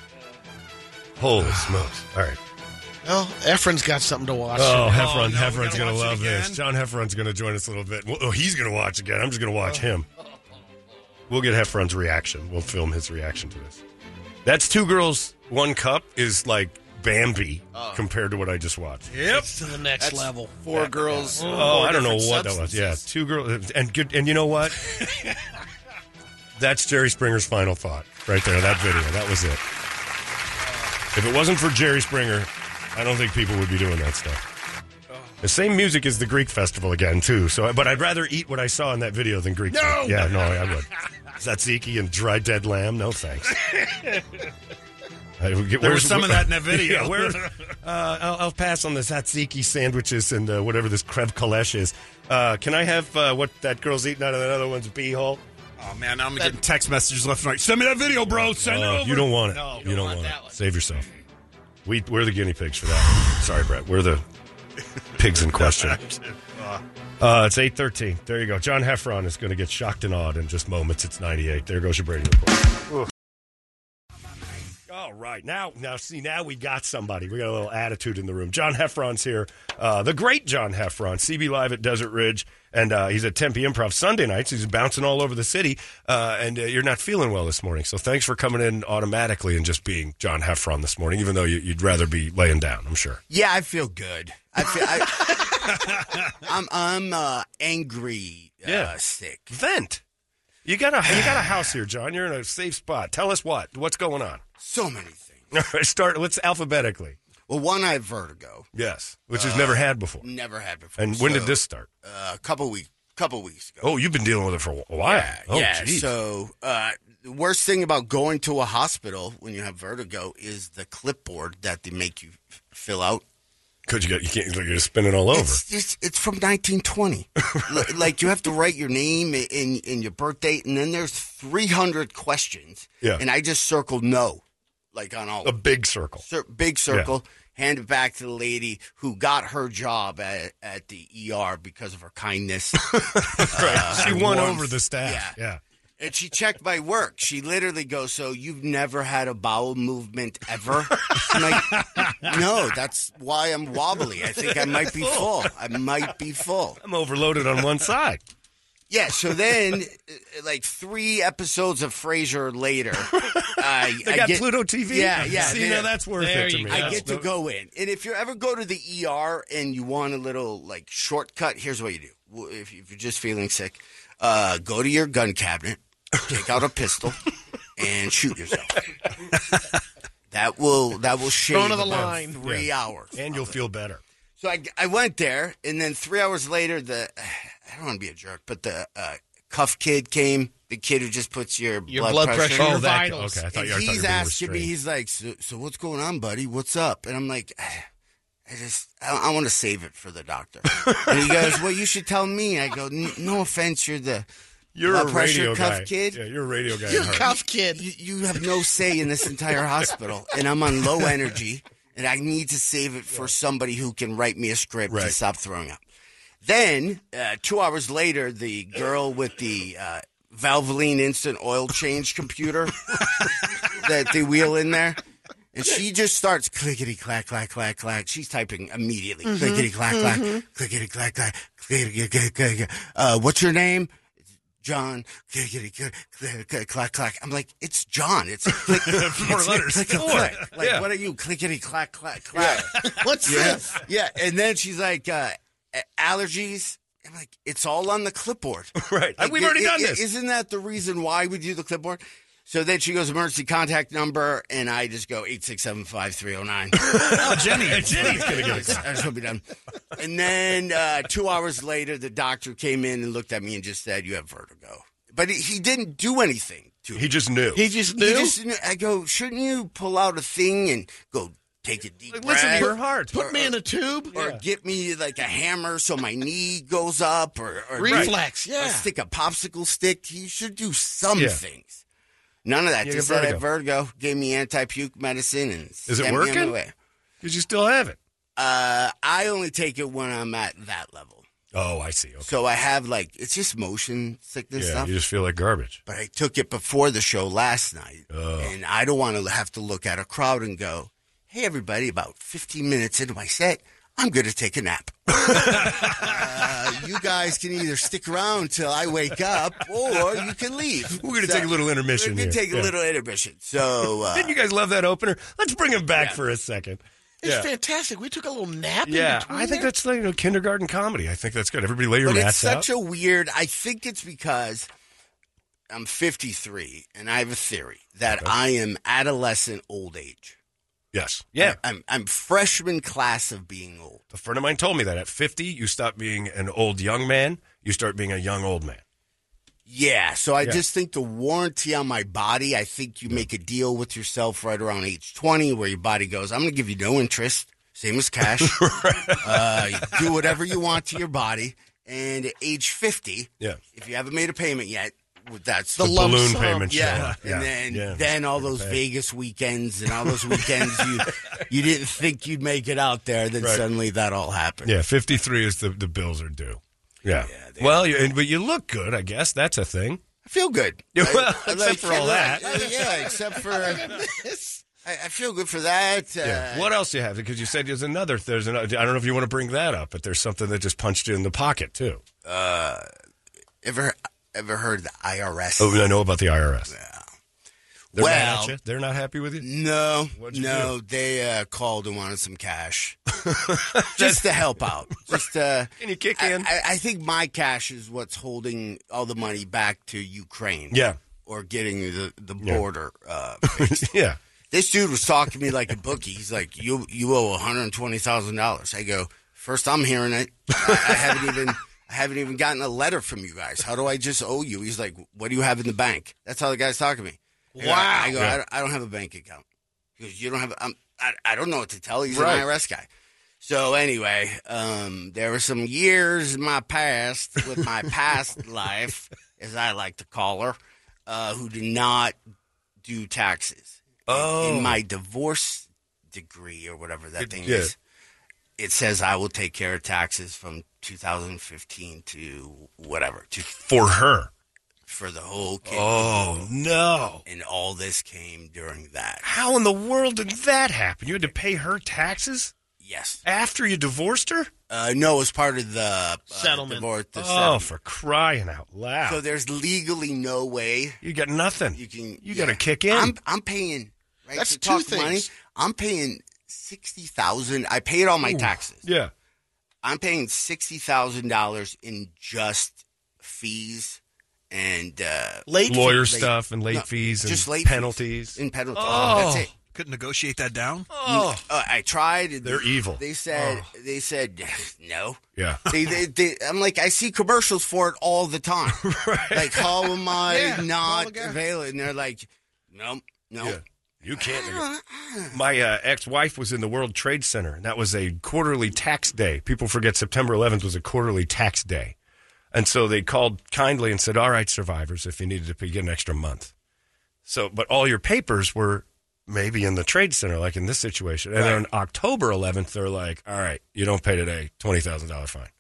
Holy smokes. All right. Well, Efren's got something to watch. Oh, Heffron, Heffron's going to love this. John Heffron's going to join us a little bit. Well, oh, he's going to watch again. I'm just going to watch him. We'll get Heffron's reaction. We'll film his reaction to this. That's two girls, one cup is like Bambi compared to what I just watched. Yep. It's to the next That's level. Four girls. Oh, four I don't know what different that was. substances. Yeah, two girls, and good. And you know what? That's Jerry Springer's final thought right there. That video. That was it. If it wasn't for Jerry Springer, I don't think people would be doing that stuff. Oh. The same music as the Greek festival again too. So, but I'd rather eat what I saw in that video than Greek. No! food. yeah, no, I would. Tzatziki and dry dead lamb. No thanks. I would get- There where's- was some of that in that video. yeah, where, uh, I'll, I'll pass on the tzatziki sandwiches and uh, whatever this crev kalesh is. Uh, can I have uh, what that girl's eating out of that other one's beehole? Oh man, now I'm getting text messages left and right. Send me that video, bro. Send it Uh, over. you don't want it. No, you don't want, it. Save yourself. We we're the guinea pigs for that. Sorry, Brett. We're the pigs in question. Uh, it's eight thirteen. There you go. John Heffron is going to get shocked and awed in just moments. It's ninety eight. There goes your Brady report. All right, now now see now we got somebody. We got a little attitude in the room. John Heffron's here, uh, the great John Heffron, CB Live at Desert Ridge, and uh, he's at Tempe Improv Sunday nights. He's bouncing all over the city, uh, and uh, you're not feeling well this morning. So thanks for coming in automatically and just being John Heffron this morning, even though you, you'd rather be laying down. I'm sure. Yeah, I feel good. I feel I, I'm I'm uh, angry. Yeah, uh, sick. Vent. You got a you got a house here, John. You're in a safe spot. Tell us what what's going on. So many things. All right, Start. Let's alphabetically. Well, one I have vertigo. Yes, which Uh, has never had before. Never had before. And when So, did this start? Uh, a couple weeks, couple weeks ago. Oh, you've been dealing with it for a while. oh, yeah. geez. So uh, the worst thing about going to a hospital when you have vertigo is the clipboard that they make you f- fill out. Could you get? You can't. You're just spinning all over. It's, it's, it's from 1920. L- like you have to write your name a- and, and your birth date, and then there's 300 questions. Yeah. And I just circled no, like on all A big circle. Cir- big circle. Hand it back to the lady who got her job at, at the ER because of her kindness. uh, she and won warmth. over the staff. Yeah. And she checked my work. She literally goes, "So you've never had a bowel movement ever?" I'm like, no, that's why I'm wobbly. I think I might be full. I might be full. I'm overloaded on one side. Yeah. So then, uh, like three episodes of Frasier later, I, They I got get- Pluto TV? Yeah, yeah. See, now that's worth There it to you me. go. I get to go in, and if you ever go to the ER and you want a little like shortcut, here's what you do. W- If, if you're just feeling sick, uh, go to your gun cabinet, take out a pistol, and shoot yourself. that will that will shave Front of the about line. three Yeah. hours, and you'll feel better. So I, I went there, and then three hours later, the I don't want to be a jerk, but the uh, cuff kid came. The kid who just puts your, Your blood pressure, your and vitals. Okay, I thought and you- I thought you he's were being asking me, restrained. he's like, so, "So what's going on, buddy? What's up?" And I'm like, "I just, I, I want to save it for the doctor." and he goes, "Well, you should tell me." I go, "N- "No offense, you're the You're blood a pressure radio cuff guy. kid. Yeah, you're a radio guy. You at heart. cuff kid. You, you have no say in this entire hospital, and I'm on low energy, and I need to save it for somebody who can write me a script to stop throwing up. Then, uh, two hours later, the girl with the uh, Valvoline instant oil change computer that they wheel in there. And she just starts clickety clack clack clack clack. She's typing immediately. Mm-hmm. Mhm, Clickety clack clack. mhm. Clickety clack clack. Clickety clack clack. Uh, what's your name? John. Clickety clack, clack clack clack. I'm like, it's John. It's click, Four it's letters. Click, click, Four. click. Like, Yeah. what are you? Clickety clack clack clack. What's yeah. this? Yeah. And then she's like, uh, a- allergies. I'm like, it's all on the clipboard. Right. Like, We've already i- done i- this. Isn't that the reason why we do the clipboard? So then she goes emergency contact number, and I just go eight six seven five three zero nine. Oh, Jenny. Jenny's gonna get a I just- I just hope you're done. And then uh, two hours later, the doctor came in and looked at me and just said, "You have vertigo," but he- he didn't do anything. to He just knew. He just knew. I go, shouldn't you pull out a thing and go take a deep Like, breath? listen to your heart. Put me in a tube, or get me like a hammer so my knee goes up, or, or Reflex, or yeah. stick a popsicle stick. You should do some Yeah. things. None of that. You just get said I had vertigo. Gave me anti puke medicine and Is it sent me on my working? way. Because you still have it. Uh, I only take it when I'm at that level. Oh, I see. Okay. So I have like it's just motion sickness yeah, stuff. you just feel like garbage. Oh. But I took it before the show last night, and I don't want to have to look at a crowd and go, "Hey, everybody!" About 15 minutes into my set, I'm going to take a nap. uh, you guys can either stick around till I wake up, or you can leave. We're going to So- take a little intermission. We're going to here. take a Yeah. little intermission. So uh, Didn't you guys love that opener? Let's bring him back for a second. It's yeah. fantastic. We took a little nap. in Yeah, between I think there. that's like, you know kindergarten comedy. I think that's good. Everybody lay your but it's mats out. such a weird. I think it's because I'm 53, and I have a theory that I am adolescent old age. yes, yeah. I'm I'm freshman class of being old. A friend of mine told me that at 50, you stop being an old young man, you start being a young old man. Yeah, so I Yeah. just think the warranty on my body. I think you make a deal with yourself right around age 20, where your body goes, "I'm going to give you no interest, same as cash. uh, you do whatever you want to your body." And at age 50, Yeah. if you haven't made a payment yet, that's The The lump balloon sum. payment Yeah, show. Yeah. and then Yeah. then all those pay. Vegas weekends and all those weekends you you didn't think you'd make it out there. Then Right. suddenly that all happened. Yeah, 53 is the, the bills are due. Yeah. well, you, and- but you look good, I guess. That's a thing. I feel good. Yeah, well, I- I except like- for all yeah, that. yeah, yeah, except for I, I feel good for that. Uh, Yeah. What else you have? Because you said there's another. There's another. I don't know if you want to bring that up, but there's something that just punched you in the pocket too. uh, ever ever heard of the IRS? Oh, I know about the IRS. They're mad well, at you? they're not happy with you. No, What'd you no, they uh, called and wanted some cash just to help out. Just uh, can you kick in? I, I think my cash is what's holding all the money back to Ukraine. Yeah. or getting the the Yeah. border. Uh, yeah. This dude was talking to me like a bookie. He's like, "You you owe one hundred twenty thousand dollars." I go, first I'm hearing it. I, I haven't even I haven't even gotten a letter from you guys. How do I just owe you? He's like, what do you have in the bank? That's how the guy's talking to me. I go, Wow. I go, I Yeah. don't, I don't have a bank account. He goes, you don't have, I'm, I, I don't know what to tell you. He's Right. an IRS guy. So anyway, um, there were some years in my past with my past life, as I like to call her, uh, who did not do taxes. Oh. In my divorce degree or whatever that thing yeah. is, it says I will take care of taxes from 2015 to whatever. To, For her. For the whole kid. Oh, no. And all this came during that. How in the world did that happen? You had to pay her taxes? Yes. After you divorced her? Uh, no, as part of the uh, Settlement. divorce- the oh, settlement. for crying out loud. So there's legally no way you got nothing. You can You gotta kick in. I'm I'm paying. Right, That's to two talk things. Money, I'm paying sixty thousand. I paid all my Ooh, taxes. Yeah, I'm paying sixty thousand dollars in just fees and uh, Late Lawyer fees. stuff and late fees and just late penalties. and penalties. Oh. That's it. Couldn't negotiate that down. Oh, I tried. and They're they- evil. They said. Oh. They said no. Yeah. they, they, they, I'm like, I see commercials for it all the time. Like, how am I Yeah, all not the guys. available? And they're like, no, no. Yeah. You can't. My uh, ex-wife was in the World Trade Center, and that was a quarterly tax day. People forget September 11th was a quarterly tax day, and so they called kindly and said, "All right, survivors, if you needed to pay, get an extra month." So, but all your papers were maybe in the Trade Center, like in this situation. And then on October 11th, they're like, "All right, you don't pay today, twenty thousand dollar fine,"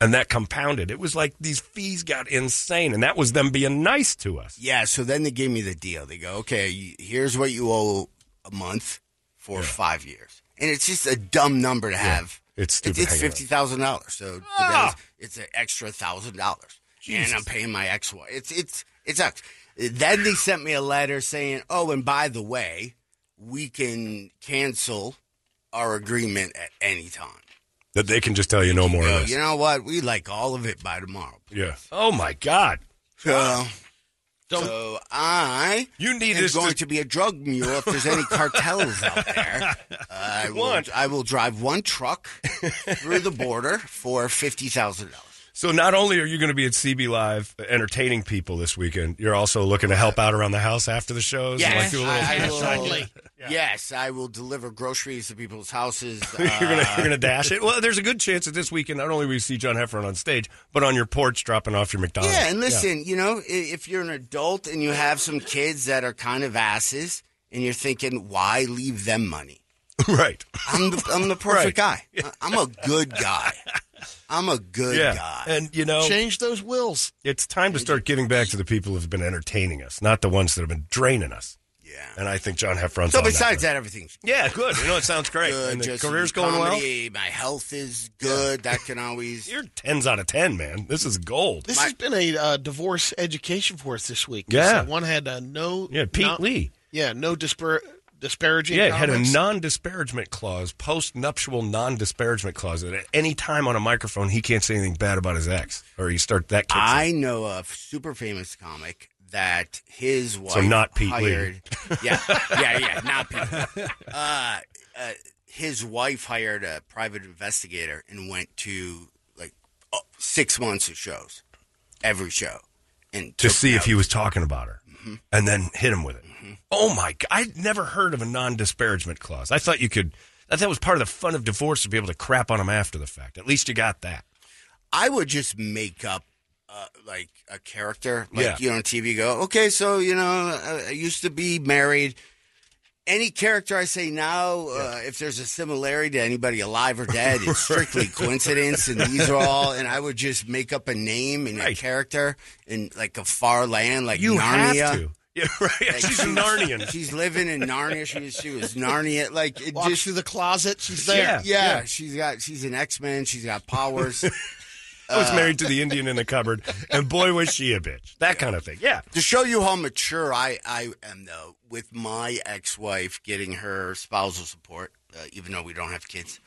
and that compounded. It was like these fees got insane, and that was them being nice to us. Yeah, so then they gave me the deal. They go, okay, you- here's what you owe a month for five years. And it's just a dumb number to have. It's It's, stupid. it's hanging out. $50,000. So Ah! it's an extra $1,000. And Jesus. I'm paying my ex wife. It's, it's, it sucks. Then they sent me a letter saying, oh, and by the way, we can cancel our agreement at any time. that they can just tell you no more. You of know, this. you know what? We like all of it by tomorrow. Yeah. Oh my God. So, so I you need am this going to- to... be a drug mule if there's any cartels out there. I will, I will drive one truck through the border for fifty thousand dollars. So not only are you going to be at CB Live entertaining people this weekend, you're also looking to help out around the house after the shows. and, like, Yes, do a little- I, I will, Absolutely. yes, I will deliver groceries to people's houses. you're gonna uh, you're gonna dash it. Well, there's a good chance that this weekend not only will you see John Heffron on stage, but on your porch dropping off your McDonald's. uh, Yeah, and listen, you know, i- if you're an adult and you have some kids that are kind of asses, and you're thinking, why leave them money? Right. I'm the, I'm the perfect Right. guy. I- I'm a good guy. I'm a good Yeah. guy. And you know, Change those wills. it's time to start giving back to the people who've been entertaining us, not the ones that have been draining us. Yeah. And I think John Heffron's. So on that besides list. that, everything's yeah, good. You know, it sounds great. good. And the just career's going comedy, My health is good. That can always. You're well. Tens out of ten, man. This is gold. This has been a uh, divorce education for us this week. Yeah. So one had uh, no. Yeah, Pete no- Lee. Yeah, no dispar- disparaging. Yeah, it had a comments. non disparagement clause, post nuptial non disparagement clause. That at any time on a microphone, he can't say anything bad about his ex, or he start that. Kicks I know a super famous comic that his wife. So not Pete Lee. hired, Yeah, yeah, yeah, not Pete. Lee. Uh, uh, his wife hired a private investigator and went to like oh, six months of shows, every show, and to took see if notes. Mm-hmm. he was talking about her, and then hit him with it. Oh my god! I never heard of a non disparagement clause. I thought you could. I thought it was part of the fun of divorce to be able to crap on him after the fact. At least you got that. I would just make up uh, like a character, like Yeah. you know, on TV. Go, okay, so you know, uh, I, I used to be married. Any character I say now, uh, if there's a similarity to anybody alive or dead, it's strictly coincidence, and these are all. And I would just make up a name and a character in like a far land, like You have Narnia. to. Yeah, right. Like, She's a Narnian. She's living in Narnia. She was, she was Narnia. Like it Walks just through the closet. She's yeah, there. yeah, She's got she's an X Men. She's got powers. I was Uh, married to the Indian in the cupboard, and boy was she a bitch. That kind of thing. Yeah. To show you how mature I, I am, though, with my ex wife getting her spousal support, uh, even though we don't have kids,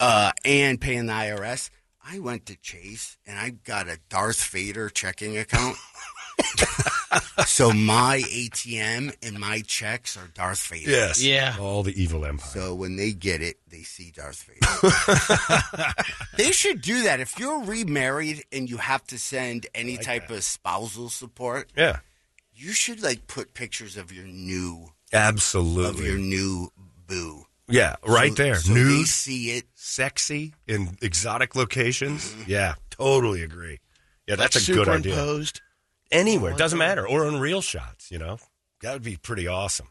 uh, and paying the IRS, I went to Chase and I got a Darth Vader checking account. so my ATM and my checks are Darth Vader. Yes. Yeah. All the evil empire. So when they get it, they see Darth Vader. they should do that. If you're remarried and you have to send any type of spousal support, Yeah. you should like put pictures of your new Absolutely. of your new boo. Yeah, right So- there. so they Nude. see it Mm-hmm. sexy in exotic locations. Yeah, totally agree. Yeah, that's Like a good idea. superimposed. Anywhere Like doesn't that. matter, or on real shots. You know, that would be pretty awesome.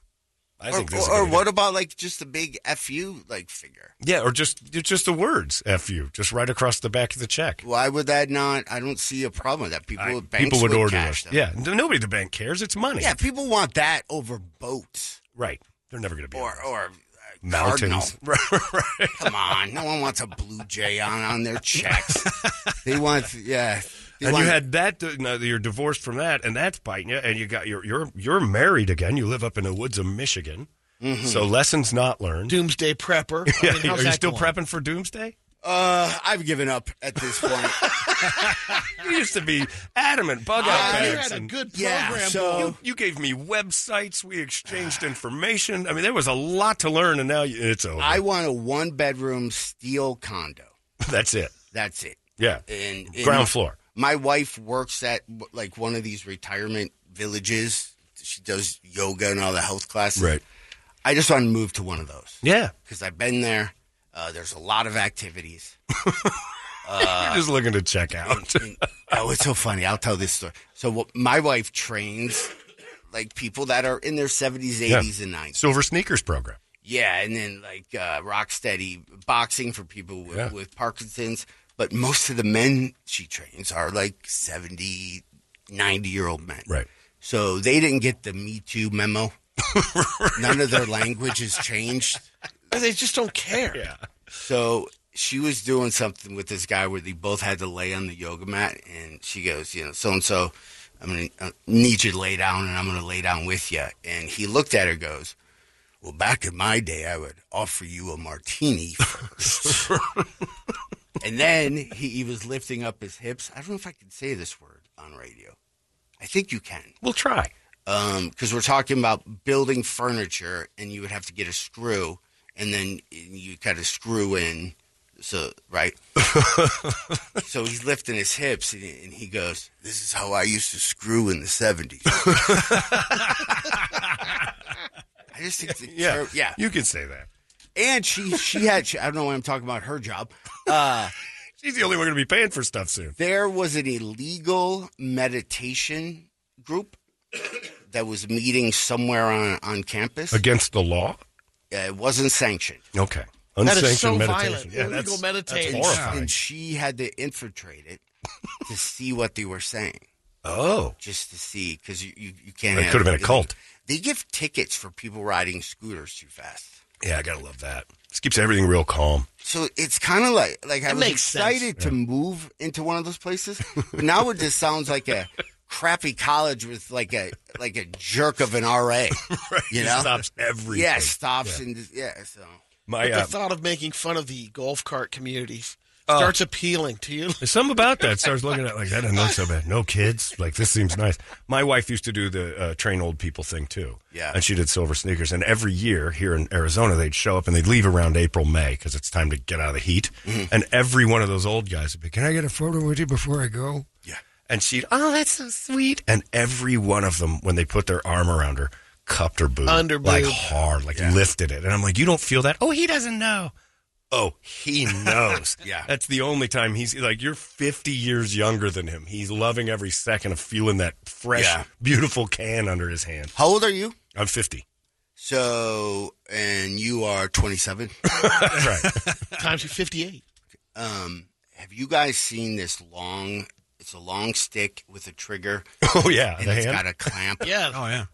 I or, think. This is a or, good or idea. what about like just a big fu like figure? Yeah, or just just the words "f you" just right across the back of the check. Why would that not? I don't see a problem with that people would banks People would, order cash it. them. Yeah, n- nobody at the bank cares. It's money. Yeah, people want that over boats. Right. They're never going to be. Or or uh, Mountains. Cardinal. Come on, no one wants a blue jay on on their checks. they want yeah. They and want- you had that. uh, No, you're divorced from that, and that's biting you. And you got you're you're you're married again. You live up in the woods of Michigan, Mm-hmm. so lessons not learned. Doomsday prepper. I Yeah, mean, how's are you that still going? prepping for doomsday? Uh, I've given up at this point. You used to be adamant bug out Ah, you bags had a and- good Yeah, program, so- you, you gave me websites. We exchanged information. I mean, there was a lot to learn, and now you, it's over. I want a one bedroom steel condo. That's it. That's it. Yeah. And, and Ground floor. My wife works at like one of these retirement villages. She does yoga and all the health classes. Right. I just want to move to one of those. Yeah. Because I've been there. Uh, there's a lot of activities. Uh, You're just looking to check out. oh, it's so funny. I'll tell this story. So what, my wife trains like people that are in their 70s, 80s, and 90s. Silver sneakers program. Yeah, and then like uh, rock steady boxing for people with, Yeah. with Parkinson's. But most of the men she trains are like 70, 90 year old men. Right. So they didn't get the Me Too memo. None of their language has changed. They just don't care. Yeah. So she was doing something with this guy where they both had to lay on the yoga mat, and she goes, you know, so and so, I'm gonna uh, need you to lay down, and I'm gonna lay down with you. And he looked at her, and goes, well, back in my day, I would offer you a martini first. and then he, he was lifting up his hips. I don't know if I can say this word on radio. I think you can. We'll try. Because we're talking about building furniture, and you would have to get a screw, and then you kind of screw in. So, right? so he's lifting his hips, and, and he goes, This is how I used to screw in the 70s. I just think the Yeah. term- yeah. You can say that. And she she had she, I don't know why I'm talking about her job. Uh, She's the only one going to be paying for stuff soon. there was an illegal meditation group that was meeting somewhere on on campus. Uh, Against the law? it wasn't sanctioned. Okay. That is Unsanctioned so meditation. violent. Yeah, Illegal that's, meditation. That's horrifying. And she had to infiltrate it to see what they were saying. Oh. Just to see, because you, you, you can't. It have- could have been a cult. They give tickets for people riding scooters too fast. Yeah, I gotta love that. This keeps everything real calm. So it's kind of like like I That was makes sense. excited to move into one of those places. But now it just sounds like a crappy college with like a like a jerk of an RA. You It know, stops everything. Yeah, stops Yeah. and just- yeah. So My but uh, the thought of making fun of the golf cart communities Oh. starts appealing to you. There's something about that starts looking at it like that doesn't look so bad. No kids, like this seems nice. My wife used to do the uh, train old people thing too. Yeah. and she did silver sneakers. And every year here in Arizona, they'd show up and they'd leave around April May because it's time to get out of the heat. And every one of those old guys would be, "Can I get a photo with you before I go?" Yeah, and she'd, "Oh, that's so sweet." And every one of them, when they put their arm around her, cupped her boob, Under boob. like hard, like lifted it. And I'm like, "You don't feel that?" Oh, he doesn't know. Oh, he knows. Yeah. That's the only time he's like, you're 50 years younger than him. He's loving every second of feeling that fresh, Yeah. beautiful can under his hand. how old are you? I'm 50. So and you are twenty seven. right. Times you 58. Um, have you guys seen this long? It's a long stick with a trigger. Oh, yeah. and the it's hand. got a clamp. Yeah. Oh yeah.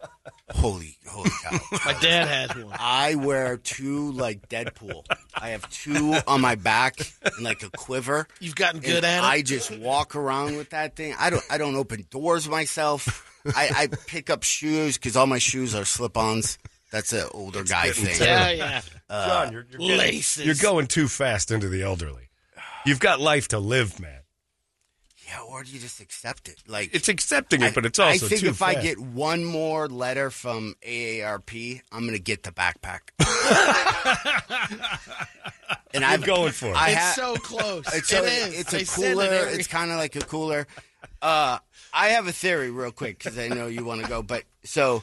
Holy, holy cow! My dad has one. I wear two like Deadpool. I have two on my back and like a quiver. You've gotten And good at it. I just walk around with that thing. I don't. I don't open doors myself. I, I pick up shoes because all my shoes are slip-ons. That's an older guy thing. yeah, yeah. Uh, you're, you're Laces. You're going too fast into the elderly. You've got life to live, man. Yeah, or do you just accept it? Like It's accepting it, but it's also I think too if I fast. get one more letter from AARP, I'm going to get the backpack. and You're going for it. I It's ha- so close. It's, It a- is. it's They a send it cooler. every- It's kind of like a cooler. Uh, I have a theory, real quick, because I know you want to go. But so,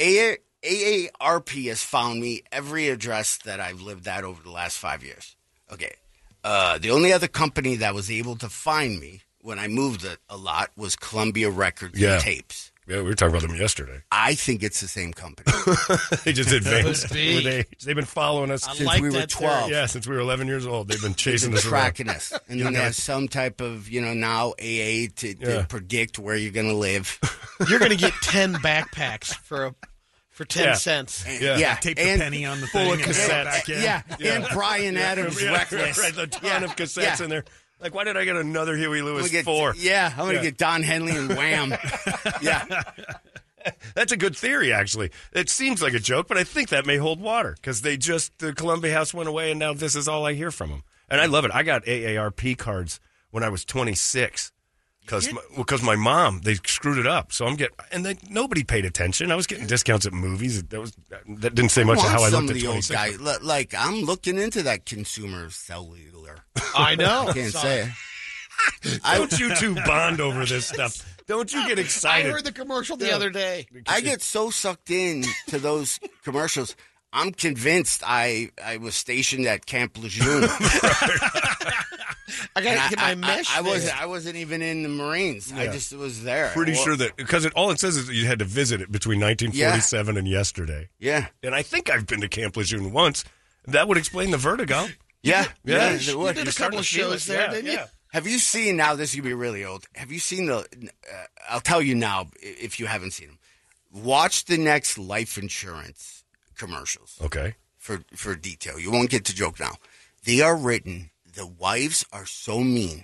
AA- AARP has found me every address that I've lived at over the last five years. Okay, uh, the only other company that was able to find me when I moved a, a lot was Columbia Records Yeah. and Tapes. Yeah, we were talking about them yesterday. I think it's the same company. they just Could advanced. be. With age. They've been following us I since like we were that theory. 12. Yeah, since we were 11 years old. They've been chasing They've us been around. tracking us, and then they have some type of you know now AA to, to Yeah. predict where you're going to live. You're going to get 10 backpacks for a, for 10 Yeah. cents. Yeah. Yeah. Tape the And- penny on the thing and cassettes. back in. Yeah. And Brian Adams yeah, Reckless. Right, the ton of cassettes Yeah. in there. Like, why did I get another Huey I'm Lewis gonna get- four? Yeah, I'm going to Yeah. get Don Henley and Wham. That's a good theory, actually. It seems like a joke, but I think that may hold water because they just the Columbia House went away, and now this is all I hear from them. And I love it. I got AARP cards when I was 26 because because my mom they screwed it up. So I'm getting and they, nobody paid attention. I was getting discounts at movies. That was that didn't say I much of want how I some looked of at the old 26. guy. Li- Like I'm looking into that consumer cellular. I know. I can't Sorry. say. it. I- Don't you two bond over this stuff? Don't you get excited? I heard the commercial the other day. I get so sucked in to those commercials. I'm convinced I, I was stationed at Camp Lejeune. I And got to get my mesh. I, I, fixed. wasn't, I wasn't even in the Marines. I Yeah. just was there. Pretty Well, sure that because it, all it says is that you had to visit it between 1947 and yesterday. Yeah, and I think I've been to Camp Lejeune once. That would explain the vertigo. Yeah, yeah. it would. You're starting to feel it. Yeah, yeah. Have you seen now? This you be really old. Have you seen the? Uh, I'll tell you now i- if you haven't seen them. Watch the next life insurance commercials. Okay. For for detail, you won't get to joke now. They are written. The wives are so mean.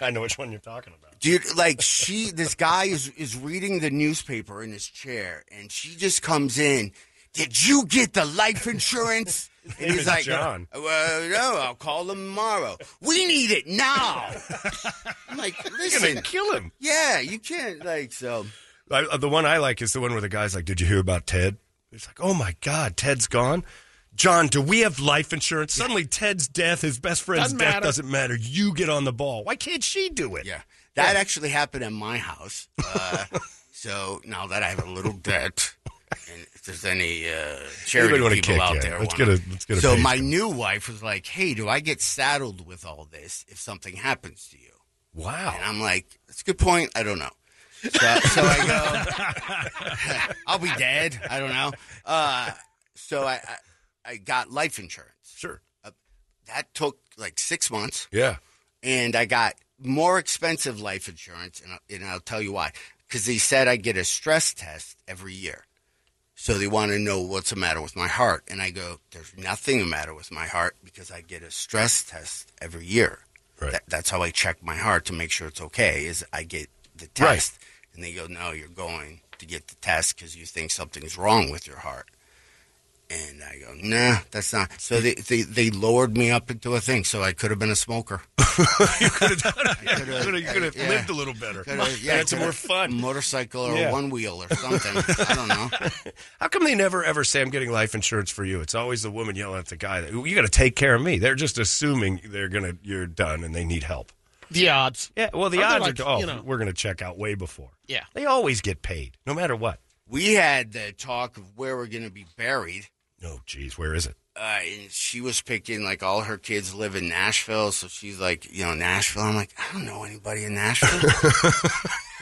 I know which one you're talking about. Dude, like she, this guy is is reading the newspaper in his chair, and she just comes in. Did you get the life insurance? And Name he's is like, "Uh, John. "Well, no, I'll call them tomorrow. We need it now." I'm like, "Listen, kill him." Yeah, you can't like so. I, uh, the one I like is the one where the guy's like, "Did you hear about Ted?" It's like, "Oh my God, Ted's gone." John, do we have life insurance? Suddenly, Ted's death, his best friend's Doesn't death, matter. doesn't matter. You get on the ball. Oh, Why can't she do it? Yeah, that actually happened at my house. Uh, so now that I have a little debt, and if there's any uh, charity Anybody wanna people kick out in? there, Let's wanna- get a- let's get a so page my new wife was like, "Hey, do I get saddled with all this if something happens to you?" Wow, and I'm like, "That's a good point. I don't know." So, so I go, "I'll be dead. I don't know." Uh, so I, I I got life insurance. Sure, uh, that took like six months Yeah. and I got more expensive life insurance, and, I, and I'll tell you why. Because they said I get a stress test every year, so they want to know what's the matter with my heart, and I go, "There's nothing the matter with my heart because I get a stress test every year. That, that's how I check my heart to make sure it's okay. Is I get the test, and they go, "No, you're going to get the test because you think something's wrong with your heart." And I go, nah, that's not. So they, they, they lowered me up into a thing, so I could have been a smoker. You could have Yeah. lived a little better. Could've- yeah, had some more could've- fun. Motorcycle or Yeah. a one wheel or something. I don't know. How come they never ever say I'm getting life insurance for you? It's always the woman yelling at the guy that you got to take care of me. They're just assuming they're gonna you're done and they need help. the odds. Yeah, well, the Aren't they odds like, are oh you know, we're gonna check out way before. Yeah. they always get paid no matter what. We had the talk of where we're going to be buried. Oh, geez, where is it? Uh, and she was picking, like, all her kids live in Nashville. So she's like, you know, Nashville. I'm like, I don't know anybody in Nashville.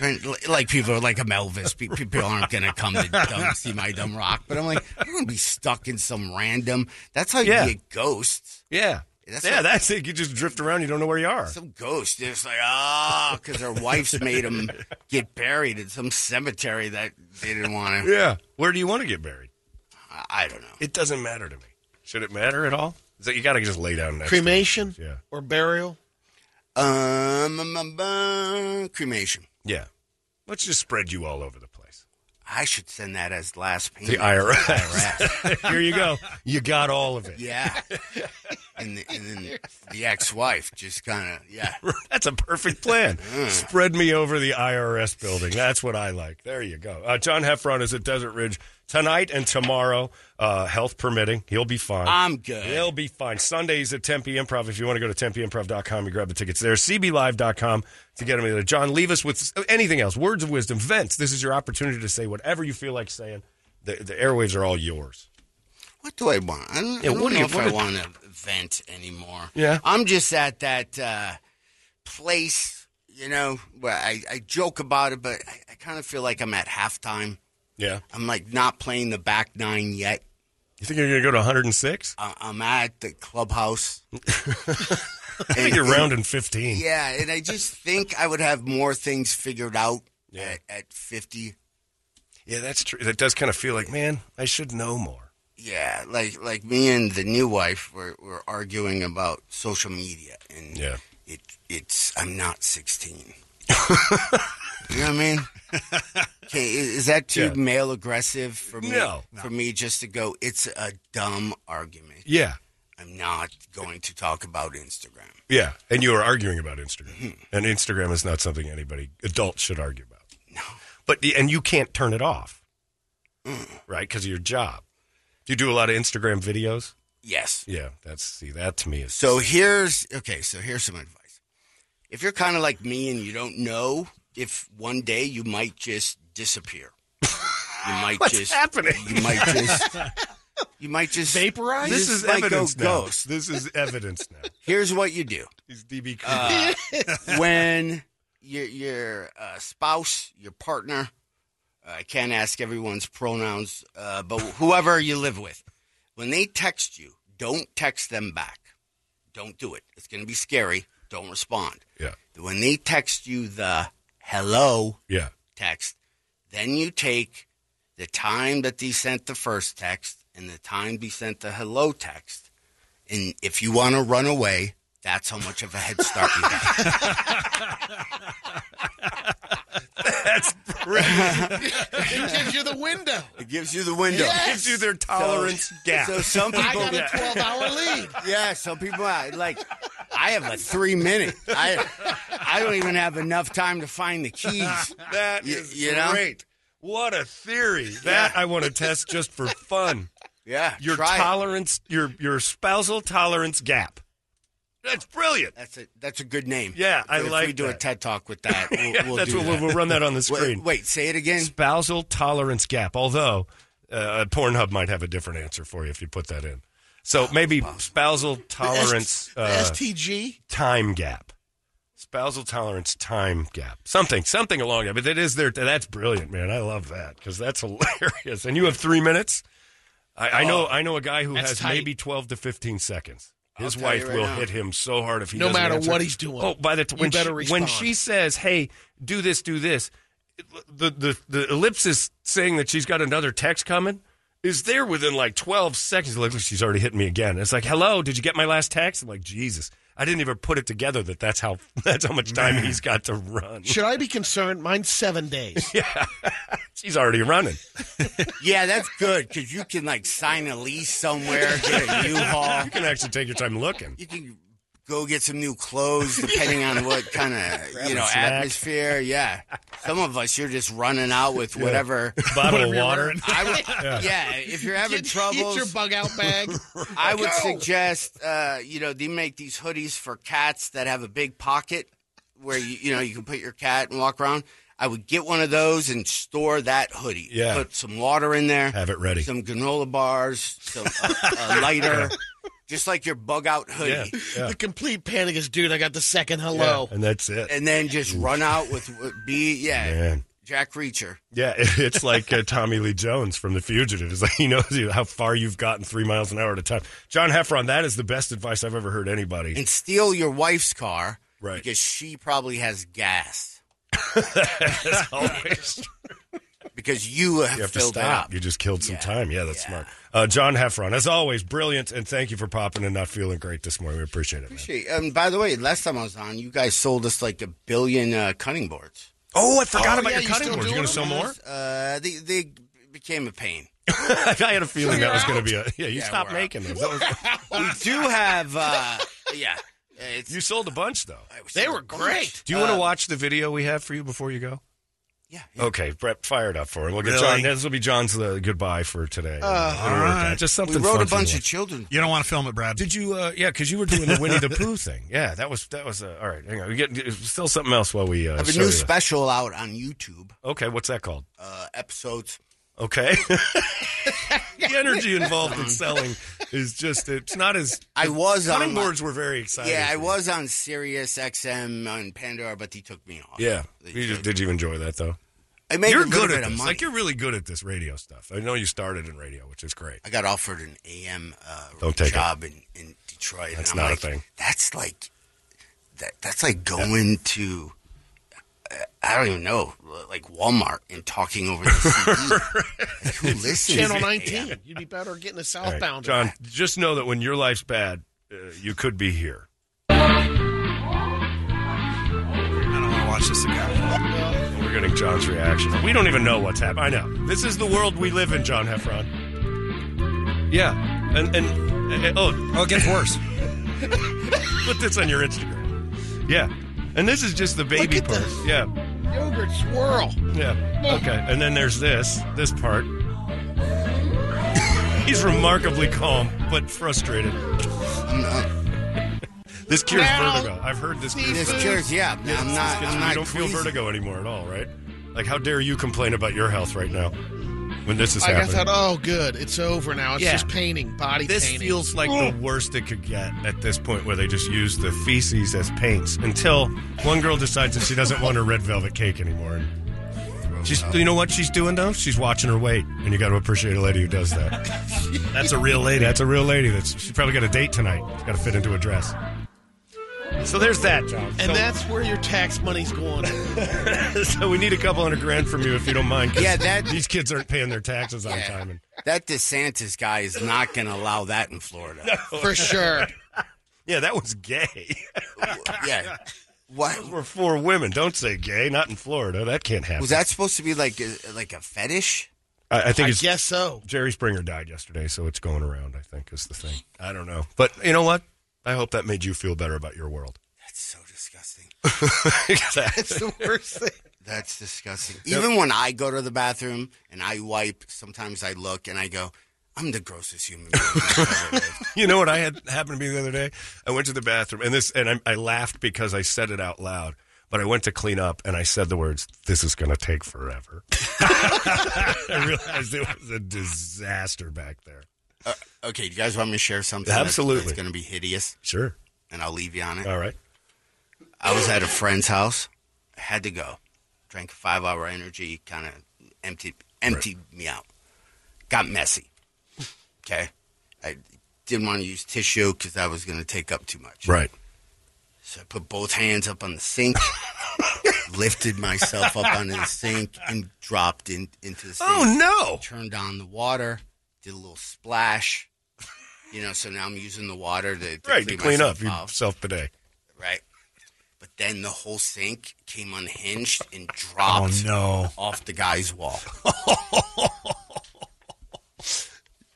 And, li- like, people are like, I'm Elvis. Pe- People aren't going to come to dumb, see my dumb rock. But I'm like, I'm going to be stuck in some random. That's how Yeah. you get ghosts. Yeah, That's yeah, what- that's it. You just drift around. You don't know where you are. Some ghost. They're just like, ah, because their wives made them get buried in some cemetery that they didn't want to. Yeah, where do you want to get buried? I, I don't know. It doesn't matter to me. Should it matter at all? Is that you got to just lay down next to it. cremation Yeah. or burial? Um, um, um, um, cremation. Yeah, let's just spread you all over the place. I should send that as last payment. The IRS. Here you go. You got all of it. Yeah. and, the, and then the ex-wife just kind of yeah. That's a perfect plan. Hmm. Mm. Spread me over the IRS building. That's what I like. There you go. Uh, John Heffron is at Desert Ridge tonight and tomorrow, uh, health permitting. He'll be fine. I'm good. He'll be fine. Sundays at Tempe Improv. If you want to go to TempeImprov.com, you grab the tickets there. CBLive.com to get them there. John, leave us with anything else. Words of wisdom, vents. This is your opportunity to say whatever you feel like saying. The, the airwaves are all yours. What do I want? I don't, Yeah, I don't what do know you- if what I do- want to vent anymore. Yeah. I'm just at that uh, place, you know, where I, I joke about it, but I, I kind of feel like I'm at halftime. Yeah. I'm like not playing the back nine yet. You think you're going to go to 106? I, I'm at the clubhouse. I think you're rounding 15. Yeah, and I just think I would have more things figured out at, at 50. Yeah, that's true. That does kind of feel like, man, I should know more. Yeah, like like me and the new wife were, were arguing about social media, and Yeah. it it's I'm not 16. you know what I mean? Okay, i- is that too Yeah. male aggressive for me? No. for me just to go. It's a dumb argument. Yeah. I'm not going to talk about Instagram. Yeah, and you were arguing about Instagram, Hmm. and Instagram is not something anybody adult should argue about. No, but and you can't turn it off, Mm. right? Because of your job. Do you do a lot of Instagram videos? Yes. Yeah, that's see that to me is So here's okay. So here's some advice. If you're kind of like me and you don't know if one day you might just disappear, you might What's just happening? You might just you might just vaporize. this is evidence now. ghost. This is evidence now. Here's what you do. He's DB Uh, when your your uh, spouse, your partner, uh, I can't ask everyone's pronouns, uh, but whoever you live with, when they text you, don't text them back. Don't do it. It's going to be scary. Don't respond. Yeah. When they text you the hello Yeah. text, then you take the time that they sent the first text and the time they sent the hello text. And if you want to run away, that's how much of a head start you got. that's it gives you the window. It gives you the window. Yes. Gives you their tolerance so, gap. So some people I got a 12 hour lead. Yeah, some people I- like. I have a three minute. I I don't even have enough time to find the keys. That Y- is you know? great. What a theory. That I want to test just for fun. Yeah. Your try it. tolerance, your your spousal tolerance gap. That's brilliant. That's a that's a good name. Yeah, I if like we do a that. TED talk with that. We'll, Yeah, we'll that's do what that. we'll, we'll run that on the screen. Wait, wait, say it again. Spousal tolerance gap. Although uh, Pornhub might have a different answer for you if you put that in. Oh, So maybe spousal tolerance The uh, STG. time gap. Spousal tolerance time gap. Something, something along that. But that is their. That's brilliant, man. I love that because that's hilarious. And you have three minutes. I, I know. Oh, I know a guy who that's has tight. maybe twelve to fifteen seconds. His I'll tell wife you right will now. hit him so hard if he No doesn't matter answer. what he's doing, Oh, by the t- you when better she, when respond. she says, "Hey, do this, do this," the the the ellipsis saying that she's got another text coming is there within like 12 seconds. Like she's already hitting me again. It's like, "Hello, did you get my last text?" I'm like, "Jesus, I didn't even put it together that that's how that's how much time he's got to run." Should I be concerned? Mine's seven days. She's already running. Yeah, that's good because you can like sign a lease somewhere, get a U-Haul, You can actually take your time looking. you can go get some new clothes depending on what kind of you a know snack. atmosphere. Yeah, some of us you're just running out with Yeah. whatever Bottle of water. I would, Yeah. yeah. if you're having Get- troubles, Get your bug out bag. I would Go. suggest, uh, you know, they make these hoodies for cats that have a big pocket where you, you know, you can put your cat and walk around. I would get one of those and store that hoodie. Yeah. Put some water in there. Have it ready. Some granola bars, some a, a lighter, just like your bug out hoodie. Yeah. The complete panic is, dude, I got the second hello. And that's it. And then just run out with be yeah, Man. Jack Reacher. Yeah, it- it's like uh, Tommy Lee Jones from The Fugitive. It's like he knows you- how far you've gotten three miles an hour at a time. John Heffron, that is the best advice I've ever heard anybody. And steal your wife's car Right. because she probably has gas. That's always Because you have, you have to filled it stop. up. You just killed some time. Yeah, that's smart. Uh, John Heffron, as always, brilliant. And thank you for popping and not feeling great this morning. We appreciate it. man. Appreciate. And by the way, last time I was on, you guys sold us like a billion uh, cutting boards. Oh, I forgot Oh, about yeah, your you cutting still board. You going to sell doing more? Uh, they they became a pain. I had a feeling So that was you're going to be a. Yeah, you Yeah, stopped we're out. making those. That was- We do have uh, yeah. you sold a bunch though. They were great. Um, Do you want to Uh, watch the video we have for you before you go? Yeah. Okay, Brett, fired up for it. We'll get Really? John. This will be John's uh, goodbye for today. Uh, It'll work all right. out. Just something. We wrote fun a bunch for you. of children. You don't want to film it, Brad. Did you? Uh, yeah, because you were doing the Winnie the Pooh thing. Yeah, that was that was uh, all right. Hang on, we get still something else while we uh, I have a show new you. special out on YouTube. Okay, what's that called? Uh, episodes. Okay, the energy involved Mm-hmm. in selling is just it's not as I was cutting on my- boards were very exciting. Yeah, I for me. was on Sirius XM on Pandora, but they took me off. Yeah, you just, did you enjoy that though? I made you're a little good bit at of this. money. Like you're really good at this radio stuff. I know you started in radio, which is great. I got offered an AM uh, Don't take it. job in, in Detroit. and That's I'm not a like, thing. That's like that. That's like going to uh, I don't even know, like Walmart and talking over the CD. Like, who listens? Channel Yeah. 19. You'd be better getting a All right, southbound. John, just know that when your life's bad, uh, you could be here. I don't want to watch this again. We're getting John's reaction. We don't even know what's happening. I know. This is the world we live in, John Heffron. Yeah. And, and, and- oh. Oh, it gets worse. Put this on your Instagram. Yeah. And this is just the baby part. Yeah. Yogurt swirl. Yeah. Okay. And then there's this, this part. He's remarkably calm, but frustrated. this cures Now, vertigo. I've heard this cures This vertigo. cures, yeah. Yeah, I'm not. it's just 'cause I'm we not don't feel queasy. vertigo anymore at all, right? Like, how dare you complain about your heth right now when this is Like I happening? thought, oh, good, it's over now. It's Yeah. just painting, body this painting. feels like the worst it could get at this point, where they just use the feces as paints until one girl decides that she doesn't want her red velvet cake anymore. And she's, you know what she's doing though? She's watching her weight, and you got to appreciate a lady who does that. That's a real lady. That's a real lady. That's she probably got a date tonight. She's got to fit into a dress. So there's that, John. and So- that's where your tax money's going. so we need a couple hundred grand from you if you don't mind. 'cause Yeah, that- these kids aren't paying their taxes on time. And That DeSantis guy is not going to allow that in Florida For sure. yeah, that was gay. yeah, what Those were four women. Don't say gay. Not in Florida. That can't happen. was that supposed to be like a, like a fetish? I, I think. I it's, guess so. Jerry Springer died yesterday, so it's going around. I think is the thing. I don't know, but you know what? I hope that made you feel better about your world. That's so Oh, disgusting. That's the worst thing. That's disgusting. Yep. Even when I go to the bathroom and I wipe, sometimes I look and I go, "I'm the grossest human." being." you know what I had happened to me the other day? I went to the bathroom and this and I, I laughed because I said it out loud. But I went to clean up and I said the words, "This is going to take forever." I realized it was a disaster back there. uh, okay, do you guys want me to share something? Absolutely. it's going to be hideous. Sure. And I'll leave you on it. All right. I was at a friend's house. I had to go. Drank a five-hour energy. Kind of emptied emptied me out. Got messy. Okay, I didn't want to use tissue because that was going to take up too much. Right. So I put both hands up on the sink, lifted myself up onto the sink, and dropped in, into the sink. Oh, no. Turned on the water, did a little splash. You know, so now I'm using the water to, to Right. To clean, clean up myself off, yourself today. right? But then the whole sink came unhinged and dropped no. off the guy's wall.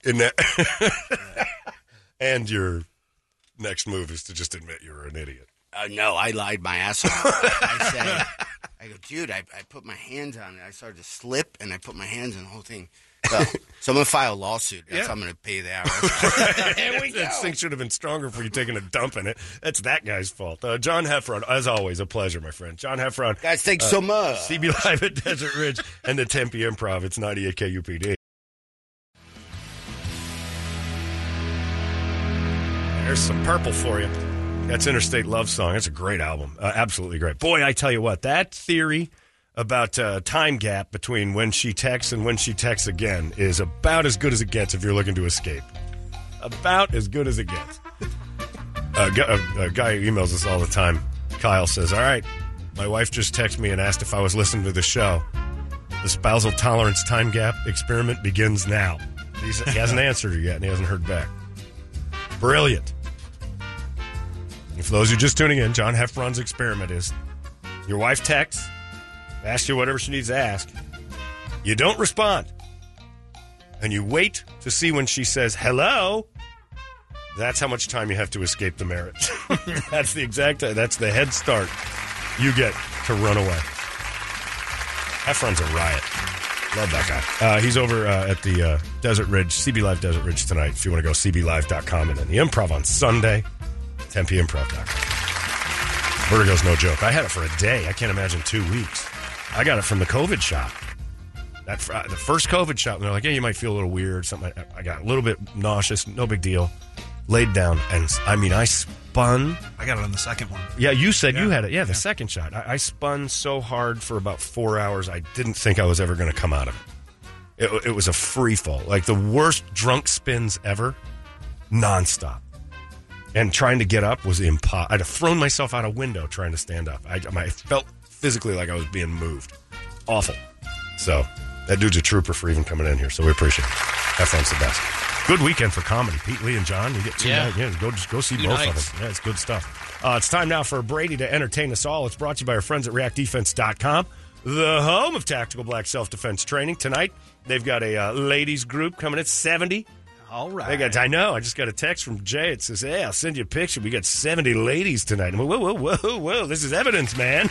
And that, and your next move is to just admit you're an idiot. Uh, no, I lied my ass off. I said, I go, dude, I, I put my hands on it. I started to slip, and I put my hands on the whole thing. So, so I'm going to file a lawsuit. That's how I'm going to pay the IRS. There we That thing should have been stronger for you taking a dump in it. That's that guy's fault. Uh, John Heffron, as always, a pleasure, my friend. John Heffron. Guys, thanks so much. CB Uh, Live at Desert Ridge and the Tempe Improv. It's 98 KUPD. There's some purple for you. That's Interstate Love Song. That's a great album. Uh, absolutely great. Boy, I tell you what, that theory about uh, time gap between when she texts and when she texts again is about as good as it gets if you're looking to escape. About as good as it gets. A, gu- a, a guy who emails us all the time, Kyle says, All right, my wife just texted me and asked if I was listening to the show. The spousal tolerance time gap experiment begins now. He's, he hasn't answered her yet and he hasn't heard back. Brilliant. And for those who are just tuning in, John Heffron's experiment is your wife texts, asks you whatever she needs to ask. You don't respond. And you wait to see when she says hello. That's how much time you have to escape the marriage. that's the exact. That's the head start you get to run away. Efron's a riot. Love that guy. Uh, he's over uh, at the uh, Desert Ridge, CB Live Desert Ridge tonight. If you want to go, cblive.com and then the improv on Sunday, tempeimprov.com. Vertigo's no joke. I had it for a day. I can't imagine two weeks. I got it from the COVID shot. That fr- uh, the first COVID shot, and they're like, "Yeah, you might feel a little weird." Something. Like I got a little bit nauseous. No big deal. Laid down, and s- I mean, I spun. I got it on the second one. Yeah, you said you had it. Yeah, the second shot. I, I spun so hard for about four hours, I didn't think I was ever going to come out of it. it. It was a free fall, like the worst drunk spins ever, nonstop. And trying to get up was impossible. I'd have thrown myself out a window trying to stand up. I, I felt physically like I was being moved. Awful. So that dude's a trooper for even coming in here. So we appreciate it. Efron's the best. Good weekend for comedy. Pete Lee and John, you get two Yeah. nights. Yeah, go just go see Two both nights. of them. Yeah, it's good stuff. Uh, it's time now for Brady to entertain us all. It's brought to you by our friends at ReactDefense.com, the home of tactical black self defense training. Tonight they've got a uh, ladies group coming at seventy. All right. They got, I know. I just got a text from Jay. It says, "Hey, I'll send you a picture. We got seventy ladies tonight." I'm like, whoa, whoa, whoa, whoa! This is evidence, man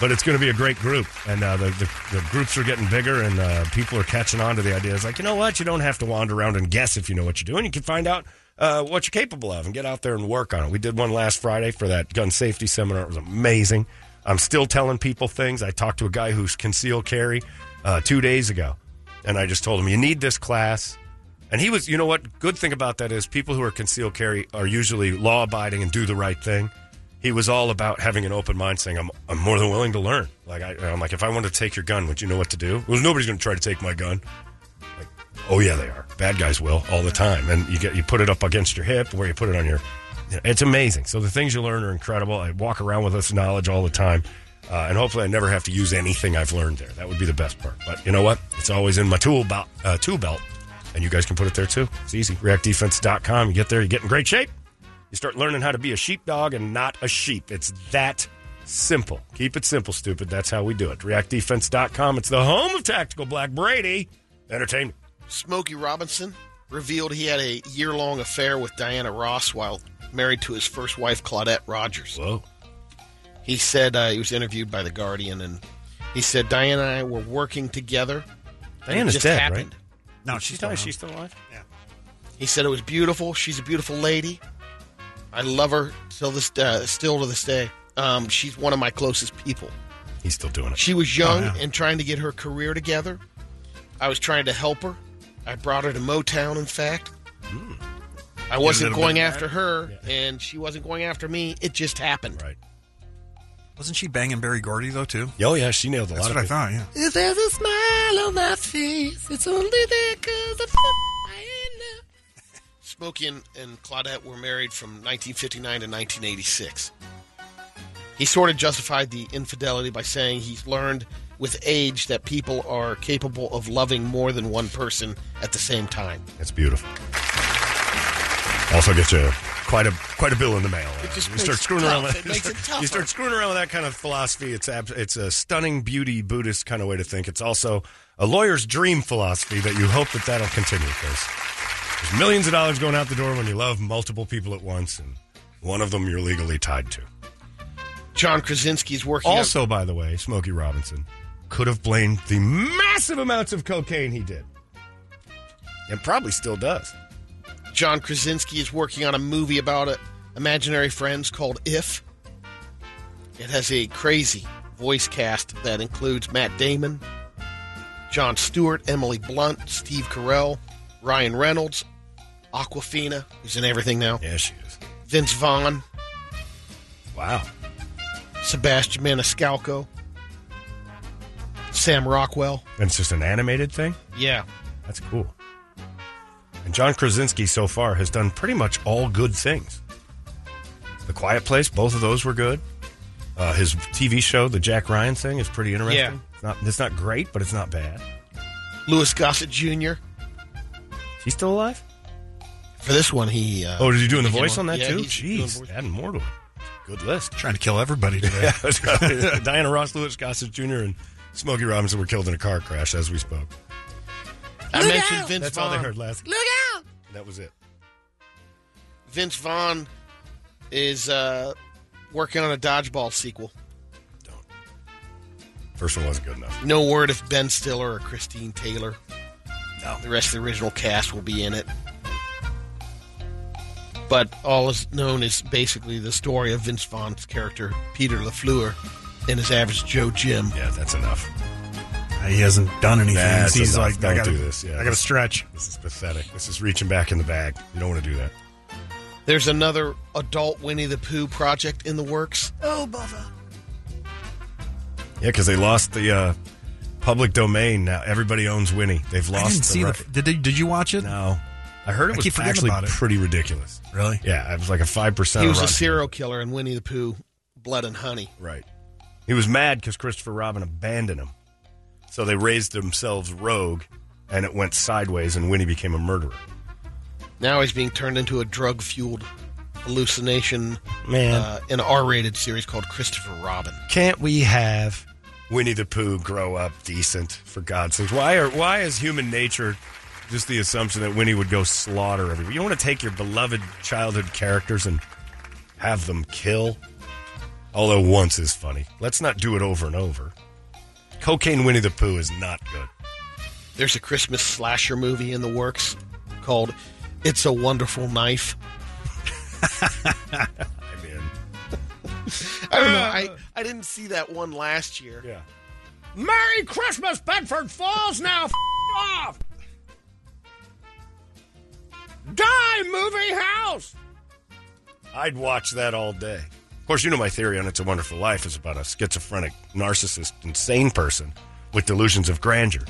but it's going to be a great group, and uh, the, the the groups are getting bigger, and uh, people are catching on to the idea. It's like you know what, you don't have to wander around and guess if you know what you're doing. You can find out uh, what you're capable of and get out there and work on it. We did one last Friday for that gun safety seminar. It was amazing. I'm still telling people things. I talked to a guy who's concealed carry uh, two days ago, and I just told him you need this class. And he was, you know what? Good thing about that is people who are concealed carry are usually law abiding and do the right thing he was all about having an open mind, saying, "I'm I'm more than willing to learn." Like I, I'm like, if I wanted to take your gun, would you know what to do? Well, nobody's going to try to take my gun. Like, oh yeah, they are. Bad guys will all the time, and you get you put it up against your hip, where you put it on your. It's amazing. So the things you learn are incredible. I walk around with this knowledge all the time, uh, and hopefully I never have to use anything I've learned there. That would be the best part. But you know what? It's always in my tool belt, uh, tool belt, and you guys can put it there too. It's easy. ReactDefense.com. You get there, you get in great shape. You start learning how to be a sheepdog and not a sheep. It's that simple. Keep it simple, stupid. That's how we do it. ReactDefense.com. It's the home of Tactical Black Brady Entertainment. Smokey Robinson revealed he had a year long affair with Diana Ross while married to his first wife, Claudette Rogers. Whoa. He said uh, he was interviewed by The Guardian and he said, Diana and I were working together. and it Diana's just dead, happened. right? No, she's still alive. She's still alive? Yeah. He said it was beautiful. She's a beautiful lady. I love her till this uh, still to this day. Um, she's one of my closest people. He's still doing it. She was young Oh, yeah. and trying to get her career together. I was trying to help her. I brought her to Motown. In fact, I Get a Hmm. wasn't little going bit of after her, and she wasn't going after me. It just happened. Right. Wasn't she banging Barry Gordy though too? Oh yeah, she nailed a That's lot what of I thought. Yeah. If there's a smile on my face, it's only there because I Smokey and, and Claudette were married from 1959 to 1986. He sort of justified the infidelity by saying he's learned with age that people are capable of loving more than one person at the same time. It's beautiful. Also gets you quite a quite a bill in the mail. It just you makes start it screwing tough. around. It makes it You tougher. start screwing around with that kind of philosophy. It's ab- it's a stunning beauty Buddhist kind of way to think. It's also a lawyer's dream philosophy that you hope that that'll continue because there's millions of dollars going out the door when you love multiple people at once, and one of them you're legally tied to. John Krasinski's working on- Also, by the way, Smokey Robinson could have blamed the massive amounts of cocaine he did, and probably still does. John Krasinski is working on a movie about uh imaginary friends called If. It has a crazy voice cast that includes Matt Damon, John Stewart, Emily Blunt, Steve Carell, Ryan Reynolds, Aquafina, who's in everything now. Yeah, she is. Vince Vaughn. Wow. Sebastian Maniscalco. Sam Rockwell. And it's just an animated thing. Yeah. That's cool. And John Krasinski so far has done pretty much all good things. The Quiet Place, both of those were good. Uh, his TV show, the Jack Ryan thing, is pretty interesting. Yeah. It's not, it's not great, but it's not bad. Louis Gossett Jr. He's still alive? For this one, he. Uh, oh, is he doing the he came voice on on- that yeah, too? he's doing Jeez, adding more to it. Good list. Trying to kill everybody today. Yeah. Diana Ross, Louis Gossett Jr., and Smokey Robinson were killed in a car crash as we spoke. I mentioned Vince That's all Vaughn. they heard last. Look out! That was it. Vince Vaughn is uh, working on a dodgeball sequel. First one wasn't good enough. No word if Ben Stiller or Christine Taylor. No. The rest of the original cast will be in it. But all is known is basically the story of Vince Vaughn's character, Peter LaFleur, and his average Joe Jim. Yeah, that's enough. He hasn't done anything. That's He's enough. like, don't I gotta do this. Yeah, I gotta stretch. This is pathetic. This is reaching back in the bag. You don't want to do that. There's another adult Winnie the Pooh project in the works. Oh, bother. Yeah, because they lost the uh, public domain. Now everybody owns Winnie. They've I lost. didn't the see ri- the. Did, they, did you watch it? No. I heard it I was keep forgetting actually about it. pretty ridiculous. Really? Yeah, it was like a five percent. He was a serial killer in Winnie the Pooh, Blood and Honey. Right. He was mad because Christopher Robin abandoned him, so they raised themselves rogue, and it went sideways, and Winnie became a murderer. Now he's being turned into a drug fueled hallucination Man. Uh, in an R rated series called Christopher Robin. Can't we have Winnie the Pooh grow up decent? For God's sakes, why are why is human nature just the assumption that Winnie would go slaughter everybody? You don't want to take your beloved childhood characters and have them kill. Although once is funny, let's not do it over and over. Cocaine Winnie the Pooh is not good. There's a Christmas slasher movie in the works called It's a Wonderful Knife. I mean, I don't know. I, I didn't see that one last year. Yeah. Merry Christmas, Bedford Falls. Now, f- off. Die, movie house. I'd watch that all day. Of course, you know my theory on It's a Wonderful Life is about a schizophrenic, narcissist, insane person with delusions of grandeur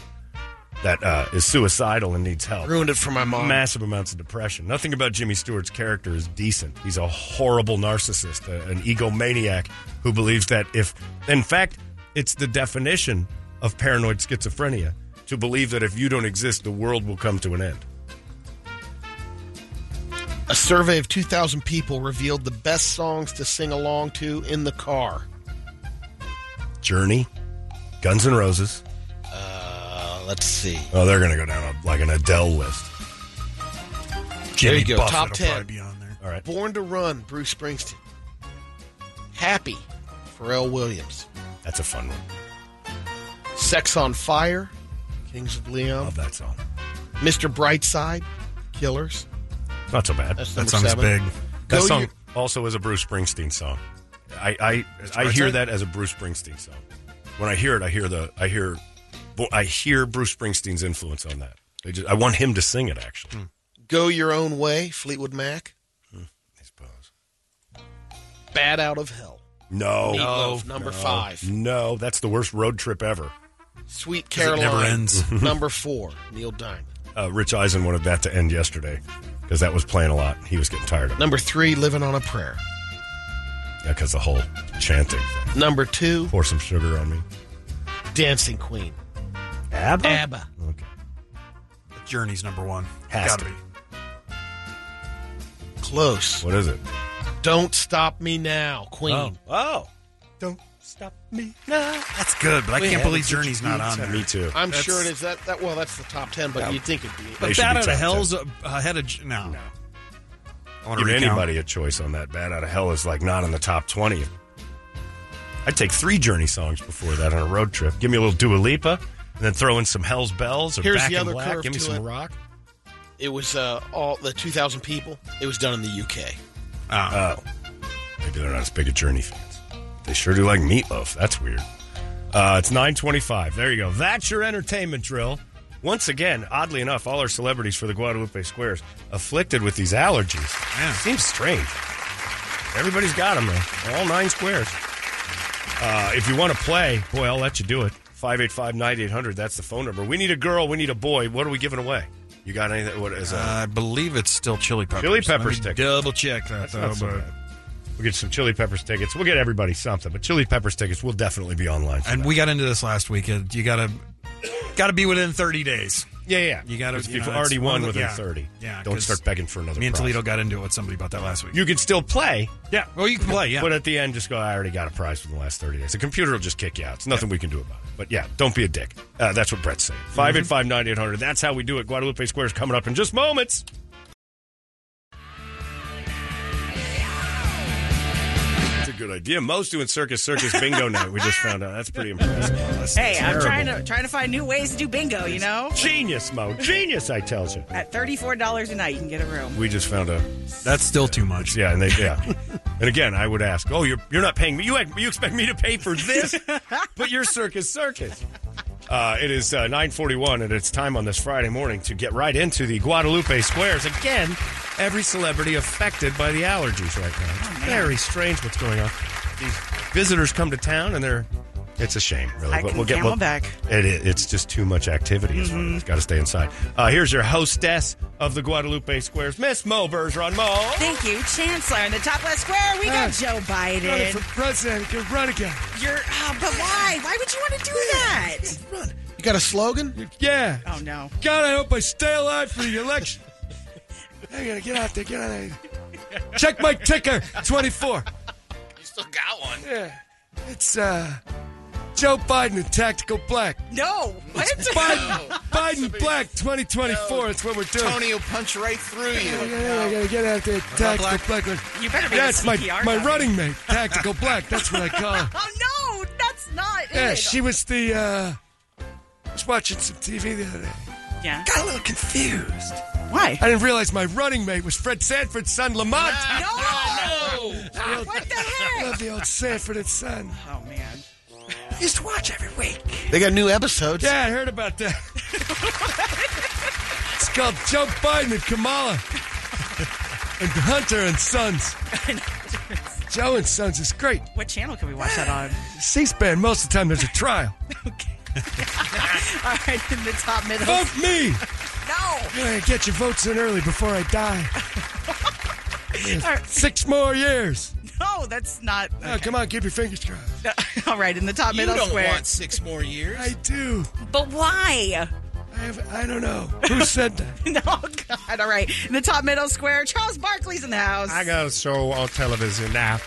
that uh, is suicidal and needs help. Ruined it for my mom. Massive amounts of depression. Nothing about Jimmy Stewart's character is decent. He's a horrible narcissist, a- an egomaniac who believes that if, in fact, it's the definition of paranoid schizophrenia to believe that if you don't exist, the world will come to an end. A survey of 2,000 people revealed the best songs to sing along to in the car. Journey, Guns N' Roses. Uh, let's see. Oh, they're going to go down a, like an Adele list. there Jimmy you go. Buffett Top will 10. probably be on there. All right. Born to Run, Bruce Springsteen. Happy, Pharrell Williams. That's a fun one. Sex on Fire, Kings of Leon. Love that song. Mr. Brightside, Killers. Not so bad. That's That number song's seven. big. That Go song you- also is a Bruce Springsteen song. I I, That's I right, hear sir. that as a Bruce Springsteen song. When I hear it, I hear the I hear bo- I hear Bruce Springsteen's influence on that. I, just, I want him to sing it actually. Go Your Own Way, Fleetwood Mac. Hmm, I suppose. Bad Out of Hell. No, Meatloaf, number No. five. No, that's the worst road trip ever. Sweet 'Cause it never Caroline. ends. number four, Neil Diamond. Uh, Rich Eisen wanted that to end yesterday because that was playing a lot. He was getting tired of it. Number three, Living on a Prayer. Yeah, because the whole chanting. Thing. Number two, Pour some sugar on me. Dancing Queen. ABBA? ABBA. Journey's number one. Has gotta to. be. Close. What is it? Don't Stop Me Now, Queen. Oh. Don't stop me now. That's good, but I Wait, can't yeah, believe that's Journey's not on there. Me too. I'm That's- sure it is. That, that Well, that's the top ten, but Yeah. you'd think it'd be. They But should Bad be Out top of Hell's a- ahead of. J- No. no. I wanna Give recount. anybody a choice on that. Bad Out of Hell is like not in the top 20. I'd take three Journey songs before that on a road trip. Give me a little Dua Lipa and then throw in some Hell's Bells or Here's Back the other in Black. curve Give me to some it. rock. It was uh, all the 2,000 people. It was done in the UK. Oh. Maybe they're not as big a Journey fans. They sure do like meatloaf. That's weird. Uh, it's 925. There you go. That's your entertainment drill. Once again, oddly enough, all our celebrities for the Guadalupe Squares afflicted with these allergies. Seems strange. Everybody's got them, though. All nine squares. Uh, if you want to play, boy, I'll let you do it. 585 9800. That's the phone number. We need a girl. We need a boy. What are we giving away? You got anything? What is that? Uh, I believe it's still chili Uh, peppers. Chili pepper Let me stick. Double check that That's though. not so but- bad. Uh, We'll get some Chili Peppers tickets. We'll get everybody something, but Chili Peppers tickets will definitely be online. and we got into this last week. uh, You gotta gotta be within thirty days. Yeah, yeah. You gotta. If you you've know, already it's won one of the- within yeah. 30, Yeah, don't 'cause start begging for another Me and prize. Toledo got into it with somebody about that last week. You can still play. Yeah. Well, you can play. Yeah. But at the end, just go, I already got a prize for the last 30 days. The computer will just kick you out. It's nothing we can do about it. But yeah, don't be a dick. Uh, that's what Brett's Mm-hmm. saying. 585 9800. That's how we do it. Guadalupe Square is coming up in just moments. idea. Mo's doing Circus Circus Bingo Night. We just found out. That's pretty impressive. That's Hey, I'm terrible. trying to trying to find new ways to do bingo. You know, Genius, Mo. Genius, I tells you. at thirty four dollars a night, you can get a room. We just found a. That's still too much. Yeah, and they yeah. and again, I would ask, oh, you're you're not paying me. You you expect me to pay for this? but you're Circus Circus. Uh, it is uh, 941, and it's time on this Friday morning to get right into the Guadalupe Squares. Again, every celebrity affected by the allergies right now. Oh, It's very strange what's going on. These visitors come to town, and they're... It's a shame, really. I can camelback. It, it, it's just too much activity. It's Mhm. got to stay inside. Uh, here's your hostess of the Guadalupe Squares, Miss Mo Bergeron. Mo. Thank you, Chancellor. In the top left square, we got Joe running for Biden. president, could run again. You're, oh, but why? Why would you want to do that? You got a slogan? Yeah. Oh no. God, I hope I stay alive for the election. I gotta get out there, get out there. Check my ticker, 24. You still got one. Yeah. It's uh, Joe Biden and Tactical Black. No, what? Biden, Biden Black 2024. That's what we're doing. Tony will punch right through I gotta, you. I gotta get out there, about Tactical Black. You better be That's a my CPR my guy. running mate, Tactical Black. That's what I call her. Oh no, that's not Yeah, it. she was the. uh I was watching some TV the other day. Yeah. Got a little confused. Why? I didn't realize my running mate was Fred Sanford's son, Lamont. No! Ah, what the heck? I love the old Sanford and Son. Oh man. Used to watch every week. They got new episodes. Yeah, I heard about that. it's called Joe Biden and Kamala and Hunter and Sons. Joe and Sons is great. What channel can we watch that on? C-SPAN. Most of the time, there's a trial. All right, in the top middle. Vote me. No. Yeah, get your votes in early before I die. All right. Six more years. No, that's not. Oh, come on, keep your fingers crossed. All right, in the top You middle don't square. want six more years. I do. But why? I, have, I don't know. Who said that? no, God. All right, in the top middle square, Charles Barkley's in the house. I got a show on television now.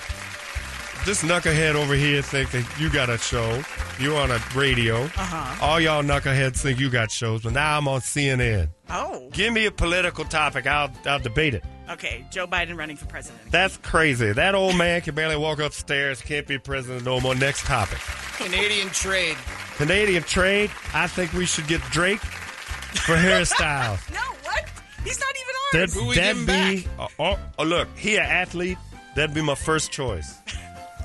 This knucklehead over here think that you got a show. You on a radio. Uh-huh. All y'all knuckleheads think you got shows, but now I'm on CNN. Oh. Give me a political topic. I'll, I'll debate it. Okay, Joe Biden running for president. That's crazy. That old man can barely walk upstairs. Can't be president no more. Next topic. Canadian trade. Canadian trade. I think we should get Drake for hairstyle. No, Oh, what? He's not even on. That, that'd be uh, oh, oh, look, he an athlete. That'd be my first choice.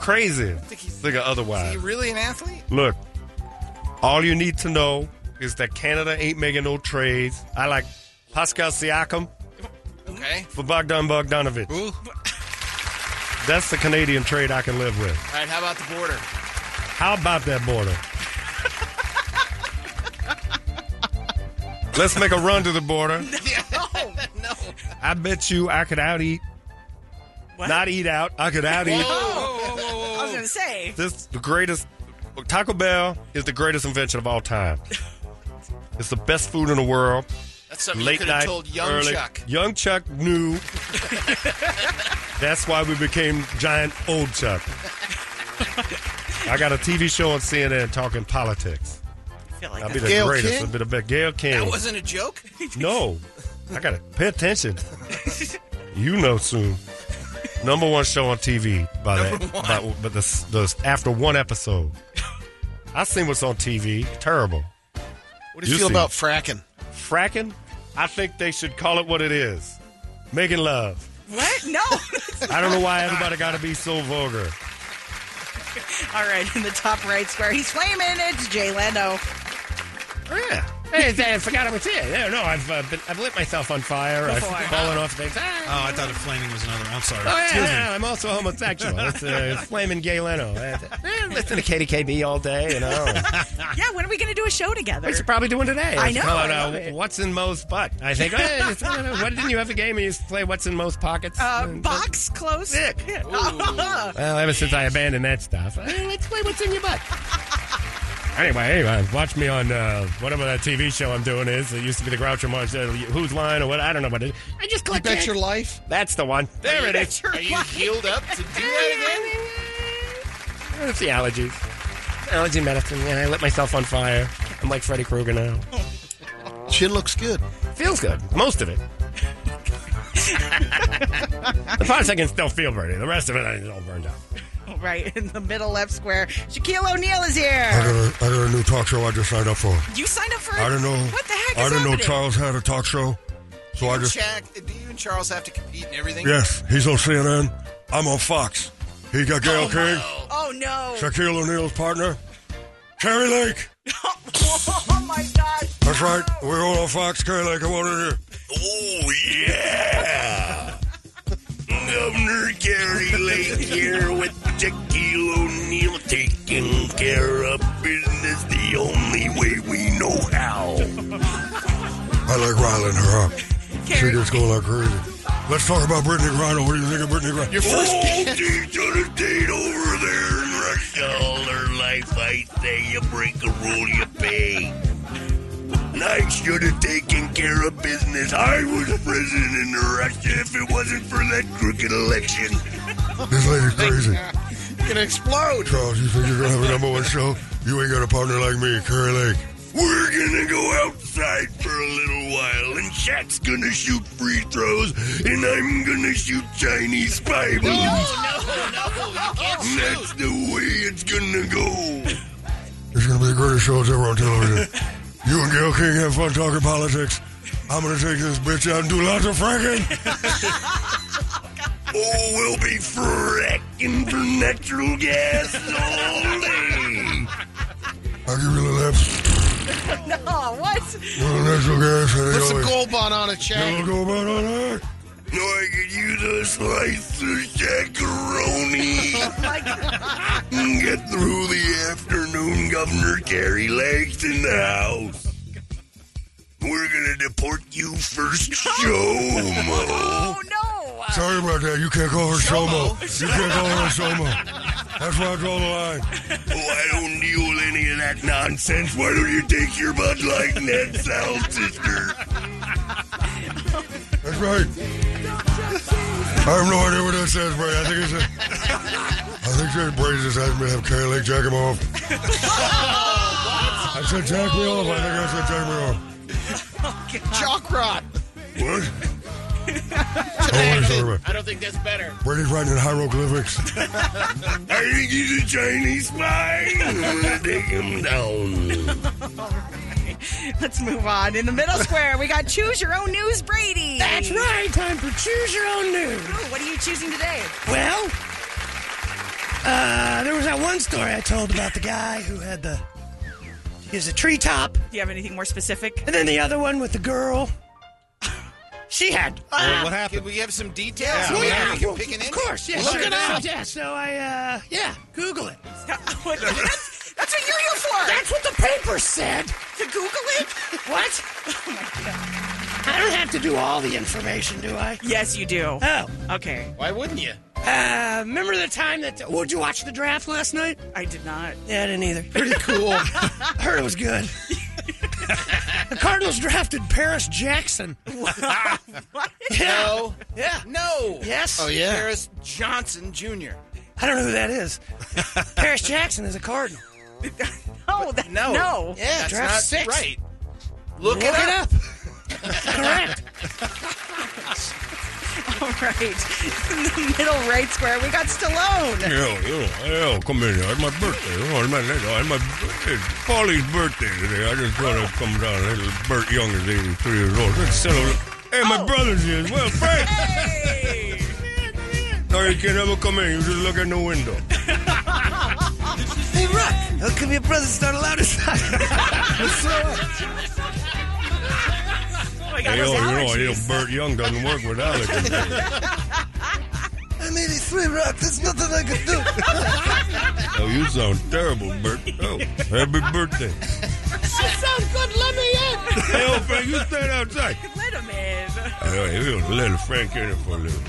Crazy. Think of otherwise. You really an athlete? Look, all you need to know is that Canada ain't making no trades. I like Pascal Siakam Okay. for Bogdan Bogdanovic. That's the Canadian trade I can live with. All right. How about the border? How about that border? Let's make a run to the border. no. I bet you I could out eat. Not eat out. I could out eat. I was gonna say. This is the greatest Taco Bell is the greatest invention of all time. It's the best food in the world. That's something you could have told young Chuck. Young Chuck knew. That's why we became giant old Chuck. I got a TV show on CNN talking politics. I feel like I'll be that. the greatest. I'll be the best. Gail King. That wasn't a joke. No, I gotta pay attention. you know soon. Number one show on TV by Number that, one. by, but the, the after one episode, I seen what's on TV. Terrible. What do you, feel about fracking? fracking? I think they should call it what it is. Making love. What? No. I don't know why everybody got to be so vulgar. All right, in the top right square, he's flaming. It's Jay Leno. Oh yeah. Hey, I forgot I was here. No, no, I've uh, been, I've lit myself on fire. Before. I've fallen off things. Oh, Ah. I thought a flaming was another. I'm sorry. Oh, yeah, Excuse me. yeah, I'm also homosexual. It's uh, flaming gay Leno. Uh, eh, listen to KDKB all day, you know. Yeah, when are we gonna do a show together? We should probably do one today. I It's know. called, I love uh, it. What's in Mo's butt? I think. eh, it's- I don't know. what didn't you have a game and you used to play What's in Mo's pockets? Uh, box close. Well, ever since I abandoned that stuff. eh, Let's play what's in your butt. Anyway, anyway, watch me on uh, whatever that TV show I'm doing is. It used to be the Groucho Marx, uh, Who's Line or what? I don't know what it is. I just clicked bet it. your life. That's the one. There it is. Are you healed up to do that again? It's the allergies. Allergy medicine. Yeah, I lit myself on fire. I'm like Freddy Krueger now. Chin looks good. Feels good. Most of it. the parts I can still feel burning. The rest of it I all burned out. right in the middle left square. Shaquille O'Neal is here. I got, a, I got a new talk show I just signed up for. You signed up for? I don't know. What the heck? I is don't know happening? Charles had a talk show. So I just. Jack, do you and Charles have to compete in everything? Yes, he's on CNN. I'm on Fox. He got Gail King, Oh no! Shaquille O'Neal's partner, Carrie Lake. oh my God! That's right. We're all on Fox. Carrie Lake, come on in here. Oh yeah! Governor Gary Lake here with Shaquille O'Neal taking care of business the only way we know how. I like riling her up. She Carrie- just going like crazy. Let's talk about Brittany Griner. What do you think of Brittany Griner? Your first oh, dude, on a date over there in Russia all her life. I say you break a rule, you pay. And I should have taken care of business. I was president in Russia if it wasn't for that crooked election. This lady's crazy. gonna explode. Charles, you think you're gonna have a number one show? You ain't got a partner like me, Carrie Lake. We're gonna go outside for a little while, and Shaq's gonna shoot free throws, and I'm gonna shoot Chinese spy balloons. And That's the way it's gonna go. It's gonna be the greatest show that's ever on television. you and Gail King have fun talking politics. I'm gonna take this bitch out and do lots of fracking. Oh, we'll be fracking for natural gas all day. I'll give you a little left, no, what? little natural gas, Put and they some always- gold bond on it, Chad. Gold bond on it. No, I could use a slice of macaroni. and get through the afternoon, Governor Gary Legs in the house. We're gonna deport you first, Jomo. Sorry about that. You can't call her Shomo. You can't call her Shomo. That's why I draw the line. Oh, I don't deal with any of that nonsense. Why don't you take your butt like Ned Sal's sister? That's right. I have no idea what that says, Bray. I think it's a, I think that Bray just asked me to have Carrie Lake jack him off. I said jack me off. I think I said jack me off. Chalk rot. What? Oh, wait, sorry, Bray. I don't think that's better. Brady's writing in hieroglyphics. I think he's a Chinese spy. I'm gonna take him down. Let's move on. In the middle square, we got Choose Your Own News, Brady. That's right. Time for Choose Your Own News. what are you choosing today? Well, uh, there was that one story I told about the guy who had the. He was a treetop. Do you have anything more specific? And then the other one with the girl. She had. Ah, what happened? Could we have some details? Well, yeah. we can pick an Of course, yeah. sure. Yeah, so I, uh, yeah, Google it. that's, that's what you're here for. That's what the paper said. To Google it? Oh, What? I don't have to do all the information, do I? Yes, you do. Oh. Okay. Why wouldn't you? Uh, remember the time that. Would you watch the draft last night? I did not. Yeah, I didn't either. Pretty cool. I heard it was good. the Cardinals drafted Paris Jackson. No. Yeah. No. Yes. Oh, yeah. Harris Johnson Jr. I don't know who that is. Paris Jackson is a Cardinal. No, that, no. no. Yeah, that's Draft not six. right. Look, Look it up. Correct. All right. In the middle right square, we got Stallone. Yo, yo, yo, come in here. It's my birthday. Oh, it's my, it's my birthday. It's Paulie's birthday today. I just thought I'd come down. Little Bert Young is 83 years old. Let's celebrate. Hey, my Oh. brother's here as well. Frank! Sorry, you can't ever come in. You just look in the window. Hey, Rock, how come your brother's not allowed inside? Oh my Hey, yo, you know, you know, Bert Young doesn't work with Alex. I made it three, Rock. There's nothing I can do. oh, you sound terrible, Bert. Oh, happy birthday. sounds good. Let me in. Hey, yo, Frank, you stand outside. Let him in. Hey, hey, yo, let Frank in here for a little.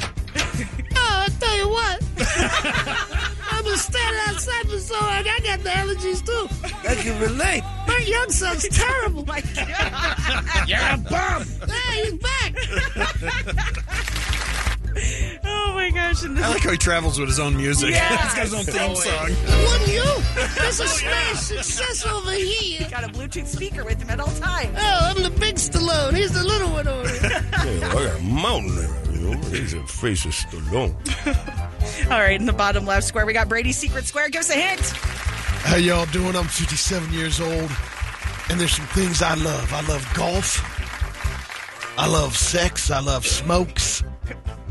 Oh, I tell you what. I'm gonna stand outside for so long. I got the allergies too. I can relate. Bert Young sounds terrible. my God. You're a bum. Hey, he's back. Oh my gosh. And this I like how he travels with his own music. He's Yes. got his own theme song. Wouldn't you? There's a Oh, smash success over here. He got a Bluetooth speaker with him at all times. Oh, I'm the big Stallone. He's the little one over here. Hey, I got a mountain. there, You know, he's a face of Stallone. All right, in the bottom left square, we got Brady's Secret Square. Give us a hint. How y'all doing? I'm 57 years old, and there's some things I love. I love golf. I love sex. I love smokes.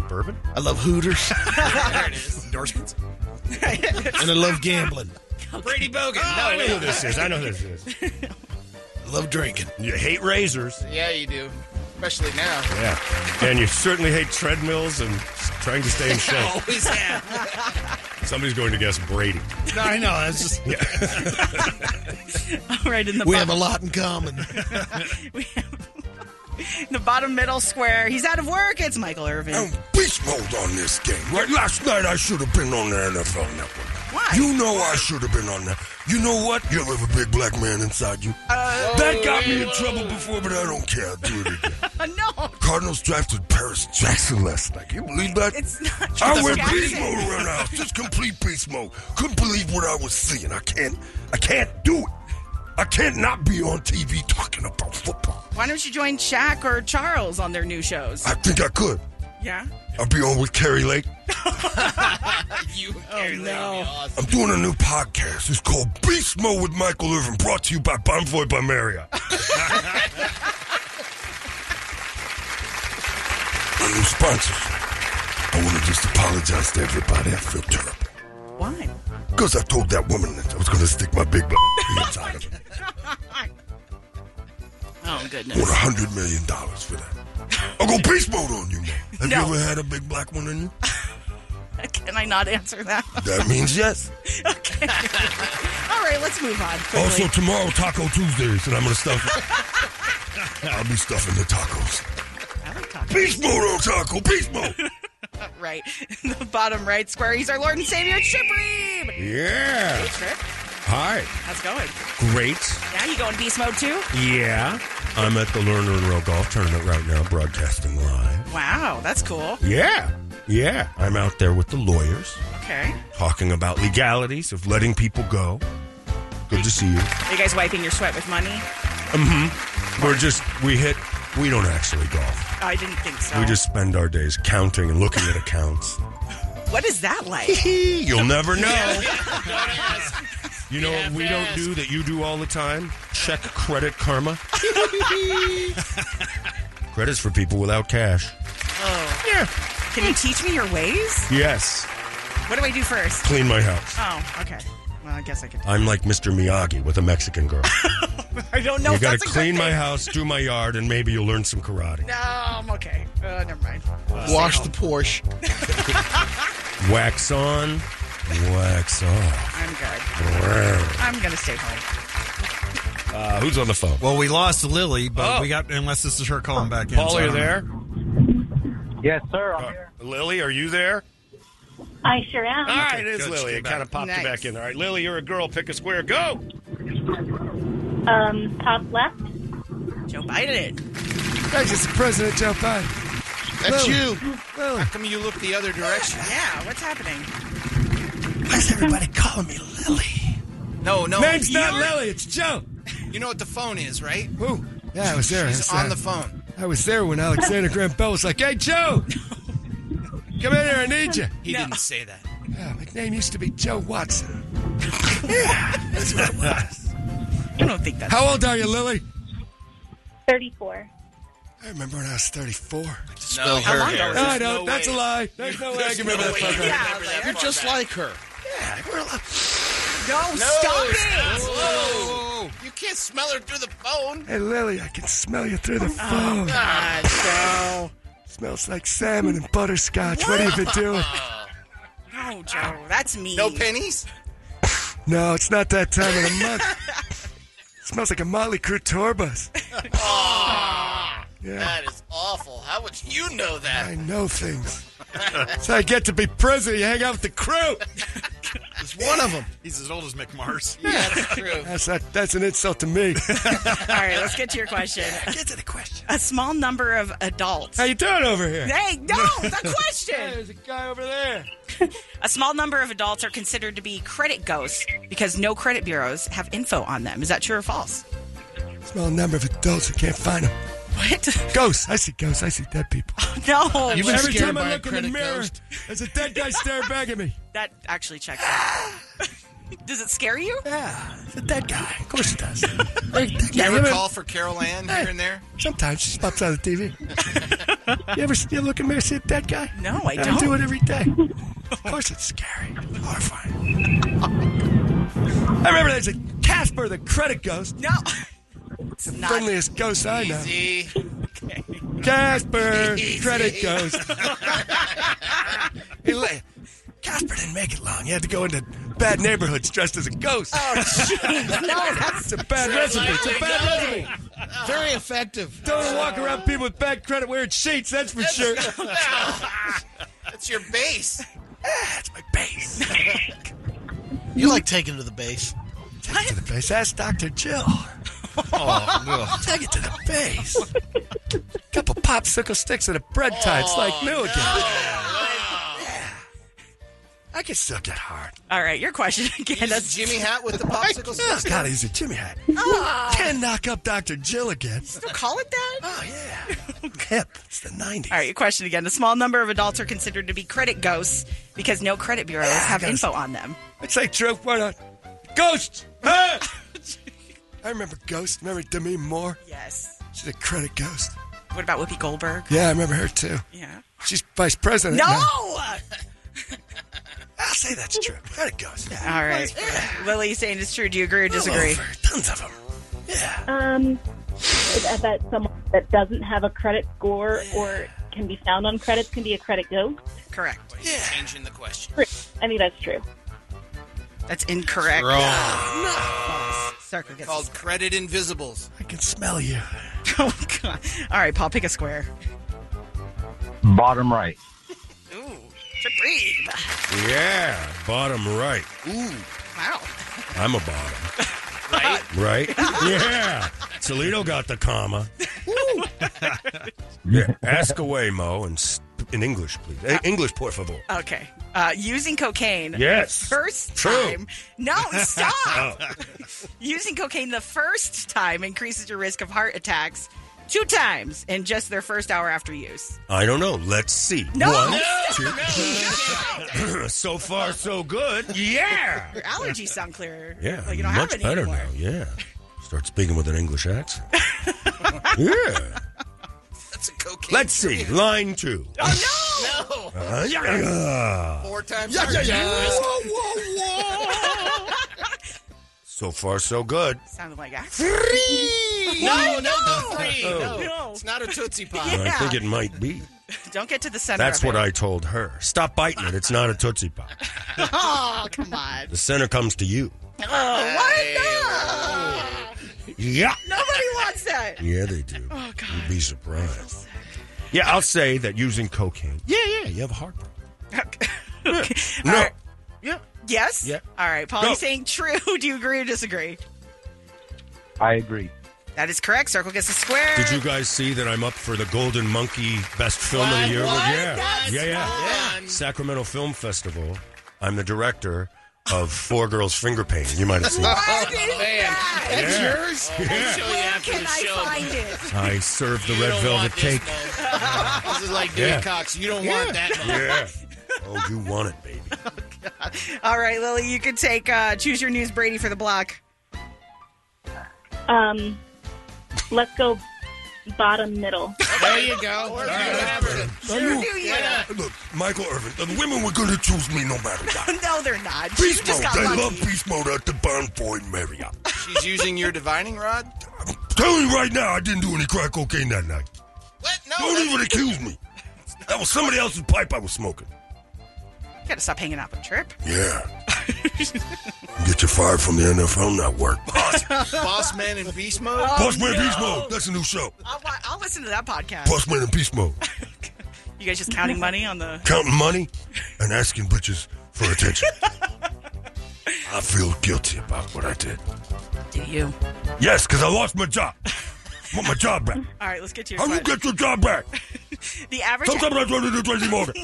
Bourbon. I love Hooters, there it is. Endorsements. and I love gambling. Brady Bogan. Oh, no, I know who this is. I know who this is. I love drinking. You hate razors. Yeah, you do. Especially now. Yeah. And you certainly hate treadmills and s- trying to stay in shape. Always have. Somebody's going to guess Brady. No, I know. That's just. All right, in the we bottom, have a lot in common. in the bottom middle square. He's out of work. It's Michael Irvin. Oh. Beast mode on this game, right? Last night I should have been on the NFL Network. Why? You know I should have been on that. You know what? You have a big black man inside you. that got me in trouble before, but I don't care. I'll do it again. no. Cardinals drafted Paris Jackson last night. Can you believe that? It's not I Paris went Jackson. beast mode right now. Just complete beast mode. Couldn't believe what I was seeing. I can't. I can't do it. I can't not be on TV talking about football. Why don't you join Shaq or Charles on their new shows? I think I could. yeah. I'll be on with Carrie Lake. you oh, no. I'm doing a new podcast. It's called Beast Mode with Michael Irvin, brought to you by Bonvoy by Marriott. My new sponsors. I want to just apologize to everybody. I feel terrible. Why? Because I told that woman that I was going to stick my big black inside of her. Oh I want a hundred million dollars for that. I'll go beast mode on you, man. Have No. you ever had a big black one in you? Can I not answer that? That means yes. okay. All right, let's move on. Quickly. Also, tomorrow, Taco Tuesdays, and I'm going to stuff it. I'll be stuffing the tacos. Beast mode on taco, beast mode. right, in the bottom right square, he's our Lord and Savior, Chip Reeb. Yeah. Hey, Chip. Hi. How's it going? Great. Yeah, you going beast mode too? Yeah. I'm at the Learner and Row Golf Tournament right now, broadcasting live. Wow, that's cool. Yeah, yeah. I'm out there with the lawyers, Okay. talking about legalities of letting people go. Good to see you. Are you guys wiping your sweat with money? Oh, Mm-hmm. We're just, we hit, we don't actually golf. I didn't think so. We just spend our days counting and looking at accounts. What is that like? You'll never know. You know what we don't do that you do all the time? Check credit karma. Credits for people without cash. oh. Can you teach me your ways? Yes. What do I do first? Clean my house. Oh, okay. Well, I guess I could. I'm like Mr. Miyagi with a Mexican girl. I don't know. you if gotta that's a good clean my thing. house, do my yard, and maybe you'll learn some karate. No, I'm okay. Uh, never mind. Wash the Porsche. Wax on, wax off. I'm good. Wow. I'm gonna stay home. Uh, who's on the phone? Well, we lost Lily, but Oh. we got unless this is her calling back in. Paul, so I are you don't know. there? Yes, sir. I'm here. Uh, Lily, are you there? I sure am. All right, it is Lily. It kind of popped Nice. you back in. All right, Lily, you're a girl. Pick a square. Go. Um, top left. Joe Biden. That's just President Joe Biden. That's you. How come you look the other direction? Yeah, what's happening? Why's everybody calling me Lily? No, no. Name's not Lily, it's Joe. You know what the phone is, right? Who? Yeah, I was there. She's That's, on uh, the phone. I was there when Alexander Graham Bell was like, "Hey, Joe, come in here. I need you." He didn't say that. Yeah, my name used to be Joe Watson. That's what it was. I don't think How old are you, Lily? 34. I remember when I was 34. Spell her hair. I don't. that's a lie. There's no way I There's can remember no that. way far you back. can remember that You're far just back. like her. Yeah, we're a lot- No, stop it! Whoa. You can't smell her through the phone. Hey, Lily, I can smell you through the Oh, phone. God, Joe. Smells like salmon and butterscotch. Uh, What have you been doing? No, Joe, that's me. No pennies? No, it's not that time of the month. smells like a Motley Crue tour bus. Aw. Yeah. That is awful. How would you know that? I know things. so I get to be president. You hang out with the crew. He's one of them. He's as old as Mick Mars. That's not, that's an insult to me. All right, let's get to your question. get to the question. A small number of adults. How you doing over here? Hey, no, the question. there's a guy over there. A small number of adults are considered to be credit ghosts because no credit bureaus have info on them. Is that true or false? Small number of adults who can't find him. What? Ghosts. I see ghosts. I see dead people. No. You've been Every scared time I by a look in the credit mirror, there's a dead guy staring back at me. That actually checks out. Does it scare you? Yeah. The dead guy. Of course it does. Do you ever call for Carol Ann here and there? Sometimes she pops on the TV. you ever see you ever look in the mirror see a dead guy? No, I I don't. do it every day. Of course it's scary. Horrifying. I remember there's a Casper the credit ghost. No. The friendliest ghost I know. Casper, credit ghost. He la- Casper didn't make it long. He had to go into bad neighborhoods dressed as a ghost. Oh, jeez, no, It's a bad resume. It's a bad resume. Very effective. Don't walk around people with bad credit wearing sheets, that's for sure. That's your base. That's Ah, my base. You like taking to the base. Take to the base. That's Dr. Jill. Oh, Take it to the base. Couple popsicle sticks and a bread tie. Oh, It's like new again. I can still get hard. All right, your question again. That's Jimmy Hat with the popsicle Oh, stick. God, he's a Jimmy hat. Oh. Can knock up Dr. Jill again. Still call it that? Oh, yeah. Hip. It's the 90s. All right, your question again. A small number of adults are considered to be credit ghosts because no credit bureaus have gotta info say- on them. It's like true. Why not? Ghosts. Hey! I remember Ghost. Remember Demi Moore? Yes. She's a credit ghost. What about Whoopi Goldberg? Yeah, I remember her too. Yeah. She's vice president. No! now. I'll say that's true. Credit ghosts. All right. Lily's saying it's true. Do you agree or disagree? Tons of them. Um, I bet someone that doesn't have a credit score or can be found on credits can be a credit ghost. Correct. Yeah. Changing the question. I think that's true. That's incorrect. Wrong. Circle gets Called Credit Invisibles. I can smell you. Oh, God. All right, Paul, pick a square. Bottom right. Ooh, Sabrine. Yeah, bottom right. Ooh, wow. I'm a bottom. right? Right? Yeah. Toledo got the comma. yeah. Ask away, Mo, and s- in English, please. Eh, English, por favor. Okay. Uh, using cocaine. Yes. The first True. time. No, stop. Oh. using cocaine the first time increases your risk of heart attacks two times in just their first hour after use. I don't know. Let's see. No. One, No, two- so far, so good. Yeah. Your allergies sound clearer. Yeah. Like you don't much have any better anymore. now. Yeah. Start speaking with an English accent. yeah. That's a cocaine. Let's see. Line two. Oh, no! Uh, yeah, yeah. Four times. Yeah, yeah, yeah. Whoa, whoa, whoa. So far, so good. Sounded like axe. Three! No, No, no, no. no, three. No. No. It's not a Tootsie Pop. Oh. I think it might be. Don't get to the center. That's of what I told her. Stop biting it. It's not a Tootsie Pop. it. oh, come on. The center comes to you. Oh, what? Yeah. No. Nobody wants that. Yeah, they do. Oh, God. You'd be surprised. Yeah, I'll say that using cocaine. Yeah, yeah, you have a heart problem. No. Yeah. Yes? Yeah. All right. Paul, Go. you're saying true. Do you agree or disagree? I agree. That is correct. Circle gets a square. Did you guys see that I'm up for the Golden Monkey Best Film of the Year? What? Yeah. That's yeah, yeah. Sacramento Film Festival. I'm the director of Four Girls Finger Painting. You might have seen it. Oh, What is that? That's Yeah. yours? Oh, Yeah. I'll show you Where after can the I show. find it? I served the red velvet cake. This is like Yeah. Dewey Cox. You don't want that. Mo. Yeah. Oh, you want it, baby. All right, Lily, you can take uh, choose your news, Brady, for the block. Um, let's go bottom middle. There you go. All right. Sure you- do you. Look, Michael Irvin, the women were going to choose me no matter what. no, they're not. You Beast just mode. got I lucky. love beast mode at the Bonfoy Marriott. She's using your divining rod? Tell you right now, I didn't do any crack cocaine that night. What? No. Oh, Don't even accuse me. That was somebody else's pipe I was smoking. You gotta stop hanging out with Trip. Yeah. Get you fired from the NFL network. Boss Man in Beast Mode? Oh, Boss Man no. Beast Mode. That's a new show. I'll, wa- I'll listen to that podcast. Boss Man in Beast Mode. You guys just counting money on the. Counting money and asking bitches for attention. I feel guilty about what I did. Do you? Yes, because I lost my job. I want my job back. All right, let's get to How your. you question. get your job back? The average. Sometimes I try to do Tracy Morgan.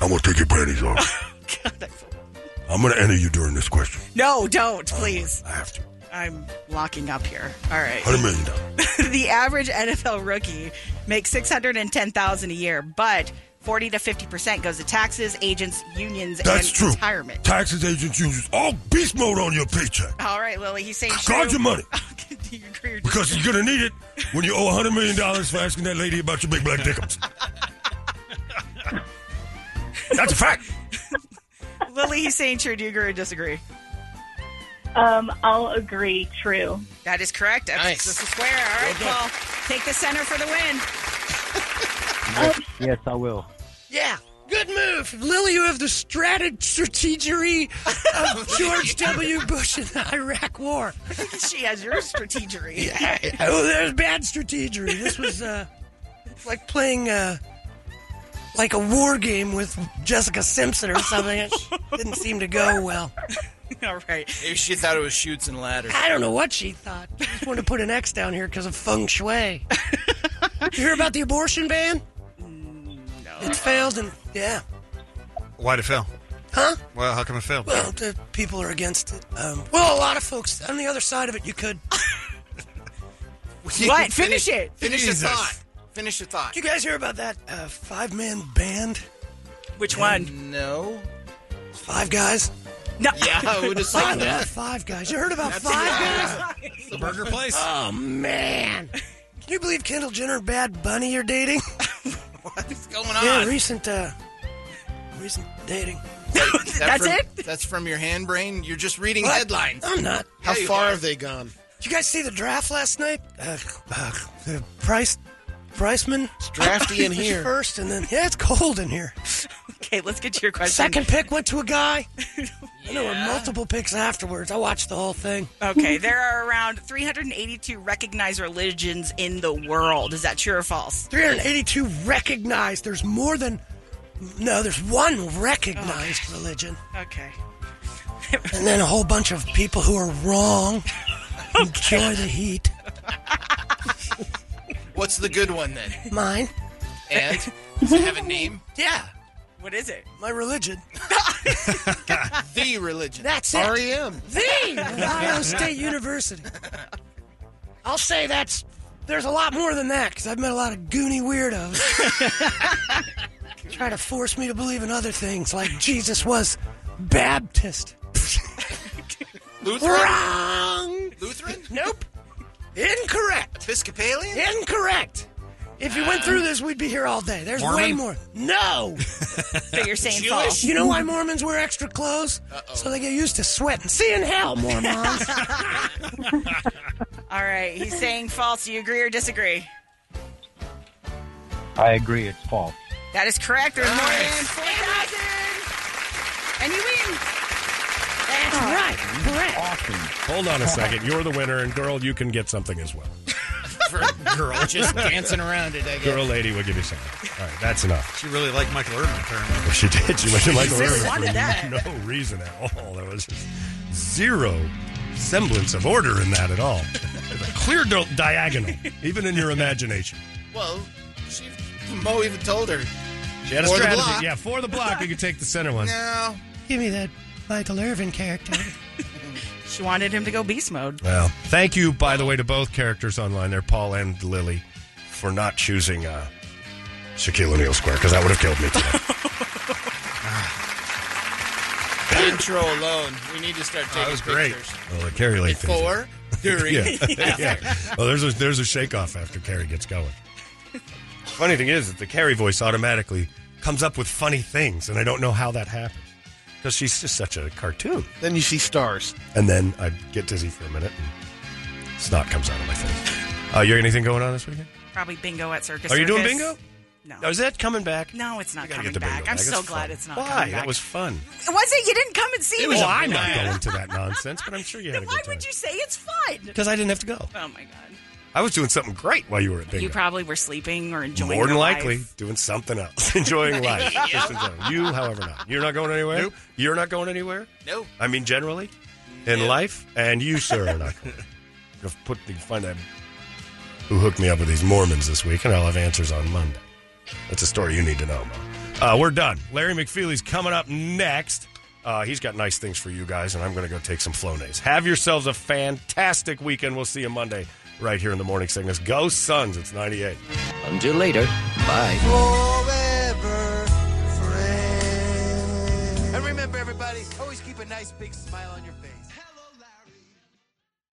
I won't take your panties off. I'm going to enter you during this question. No, don't, please. I have to. I'm locking up here. All right. Hundred million dollars. the average NFL rookie makes six hundred and ten thousand a year, but forty to fifty percent goes to taxes, agents, unions, That's and true. retirement. Taxes agents uses all beast mode on your paycheck. All right, Lily, he's saying Guard true. your money Do you agree or because you're gonna need it when you owe hundred million dollars for asking that lady about your big black dickums. That's a fact. dis- Lily, he's saying true. Do you agree or disagree? Um, I'll agree. True. That is correct. That's, That's a square. All right, Paul, take the center for the win. Yes, I will. Yeah, good move. Lily, you have the strat- strategery of George W. Bush in the Iraq War. she has your strategery. Oh, there's bad strategery. This was uh, it's like playing uh, like a war game with Jessica Simpson or something. It didn't seem to go well. All right. Maybe she thought it was shoots and ladders. I don't know what she thought. She just wanted to put an X down here because of feng shui. you hear about the abortion ban? Mm, No. It failed, and yeah, Why'd it fail? Huh? Well, how come it failed? well, the people are against it. Um, well, a lot of folks on the other side of it. You could. What? Finish it. Finish the thought. Finish the thought. Did you guys hear about that uh, five man band? Which one? No. Five guys. No. Yeah, I would've seen I love that. Five guys. You heard about That's Five wild. Guys? The burger place? Oh man! Can you believe Kendall Jenner and Bad Bunny are dating? What's going Yeah, on? recent, uh, recent dating. Is that from- That's from your hand brain? You're just reading What? headlines. I'm not. How Yeah, you far are. have they gone? Did you guys see the draft last night? Uh, uh, the Price, Priceman. It's drafty in here. First, and then yeah, it's cold in here. Okay, let's get to your question. Second pick went to a guy. I know, and multiple picks afterwards. I watched the whole thing. Okay, there are around 382 recognized religions in the world. Is that true or false? 382 recognized. There's more than. No, there's one recognized Oh, religion. Okay. And then a whole bunch of people who are wrong. Enjoy the heat. What's the good one then? Mine. And does it have a name? Yeah. What is it? My religion. The religion. That's it. REM. The Ohio State University. I'll say that's. There's a lot more than that because I've met a lot of goony weirdos. Try to force me to believe in other things like Jesus was Baptist. Lutheran? Wrong. Lutheran? Nope. Incorrect. Episcopalian? Incorrect. If you went through this, we'd be here all day. There's way Mormon? more. No. So you're saying Jewish? false. You know why Mormons wear extra clothes? So they get used to sweating. See in hell, Mormons. All right, he's saying false. Do you agree or disagree? I agree. It's false. That is correct. There's more than 4,000. And you win. That's right, Brett. Hold on a second. You're the winner, and girl, you can get something as well. For girl, just dancing around it. I guess. Girl, lady, we'll give you something. All right, that's enough. She really liked Michael Irvin, apparently. Well, she did. She went to Michael Jesus. Irvin Wanted for that. no reason at all. There was just zero semblance of order in that at all. There's a clear do- diagonal, even in your imagination. Well, she, Mo even told her. She had a For the strategy. block. yeah, for the block, you could take the center one. No. Give me that Michael Irvin character. She wanted him to go beast mode. Well, thank you, by the way, to both characters online there, Paul and Lily, for not choosing uh, Shaquille O'Neal Square because that would have killed me today. The intro alone. We need to start taking was great. pictures. well, the Carrie Lake thing. Before, during. yeah. yeah. Well, there's a there's a shakeoff after Carrie gets going. Funny thing is that the Carrie voice automatically comes up with funny things, and I don't know how that happens because she's just such a cartoon. Then you see stars. And then I get dizzy for a minute, and snot comes out of my face. Uh, you got anything going on this weekend? Probably bingo at Circus. Are you doing Circus. bingo? No. Now, is that coming back? No, it's not gotta coming get the bingo back. I'm back. so It's glad fun. it's not Why? coming back. That was fun. It wasn't. You didn't come and see me. Well, I'm not going to that nonsense, but I'm sure you had a good Why time. would you say it's fun? Because I didn't have to go. Oh my god. I was doing something great while you were at bingo. You probably were sleeping or enjoying. More than your likely, life. doing something else, enjoying life. Just enjoying. You, however, not. You're not going anywhere. You're not going anywhere. No. I mean, generally, in life, and you, sir, are not. Going. You'll put you can find out who hooked me up with these Mormons this week, and I'll have answers on Monday. That's a story you need to know. Mo. Uh, we're done. Larry McFeely's coming up next. Uh, he's got nice things for you guys, and I'm going to go take some Flonase. Have yourselves a fantastic weekend. We'll see you Monday right here in the morning sickness. Go Suns. It's 98. Until later. Bye. Forever friends. And remember, everybody, always keep a nice big smile on your face.